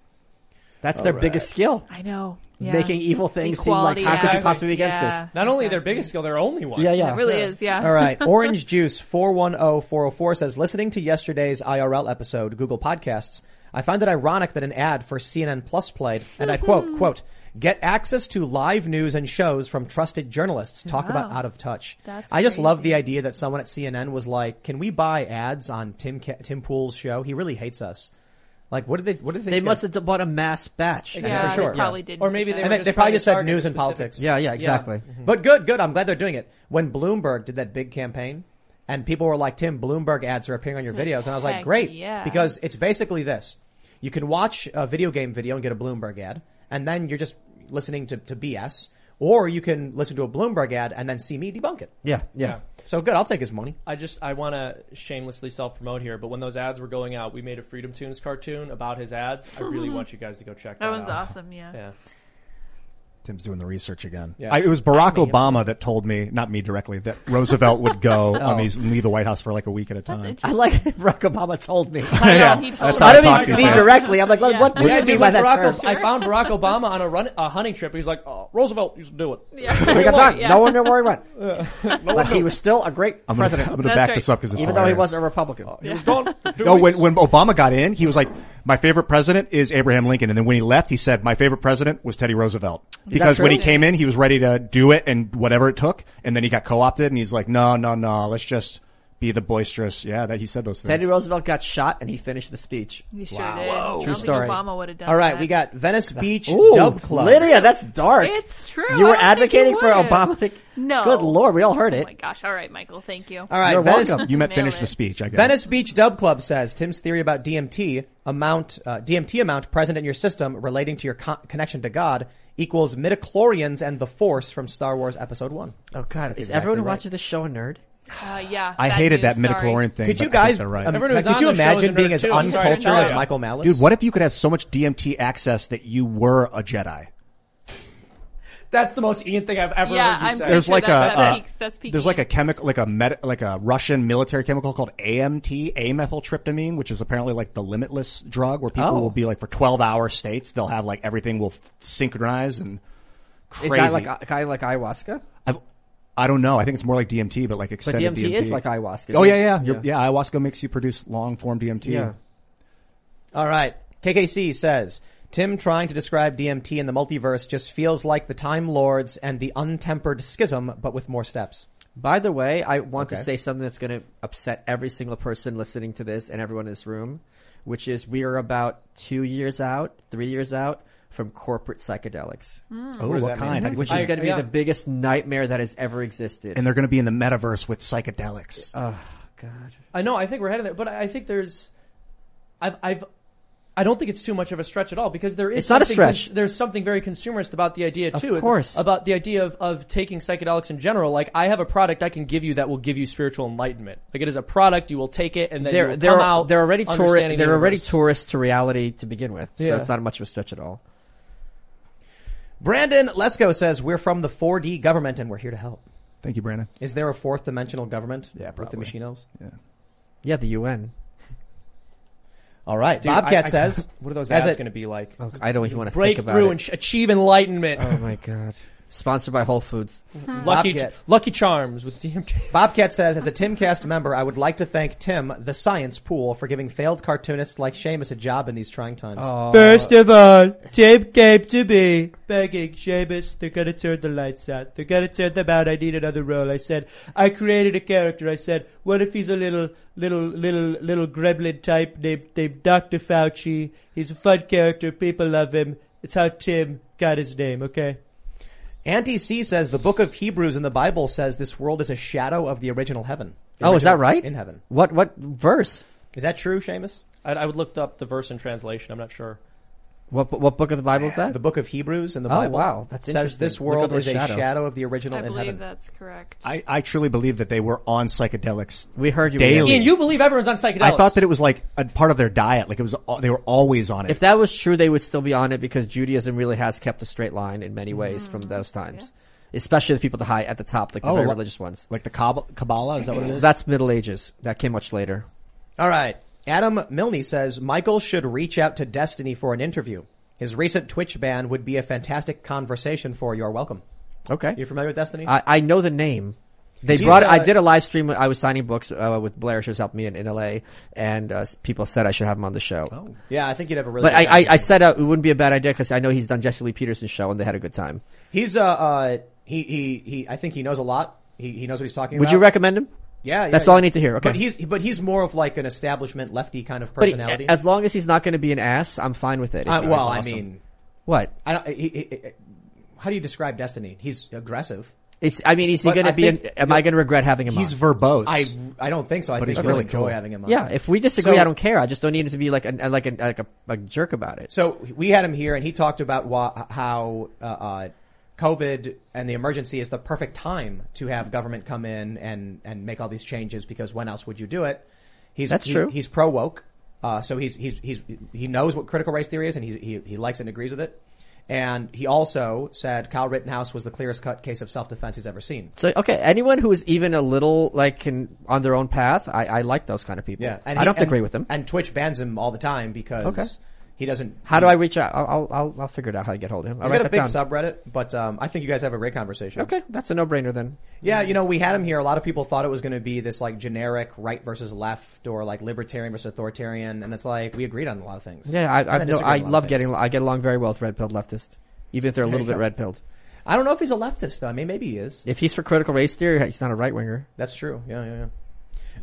That's their
Alright.
biggest skill.
I know. Yeah.
Making evil things seem like
Equality
how could you
Act.
possibly be against
Yeah.
this?
Not only their biggest skill, their only one.
Yeah, yeah.
It really is. Yeah.
All right. Orange Juice 410404 says, listening to yesterday's IRL episode, Google Podcasts, I found it ironic that an ad for CNN Plus played, and I
Mm-hmm.
quote, quote, get access to live news and shows from trusted journalists. Talk about
Wow.
out of touch.
That's
I just love the idea that someone at CNN was like, can we buy ads on Tim, Ca- Tim Pool's show? He really hates us. Like, what did they, what did they
They must have bought a mass batch.
Yeah,
for sure.
they probably didn't.
Or maybe they
and
were
they,
just
they probably
trying to
just said
target
news and
specific-
politics.
Yeah, yeah, exactly.
Mm-hmm.
But good, good. I'm glad they're doing it. When Bloomberg did that big campaign, and people were like, "Tim, Bloomberg ads are appearing on your videos," and I was like,
Heck
"Great,"
yeah.
because it's basically this: you can watch a video game video and get a Bloomberg ad, and then you're just listening to, to BS, or you can listen to a Bloomberg ad and then see me debunk it.
Yeah, yeah.
So good, I'll take his money.
I just I want to shamelessly self promote here, but when those ads were going out, we made a Freedom Tunes cartoon about his ads. I really want you guys to go check that.
That one's
out.
awesome. Yeah.
Yeah.
Tim's doing the research again.
Yeah.
I, it was Barack Obama that told me, not me directly, that Roosevelt would go
Oh.
on these leave the White House for like a week at a time.
I like Barack Obama told me.
I know, he told that's how
I don't
I talk
mean
to
me
you.
directly. I'm like, what- what do
Yeah,
you mean
dude,
by
when
that
Barack
term?
Ob- I found Barack Obama on a run a hunting trip. He's like, oh, Roosevelt used to do it.
Big up time.
yeah.
No one knew where he went. but he was still a great
I'm gonna-
president.
I'm gonna That's back right. this up 'cause it's
even though he
hilarious.
wasn't a Republican.
He was gone. for two
No, when,
weeks.
when Obama got in, he was like, my favorite president is Abraham Lincoln. And then when he left, he said, my favorite president was Teddy Roosevelt.
that
Because when he
true?
came in, he was ready to do it and whatever it took. And then he got co-opted and he's like, no, no, no, let's just be the boisterous. Yeah, that he said those things.
Teddy Roosevelt got shot and he finished the speech.
He sure Wow. did. I don't
True
think
story.
Obama would've done
All right,
that.
we got Venice Beach
Ooh,
Dub Club.
Lydia, that's dark.
It's true.
You were
I don't think
advocating
you
for
would've.
Obama.
No.
Good lord, we all heard it.
Oh my gosh. All right, Michael. Thank you.
All right,
You're
Venice-
welcome.
You meant
Nailed
finish
it.
the speech, I guess.
Venice Beach Dub Club says Tim's theory about DMT amount, uh, DMT amount present in your system relating to your con- connection to God equals midichlorians and the Force from Star Wars Episode One.
Oh god,
That's
is
exactly
everyone who
right.
watches the show a nerd?
Uh, yeah.
I
bad
hated
news,
that midichlorian
sorry.
thing.
Could
but
you
I think
guys-
they're right.
um, Everyone who's like, could on you the show is a imagine nerd being as too. I'm sorry to uncultured interrupt. as Michael Malice?
Dude, what if you could have so much DMT access that you were a Jedi?
That's the most Ian thing I've ever
Yeah,
heard you
I'm
say.
pretty
There's
sure
like a,
that- that
uh,
peaks- that's peaking.
there's like a chemical, like a med, like a Russian military chemical called AMT, amethyltryptamine, which is apparently like the limitless drug where people
Oh.
will be like for 12 hour states, they'll have like everything will f- synchronize and crazy.
Is that like kind of like ayahuasca?
I've, I don't know. I think it's more like DMT, but like extended
DMT is like ayahuasca,
Oh yeah,
isn't it?
yeah, yeah. yeah. Ayahuasca makes you produce long form DMT.
Yeah. All right. KKC says Tim trying to describe DMT in the multiverse just feels like the Time Lords and the Untempered Schism, but with more steps.
By the way, I want to
Okay.
say something that's going to upset every single person listening to this and everyone in this room, which is we are about two years out, three years out from corporate psychedelics.
Hmm.
Mm. Oh, What does what that mean? kind? How do you
Which
think
is
that-
going to be
Yeah.
the biggest nightmare that has ever existed.
And they're going to be in the metaverse with psychedelics.
Oh,
I know. I think we're headed there, but I think there's, I've, I've, I don't think it's too much of a stretch at all because there is.
It's not a
something-
stretch.
there's something very consumerist about the idea too. It's
course.
about the idea of of taking psychedelics in general. Like I have a product I can give you that will give you spiritual enlightenment. Like it is a product you will take it and then you
they're
will
they're,
come out.
they're already touri-
understanding the
they're already
universe.
tourists to reality to begin with, so
Yeah.
it's not much of a stretch at all.
Brandon Lesko says we're from the 4D government and we're here to help.
Thank you, Brandon.
Is there a fourth dimensional government?
Yeah,
with the machinos.
Yeah.
Yeah, the UN.
All right,
Dude,
Bobcat
I- I-
says.
what are those
as
ads
a-
going to be like?
Oh, I don't even want to think about
Breakthrough
it.
and sh- achieve enlightenment.
oh my god! Sponsored by Whole Foods.
Lucky,
Hmm. Bobcat.
Lucky Charms with DMT.
Bobcat says, as a Timcast member, I would like to thank Tim, the Science Pool, for giving failed cartoonists like Seamus a job in these trying times.
First of all, Tim came to me begging, Seamus, they're gonna turn the lights out. They're gonna turn them out. I need another role. I said, I created a character. I said, what if he's a little, little, little, little gremlin type named, named Dr. Fauci? He's a fun character. People love him. It's how Tim got his name, okay?
Anti C says the book of Hebrews in the Bible says this world is a shadow of the original heaven. The
Oh, is that
original
right?
In heaven.
What what verse?
Is that true, Seamus?
I, I would look up the verse in translation. I'm not sure.
What what book of the Bible is that?
The book of Hebrews in the
Oh,
Bible.
wow. That's
says this
interesting. Look up
world
the
is a
shadow.
shadow. of the original
I
in
believe
heaven.
that's correct.
I, I truly believe that they were on psychedelics.
We heard you,
daily.
Ian, you believe everyone's on psychedelics.
I thought that it was like a part of their diet. Like it was, they were always on it.
If that was true, they would still be on it because Judaism really has kept a straight line in many ways from those times, especially the people the high at the top, like the
Oh,
very
li-
religious ones.
Like the Kabbalah, Kabbalah is that what it is?
That's Middle Ages. That came much later.
All right. Adam Milne says Michael should reach out to Destiny for an interview. His recent Twitch ban would be a fantastic conversation for your welcome.
Okay.
You familiar with Destiny?
I, I know the name. They
He's,
brought. it- I
uh,
did a live stream. when I was signing books uh, with Blair. She was helping me in, in LA, and uh, people said I should have him on the show. Oh.
yeah, I think you'd have a really.
But
good
I, I,
time.
I said uh, it wouldn't be a bad idea because I know he's done Jesse Lee Peterson's show and they had a good time.
He's uh, uh he, he he I think he knows a lot. He he knows what he's talking
Would
about.
you recommend him?
Yeah, yeah,
That's all I need to hear. Okay.
But he's but he's more of like an establishment lefty kind of
But he-
personality.
as long as he's not going to be an ass, I'm fine with it. if
Uh,
he was
well, I
awesome.
mean,
what?
I don't. He, he, he- how do you describe Destiny? He's aggressive.
It's, I mean, is he
But
going
I
to be? An,
think-
am I going to regret having him?
He's
on?
verbose.
I I don't think so. I
But
think
he's
you'll
really
enjoy
cool.
having him on.
Yeah. If we disagree,
So-
I don't care. I just don't need him to be like an, like an, like a, a jerk about it.
So we had him here, and he talked about wha- how uh, uh, COVID and the emergency is the perfect time to have government come in and and make all these changes because when else would you do it? He's
That's
he-
true.
He's pro woke, uh, so he's he's he's he knows what critical race theory is, and he he, he likes and agrees with it. And he also said Kyle Rittenhouse was the clearest cut case of self defense he's ever seen.
So okay, anyone who is even a little like can, on their own path, I, I like those kind of people.
Yeah,
I don't have to
and-
agree with them.
And Twitch bans him all the time because
Okay.
He doesn't.
How do I reach out? I'll, I'll, I'll, I'll figure it out how to get hold of him. I'll
He's
write
got a
that
big
down.
subreddit, but um, I think you guys have a great conversation.
Okay, that's a no-brainer then.
Yeah, you know, we had him here. A lot of people thought it was going to be this like generic right versus left or like libertarian versus authoritarian, and it's like we agreed on a lot of things.
Yeah, I, I,
And
no,
disagreed on
I
a lot of
love
things.
getting. I get along very well with red-pilled leftists, even if they're a
There
little
you
bit
go.
red-pilled.
I don't know if he's a leftist though. I mean, maybe he is.
If he's for critical race theory, he's not a right winger.
That's true. Yeah, yeah, yeah.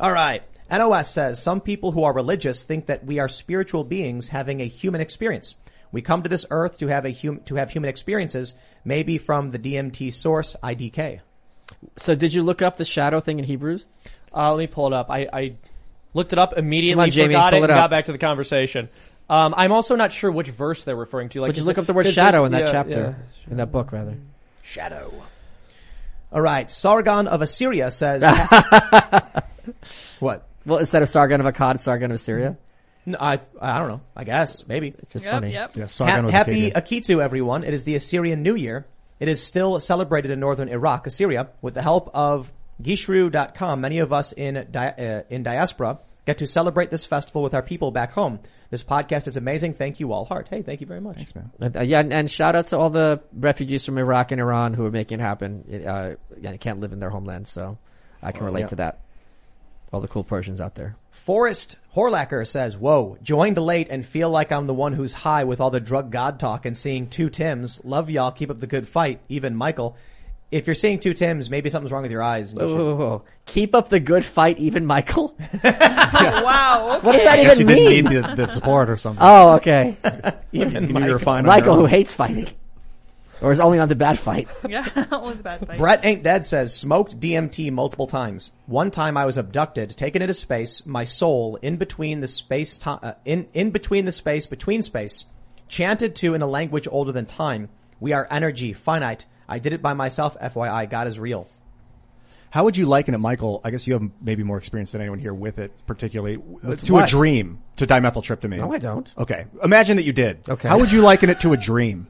All right. NOS says some people who are religious think that we are spiritual beings having a human experience. We come to this earth to have a hum- to have human experiences, maybe from the DMT source IDK.
So did you look up the shadow thing in Hebrews?
Uh, let me pull it up. I, I looked it up immediately,
Come on, Jamie,
forgot it,
pull it
and got
up.
back to the conversation. Um, I'm also not sure which verse they're referring to. Like,
Would you
is
look
it-
up the word
there's-
shadow in that
yeah,
chapter,
yeah.
in that book rather?
Shadow. All right. Sargon of Assyria says. what?
Well, instead of Sargon of Akkad, Sargon of
Mm-hmm.
Syria.
No, I I don't know. I guess maybe it's
just Yep, funny. yep. Yeah, Sargon
Ha-
was
happy
Akkadian.
Akitu, everyone! It is the Assyrian New Year. It is still celebrated in northern Iraq, Assyria, with the help of Gishru.com. Many of us in di- uh, in diaspora get to celebrate this festival with our people back home. This podcast is amazing. Thank you all, heart. Hey, thank you very much. Thanks, man.
And, uh, yeah, and, and shout out to all the refugees from Iraq and Iran who are making it happen. It, uh, yeah, they can't live in their homeland, so I can
Oh,
relate
yeah.
to that. All the cool Persians out there.
Forrest Horlacker says, "Whoa, joined late and feel like I'm the one who's high with all the drug god talk and seeing two Tims. Love y'all. Keep up the good fight. Even Michael." If you're seeing two Tims, maybe something's wrong with your eyes. and you
Whoa,
should-
whoa, whoa, whoa. Keep up the good fight, even Michael.
Wow. Okay.
What does that
I guess
even
you
mean?
didn't need the, the support or something.
Oh, okay.
Even You knew you were Michael. fine on
Michael,
your own.
who hates fighting, or is only on the bad fight.
Yeah, only the bad fight.
Brett Ain't Dead says, smoked DMT multiple times. One time I was abducted, taken into space, my soul in between the space, ti uh, in, in between the space, between space, chanted to in a language older than time. We are energy, finite. I did it by myself, FYI. God is real.
How would you liken it, Michael? I guess you have maybe more experience than anyone here with it, particularly uh,
With
to
what?
a dream, to dimethyltryptamine.
No, I don't.
Okay, imagine that you did.
Okay.
how would you liken it to a dream?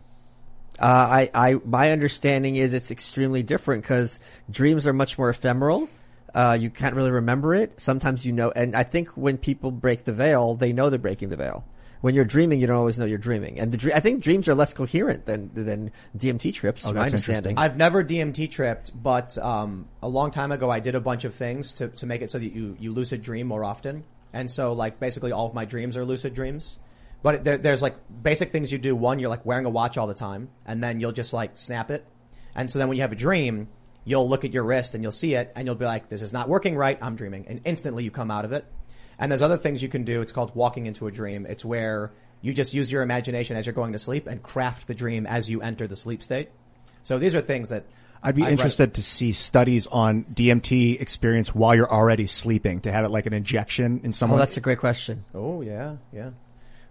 Uh, I, I, my understanding is it's extremely different because dreams are much more ephemeral. Uh, you can't really remember it. Sometimes you know, and I think when people break the veil, they know they're breaking the veil. When you're dreaming, you don't always know you're dreaming. And the dre- I think dreams are less coherent than, than DMT trips,
Oh,
from my understanding.
I've never DMT tripped, but um, a long time ago I did a bunch of things to, to make it so that you, you lucid dream more often. And so, like, basically all of my dreams are lucid dreams. But there, there's like basic things you do. One, you're like wearing a watch all the time, and then you'll just like snap it. And so then when you have a dream, you'll look at your wrist and you'll see it, and you'll be like, this is not working right, I'm dreaming. And instantly you come out of it. And there's other things you can do. It's called walking into a dream. It's where you just use your imagination as you're going to sleep and craft the dream as you enter the sleep state. So these are things that
I'd be
I've read-
interested to see studies on DMT experience while you're already sleeping to have it like an injection in
Oh,
someone.
that's a great question.
Oh yeah, yeah.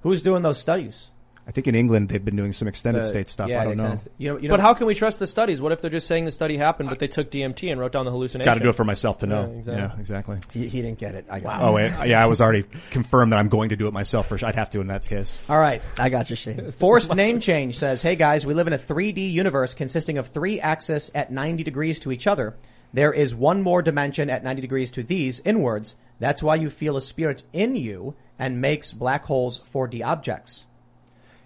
Who's doing those studies?
I think in England they've been doing some extended
The-
state stuff.
yeah,
I don't
the
know.
extended st- you know- you
but
know-
how can we trust the studies? What if they're just saying the study happened, but they took DMT and wrote down the hallucination?
Got to do it for myself to know.
Yeah,
Yeah,
exactly.
exactly.
He, he didn't get it. I got
Oh
it.
wait, yeah, I was already confirmed that I'm going to do it myself. For sure. I'd have to in that case.
All right.
I got your shit.
Forced name change says, "Hey guys, we live in a 3D universe consisting of three axes at 90 degrees to each other. There is one more dimension at 90 degrees to these inwards. That's why you feel a spirit in you and makes black holes 4D objects."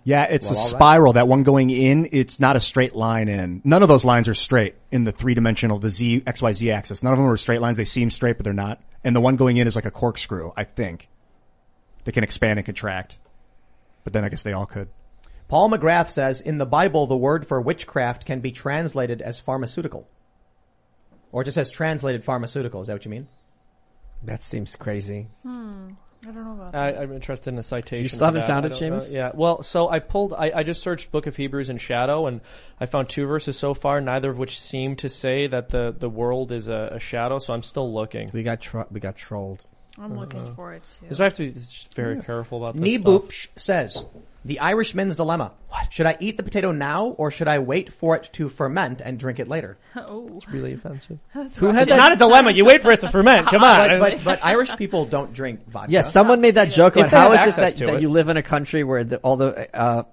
Yeah, it's
Well,
a
all right.
spiral. That one going in, it's not a straight line in. None of those lines are straight in the three dimensional, the Z, X, Y, Z axis. None of them are straight lines. They seem straight, but they're not. And the one going in is like a corkscrew, I think. They can expand and contract. But then I guess they all could.
Paul McGrath says, "In the Bible, the word for witchcraft can be translated as pharmaceutical." Or it just says translated pharmaceutical. Is that what you mean?
That seems crazy.
Hmm. I don't know about
I, I'm interested in a citation.
You still
of
haven't
that.
found
I
it,
don't know.
James?
Yeah. Well, so I pulled. I, I just searched Book of Hebrews and Shadow, and I found two verses so far, neither of which seem to say that the the world is a, a shadow. So I'm still looking.
We got tro- we got trolled.
I'm looking for it too.
So I have to be just very careful about this. stuff.
Neboopsh says, The Irishman's Dilemma. Should I eat the potato now or should I wait for it to ferment and drink it later?
Oh. It's
really offensive.
Who
had It's that- not a dilemma. You wait for it to ferment. Come
But,
on.
but, but Irish people don't drink vodka.
Yeah, someone made that joke
If
about
they
how
have
is it
access
that,
to
that
it.
you live in a country where the, all the uh,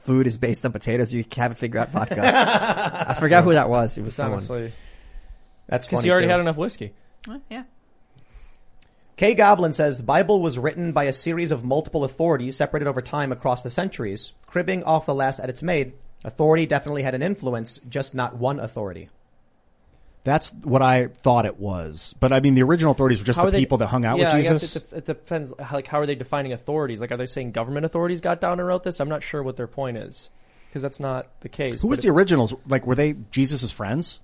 food is based on potatoes, you haven't figured out vodka. I forgot who that was. It was
It's
someone.
honestly-
That's
because
funny,
you already
too.
had enough whiskey.
Huh? Yeah.
Kay Goblin says the Bible was written by a series of multiple authorities separated over time across the centuries, cribbing off the last edits made. Authority definitely had an influence, just not one authority.
That's what I thought it was. But I mean, the original authorities were just
How are
the
they-
people that hung out
yeah,
with Jesus.
I guess it, def- it depends. how- Like, how are they defining authorities? Like, are they saying government authorities got down and wrote this? I'm not sure what their point is because that's not the case.
Who was
But
the originals? Like, were they Jesus' friends?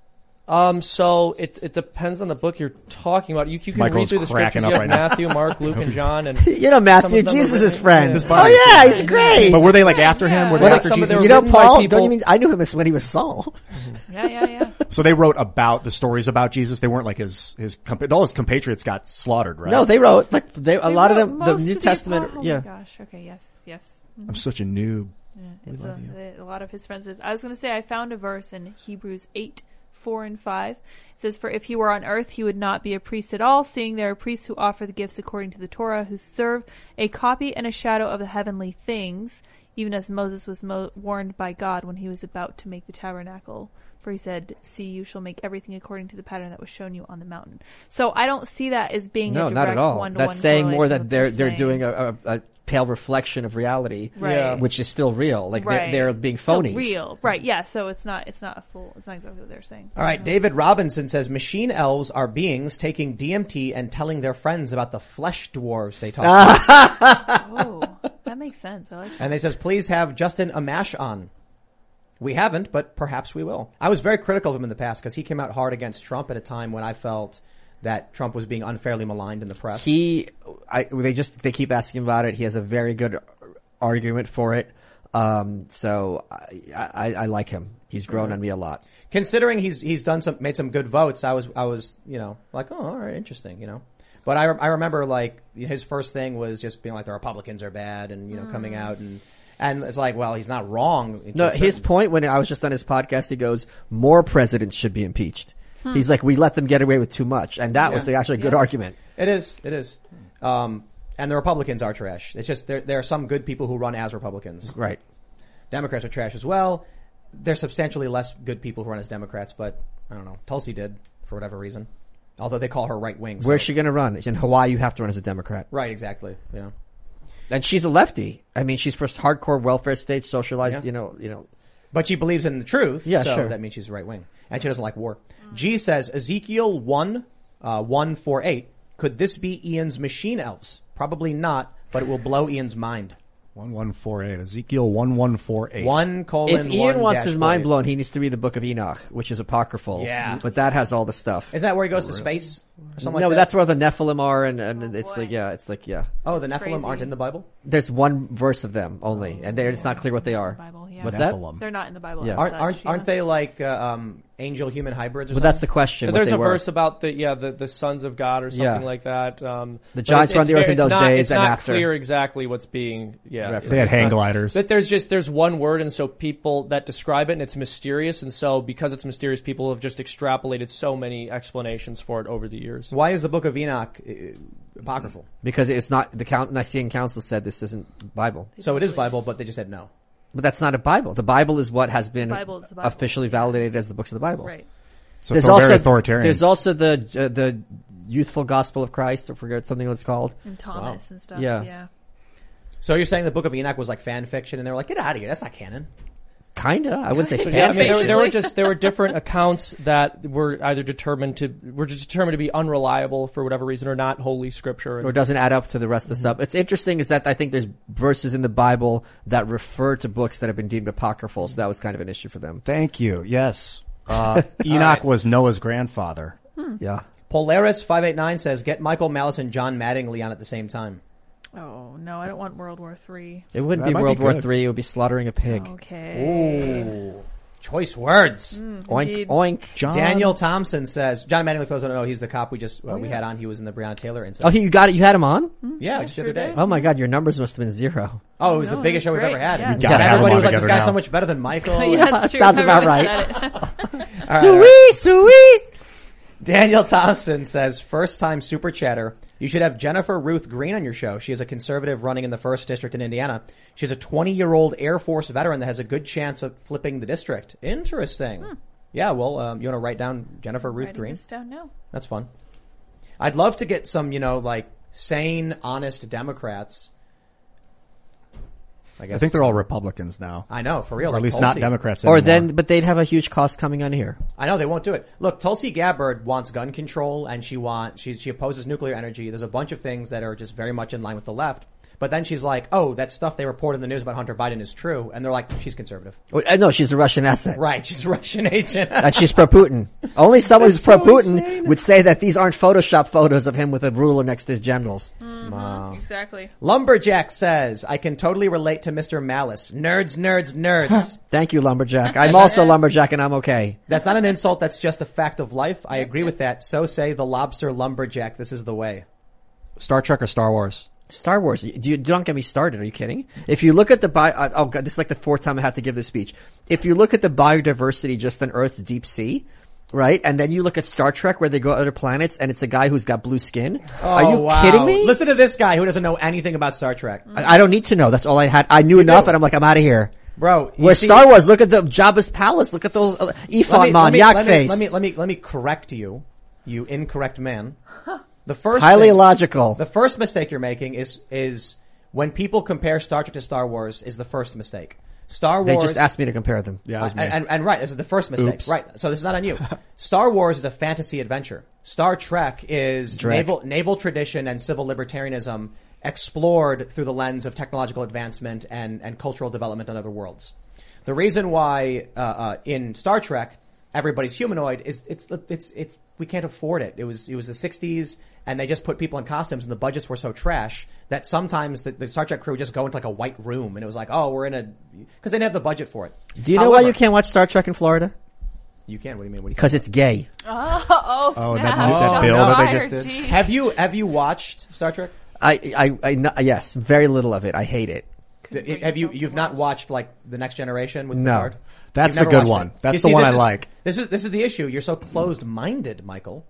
Um, so it, it depends on the book you're talking about. You, you can
Michael's
read through the
cracking
scriptures. You
up
have
right now.
Matthew, Mark, Luke, and John, and
You know Matthew, Jesus' friend.
His
oh
body.
yeah, he's great.
But were they like after him? Were they
What-
after
some of
Jesus?
you know
written by
Paul?
people-
Don't you mean I knew him as when he was Saul?
So they wrote about the stories about Jesus. They weren't like his his compa- all his compatriots got slaughtered, right?
No, they wrote like they, a lot of them. The
Most
New
of
Testament,
apo- oh
yeah.
My gosh. Okay. Yes. Yes. Mhm.
I'm
Mm-hmm.
such a noob.
Yeah, it's a, a lot of his friends is. I was going to say I found a verse in Hebrews eight four and five. It says, "For if he were on earth, he would not be a priest at all, seeing there are priests who offer the gifts according to the Torah, who serve a copy and a shadow of the heavenly things, even as Moses was mo- warned by God when he was about to make the tabernacle." For he said, "See, you shall make everything according to the pattern that was shown you on the mountain." So I don't see that as being
No,
a direct
not at all.
one-to-one
That's saying more
correlation
that
with
they're
what you're
they're
saying.
doing a, a, a pale reflection of reality,
Right. Yeah.
which is still real. Like
Right.
they're, they're being
Still
phonies.
real, right? Yeah. So it's not it's not a full. It's not exactly what they're saying.
All right, David Robinson says machine elves are beings taking DMT and telling their friends about the flesh dwarves they talk to.
oh, that makes sense. I like. That.
And they says, please have Justin Amash on. We haven't, but perhaps we will. I was very critical of him in the past because he came out hard against Trump at a time when I felt that Trump was being unfairly maligned in the press.
He, I, they just they keep asking about it. He has a very good argument for it. Um, so I, I, I like him. He's grown on me a lot.
Considering he's he's done some made some good votes, I was I was you know like oh all right interesting you know, but I re- I remember like his first thing was just being like the Republicans are bad and you know coming out and and it's like well he's not wrong.
Mm. No, his point when I was just on his podcast, he goes, "More presidents should be impeached."
Hmm.
He's like, "We let them get away with too much," and that was
Yeah.
actually a good
Yeah.
argument.
It is. It is. Um, and the Republicans are trash. It's just there. There are some good people who run as Republicans.
Right.
Democrats are trash as well. There's substantially less good people who run as Democrats, but I don't know. Tulsi did for whatever reason, although they call her right wing. so-
Where's she going to run? In Hawaii, you have to run as a Democrat.
Right. Exactly. Yeah.
And she's a lefty. I mean, she's first hardcore welfare state, socialized.
Yeah.
You know, you know.
But she believes in the truth.
Yeah,
so
sure.
that means she's right wing. And she doesn't like war. G says Ezekiel 1, uh, 148. Could this be Ian's machine elves? Probably not, but it will blow Ian's mind.
1148. Ezekiel 1148.
One colon
If Ian
one
wants
dash
his mind
forty-eight.
blown, he needs to read the Book of Enoch, which is apocryphal.
Yeah.
but that has all the stuff.
Is that where he goes to space or something
no,
like that?
that's where the Nephilim are, and, and
Oh,
it's like yeah, it's like yeah.
Oh, the Nephilim aren't in the Bible?
There's one verse of them only,
Oh,
and there it's not clear what they are. Bible,
yeah.
What's
Nephilim.
that?
They're not in the Bible
Yeah.
as
Aren't,
such,
aren't,
yeah.
aren't they like uh, um, angel human hybrids or
Well,
something?
that's the question, what
There's
they
a
were.
verse about the yeah the, the sons of God or something
Yeah.
like that. Um,
The
but
giants
it's-
were on the
it's
earth in
very-
those
it's not,
days
It's
and
not
after.
clear exactly what's being yeah.
Referenced.
it's
They had
just
hang
not-
gliders.
But there's just there's one word and so people that describe it and it's mysterious and so because it's mysterious people have just extrapolated so many explanations for it over the years.
Why is the Book of Enoch uh, apocryphal?
Because it's not the count, Nicene Council said this isn't Bible,
So it is Bible, but they just said no.
but that's not a Bible. The Bible is what has been
The Bible is the Bible.
officially validated as the books of the Bible.
Right.
So it's all very authoritarian.
There's also the uh, the youthful gospel of Christ. I forget something what it's called.
And Thomas and stuff.
Yeah.
yeah.
So you're saying the Book of Enoch was like fan fiction, and they're like, get out of here. That's not canon.
Kinda. I wouldn't say
So,
fan
yeah, I mean, there,
fiction.
there were just there were different accounts that were either determined to were determined to be unreliable for whatever reason or not holy scripture and-
or doesn't add up to the rest of the stuff. It's interesting is that I think there's verses in the Bible that refer to books that have been deemed apocryphal, so that was kind of an issue for them.
Thank you. Yes. Uh, Enoch was Noah's grandfather.
Yeah.
Polaris 589 says, get Michael Malice and John Mattingly on at the same time.
Oh no, I don't want World War Three.
It wouldn't
That
be
might be
World War
good.
Three; it would be slaughtering a pig.
Okay.
Ooh. Choice words.
Oink, indeed. oink. John-
Daniel Thompson says, John Mattingly, for those who don't know, he's the cop we just, uh, we had on. He was in the Breonna Taylor incident.
Oh, he, you got it. You had him on.
Yeah, just the other day.
Oh my God, your numbers must have been zero.
Oh, it was the biggest show we've
great.
ever had.
Yeah. We
And
gotta have
everybody
him on
was like, this
together
guy's
now.
so much better than Michael.
Yeah, that's true.
Sounds about
Everyone
right.
said it.
Sweet, sweet.
Daniel Thompson says, first time super chatter. You should have Jennifer Ruth Green on your show. She is a conservative running in the first district in Indiana. She's a 20 year old Air Force veteran that has a good chance of flipping the district. Interesting.
Hmm.
Yeah, well, um, you want to write down Jennifer Ruth
Writing
Green?
this down now.
That's fun. I'd love to get some, you know, like sane, honest Democrats. I guess
I think they're all Republicans now.
I know, for real,
Or
like
at least not
Tulsi.
Democrats.
Or
anymore.
then, but they'd have a huge cost coming on here.
I know they won't do it. Look, Tulsi Gabbard wants gun control and she wants she she opposes nuclear energy. There's a bunch of things that are just very much in line with the left. But then she's like, "Oh, that stuff they report in the news about Hunter Biden is true," and they're like, "She's conservative."
Oh, uh, No, she's a Russian asset.
Right? She's a Russian agent.
And she's pro Putin. Only someone who's
That's
pro
so
Putin would say that these aren't Photoshop photos of him with a ruler next to his genitals.
Hmm. Wow.
Exactly.
Lumberjack says, "I can totally relate to Mr. Malice. Nerds, nerds, nerds."
Thank you, Lumberjack. I'm also Lumberjack and I'm okay.
That's not an insult. That's just a fact of life. I agree with that. So say the lobster lumberjack. This is the way.
Star Trek or Star Wars?
Star Wars. You, you don't get me started. Are you kidding? If you look at the bio, uh, oh god, this is like the fourth time I have to give this speech. If you look at the biodiversity just on Earth's deep sea, right, and then you look at Star Trek where they go to other planets and it's a guy who's got blue skin. Are you
Oh, wow.
kidding me? Mm.
Listen to this guy who doesn't know anything about Star Trek.
I, I don't need to know. That's all I had. I knew enough, and I'm like, I'm out of here,
Bro, you
Where
see-
Star Wars? Look at the Jabba's palace. Look at those uh,
Let
Ephod
me-
mom,
let me-
yak
let me-
face.
Let me, let me let me correct you, you incorrect man. The first
Highly
thing-
logical.
The first mistake you're making is is when people compare Star Trek to Star Wars is the first mistake. Star Wars.
They just asked me to compare them.
Yeah,
Uh, and, and, and right, this is the first mistake.
Oops.
Right, so this is not on you. Star Wars is a fantasy adventure. Star Trek is
Drek.
naval naval tradition and civil libertarianism explored through the lens of technological advancement and and cultural development in other worlds. The reason why uh, uh, in Star Trek everybody's humanoid is it's it's it's we can't afford it. It was it was the '60s and they just put people in costumes and the budgets were so trash that sometimes the, the Star Trek crew would just go into like a white room and it was like oh we're in a because they didn't have the budget for it.
Do you know why you can't watch Star Trek in Florida?
You can. What do you mean? What do you
Because it's gay.
Oh, oh,
Oh,
snap.
that new- that
Shots
bill that they
fired,
just did.
geez.
Have you have you watched Star Trek?
I, I, I, no- yes, very little of it. I hate it.
Th- Have you you've not watched like the Next Generation with
No.
Picard?
That's
You've
the
never
good
watched
one.
it.
That's
You
the one
this
I
is-
like.
This is this is the issue. You're so closed minded, Michael.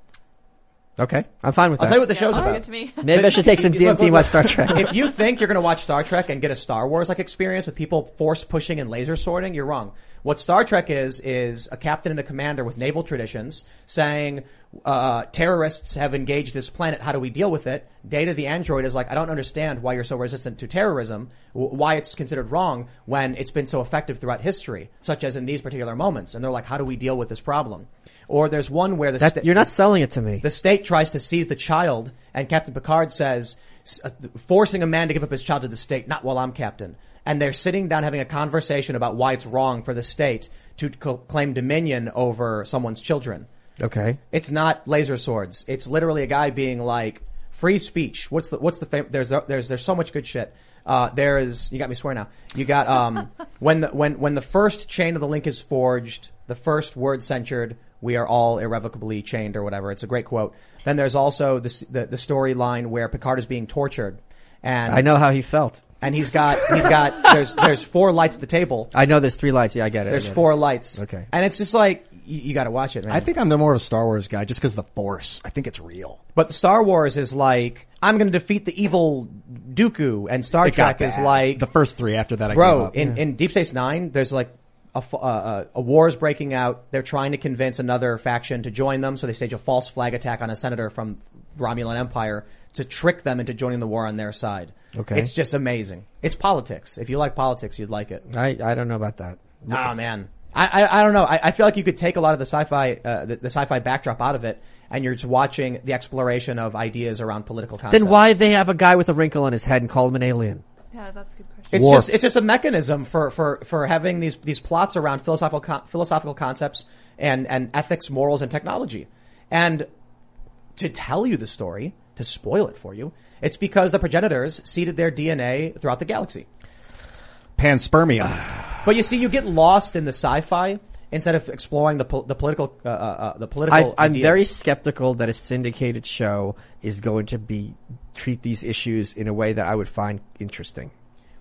Okay, I'm fine with
I'll
that.
tell you what the show's about.
Maybe I should take some
Look, look,
DMT and watch Star
look.
Trek.
if you think you're going to watch Star Trek and get a Star Wars like experience with people force pushing and laser sorting, you're wrong. What Star Trek is is a captain and a commander with naval traditions saying uh, terrorists have engaged this planet. How do we deal with it? Data the android is like, I don't understand why you're so resistant to terrorism, wh- why it's considered wrong when it's been so effective throughout history, such as in these particular moments. And they're like, how do we deal with this problem? Or there's one where the
That-
sta-
you're not selling it to me.
the state tries to seize the child, and Captain Picard says, s- uh, th- forcing a man to give up his child to the state, not while I'm captain. And they're sitting down having a conversation about why it's wrong for the state to cl- claim dominion over someone's children.
Okay.
It's not laser swords. It's literally a guy being like, free speech. What's the, what's the fam- there's, there's, there's so much good shit. Uh, there is, you got me swearing now. You got, um, when the, when, when the first chain of the link is forged, the first word censured, we are all irrevocably chained or whatever. It's a great quote. Then there's also the, s- the, the storyline where Picard is being tortured and.
I know how he felt.
And he's got, he's got, there's, there's four lights at the table.
I know there's three lights. Yeah, I get it. I
There's
get it.
four lights.
Okay.
And it's just like, you, you gotta watch it, man.
I think I'm the more of a Star Wars guy just because the Force. I think it's real.
But Star Wars is like, I'm going to defeat the evil Dooku, and Star
It got
Trek is
bad.
like
the first three. After that, I gave
bro
up.
in, in Deep Space Nine. There's like a, f- uh, uh, a war is breaking out. They're trying to convince another faction to join them, so they stage a false flag attack on a senator from Romulan Empire to trick them into joining the war on their side.
Okay.
it's just amazing. It's politics. If you like politics, you'd like it.
I, I don't know about that.
Oh man, I, I I don't know. I, I feel like you could take a lot of the sci-fi uh, the, the sci-fi backdrop out of it, and you're just watching the exploration of ideas around political concepts.
Then why they have a guy with a wrinkle on his head and call him an alien?
Yeah, that's a good question.
It's
Worf.
just it's just a mechanism for for for having these these plots around philosophical con- philosophical concepts and and ethics, morals, and technology. And to tell you the story, to spoil it for you, it's because the progenitors seeded their DNA throughout the galaxy.
Panspermia.
But you see, you get lost in the sci-fi instead of exploring the pol- the political uh, uh, uh, the
I,
political.
I'm
ideas.
very skeptical that a syndicated show is going to be treat these issues in a way that I would find interesting.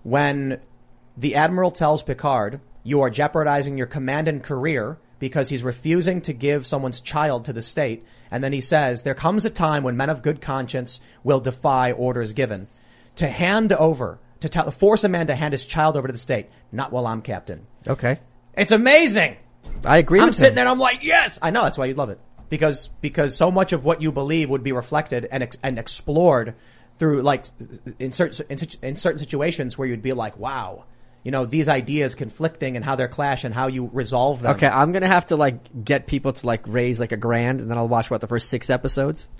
when the admiral tells Picard, "You are jeopardizing your command and career because he's refusing to give someone's child to the state," and then he says, "There comes a time when men of good conscience will defy orders given." To hand over, to tell, force a man to hand his child over to the state, not while I'm captain.
Okay,
It's amazing.
I agree.
I'm
with
sitting
him.
there and I'm like, yes, I know. That's why you'd love it because because so much of what you believe would be reflected and ex- and explored through like in certain in, situ- in certain situations where you'd be like, wow, you know, these ideas conflicting and how they clash and how you resolve them.
Okay, I'm gonna have to like get people to like raise like a grand, and then I'll watch what the first six episodes.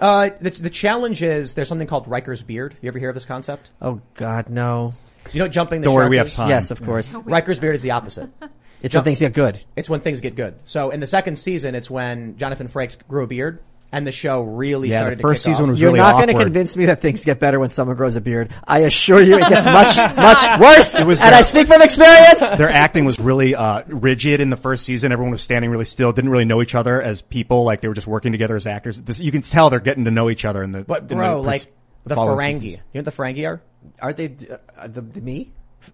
Uh, the, the challenge is there's something called Riker's beard. You ever hear of this concept?
Oh God, no!
You know, jumping. The
Don't worry,
shark
we have
is-
time. Yes, of Yeah. course.
Riker's beard is the opposite.
It's when things get good.
It's when things get good. So in the second season, it's when Jonathan Frakes grew a beard and the show really
Yeah, the
started.
first
to kick
season
off.
was
You're not going to convince me that things get better when someone grows a beard. I assure you, it gets much, much worse.
It was
and
their-
I speak from experience.
Their acting was really uh, rigid in the first season. Everyone was standing really still, didn't really know each other as people. Like they were just working together as actors. This, you can tell they're getting to know each other in the.
But
in
bro,
pers-
like the
following
Ferengi. You
seasons.
know what the Ferengi are?
Aren't they uh, the, the me?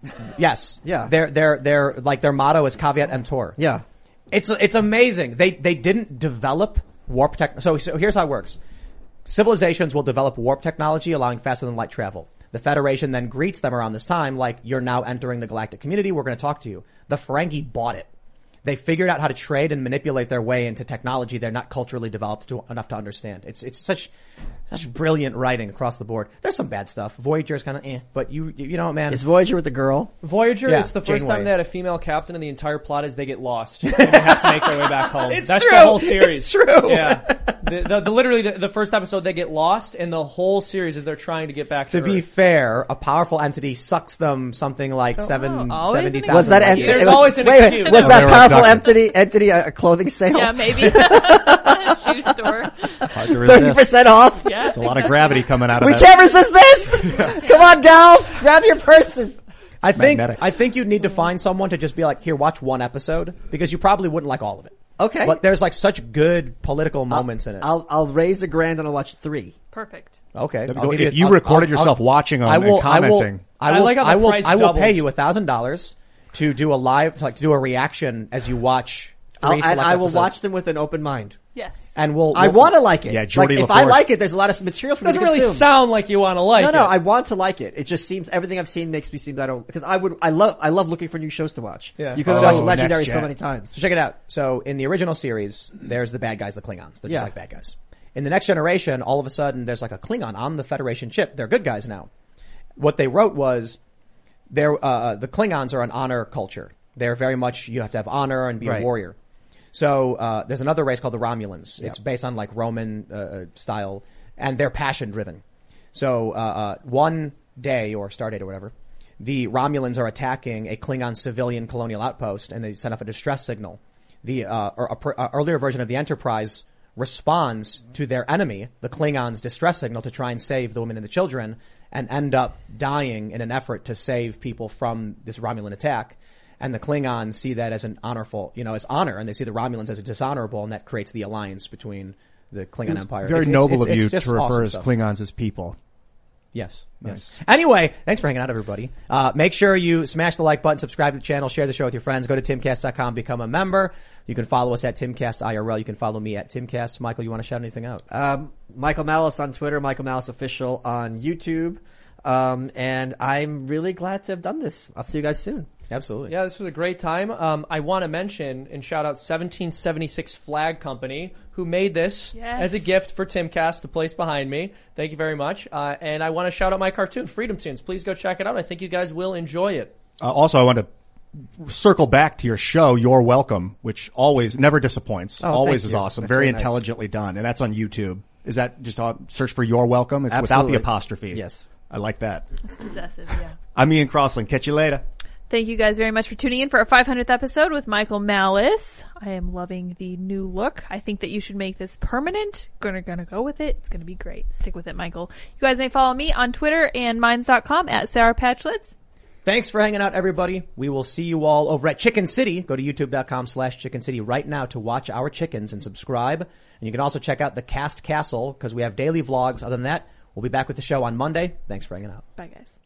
Yes.
Yeah.
Their their their like their motto is caveat emptor.
Yeah.
It's it's amazing. They they didn't develop warp tech. So so here's how it works. Civilizations will develop warp technology, allowing faster than light travel. The Federation then greets them around this time, like you're now entering the galactic community. We're going to talk to you. The Ferengi bought it. They figured out how to trade and manipulate their way into technology they're not culturally developed to, enough to understand. It's it's such such brilliant writing across the board. There's some bad stuff. Voyager's kind of eh, but you you know man.
Is Voyager with the girl?
Voyager,
Yeah,
it's the first
Janeway.
time they had a female captain, and the entire plot is they get lost. and they have to make their way back home.
It's
That's
true.
the whole series.
It's true.
Yeah. The, the, the- literally, the, the first episode, they get lost, and the whole series is they're trying to get back to,
To be
Earth.
fair, a powerful entity sucks them something like seven
Oh, always an
seventy thousand.
Was that
light
entity?
years.
There's always an
wait,
excuse.
Wait, was
No,
that
they were
powerful
abducted.
entity entity a, a clothing sale?
Yeah, maybe. Shoot a door.
Hard to resist.
Thirty percent off.
Yeah.
It's a lot of gravity coming out of
We
that.
can't resist this. Come on, gals, grab your purses.
I think
Magnetic.
I think you'd need to find someone to just be like, here, watch one episode because you probably wouldn't like all of it.
Okay.
But there's like such good political moments in it.
I'll I'll raise a grand and I'll watch three.
Perfect.
okay.
That'd be
I'll
cool.
give
If you
I'll-
recorded
I'll-
yourself
I'll-
watching on
I
and
will,
commenting.
I will. I
I
will.
like how the
I will,
price
I will pay
doubles.
you a thousand dollars to do a live, to, like to do a reaction as you watch.
I'll,
three
and
select
I will
episodes.
watch them with an open mind.
Yes.
and we'll.
I
we'll-
want to like it.
Yeah, Jordy
like, If I
LaForge.
like it, there's a lot of material for me
doesn't
to
really
consume.
sound like you want to like
no, no,
it.
I want to like it. It just seems everything I've seen makes me seem that I don't because I would I love I love looking for new shows to watch.
Yeah.
you can
Oh,
watch
Next
Legendary so
Gen.
many times.
So check it out. So in the original series, there's the bad guys, the Klingons. They're
Yeah.
just like bad guys. In the next generation, all of a sudden, there's like a Klingon on the Federation ship. They're good guys now. What they wrote was, they're, uh, the Klingons are an honor culture. They're very much, you have to have honor and be
Right.
a warrior. So, uh, there's another race called the Romulans. It's based on like Roman, uh, uh, style and they're passion driven. So, uh, uh, one day or star date or whatever, the Romulans are attacking a Klingon civilian colonial outpost and they send off a distress signal. The, uh, or a, pr- a earlier version of the Enterprise responds to their enemy, the Klingons distress signal to try and save the women and the children and end up dying in an effort to save people from this Romulan attack. And the Klingons see that as an honorful, you know, as honor, and they see the Romulans as a dishonorable, and that creates the alliance between the Klingon Empire.
Very
It's- it's-
noble
it's-
of
it's
you
just
to refer
awesome
as
stuff.
Klingons as people.
Yes. Yes. Anyway, thanks for hanging out, everybody. Uh, make sure you smash the like button, subscribe to the channel, share the show with your friends. Go to timcast.com, become a member. You can follow us at Timcast IRL. You can follow me at Timcast. Michael, you want to shout anything out?
Um, Michael Malice on Twitter, Michael Malice official on YouTube, um, and I'm really glad to have done this. I'll see you guys soon.
Absolutely.
Yeah, this was a great time. Um, I want to mention and shout out 1776 Flag Company, who made this
Yes.
as a gift for Timcast, the place behind me. Thank you very much. Uh, and I want to shout out my cartoon, Freedom Tunes. Please go check it out. I think you guys will enjoy it.
Uh, also, I want to circle back to your show, You're Welcome, which always never disappoints.
Oh,
always
thank
is
you.
awesome.
That's
Very
very nice.
intelligently done, and that's on YouTube. Is that just on, search for You're Welcome? It's
Absolutely.
without the apostrophe.
Yes.
I like that.
It's possessive, yeah.
I'm Ian Crossland. Catch you later.
Thank you guys very much for tuning in for our 500th episode with Michael Malice. I am loving the new look. I think that you should make this permanent. Gonna gonna go with it. It's gonna be great. Stick with it, Michael. You guys may follow me on Twitter and minds.com at Sarah Patchlets.
Thanks for hanging out, everybody. We will see you all over at Chicken City. Go to youtube.com slash chicken city right now to watch our chickens and subscribe. And you can also check out the Cast Castle because we have daily vlogs. Other than that, we'll be back with the show on Monday. Thanks for hanging out.
Bye guys.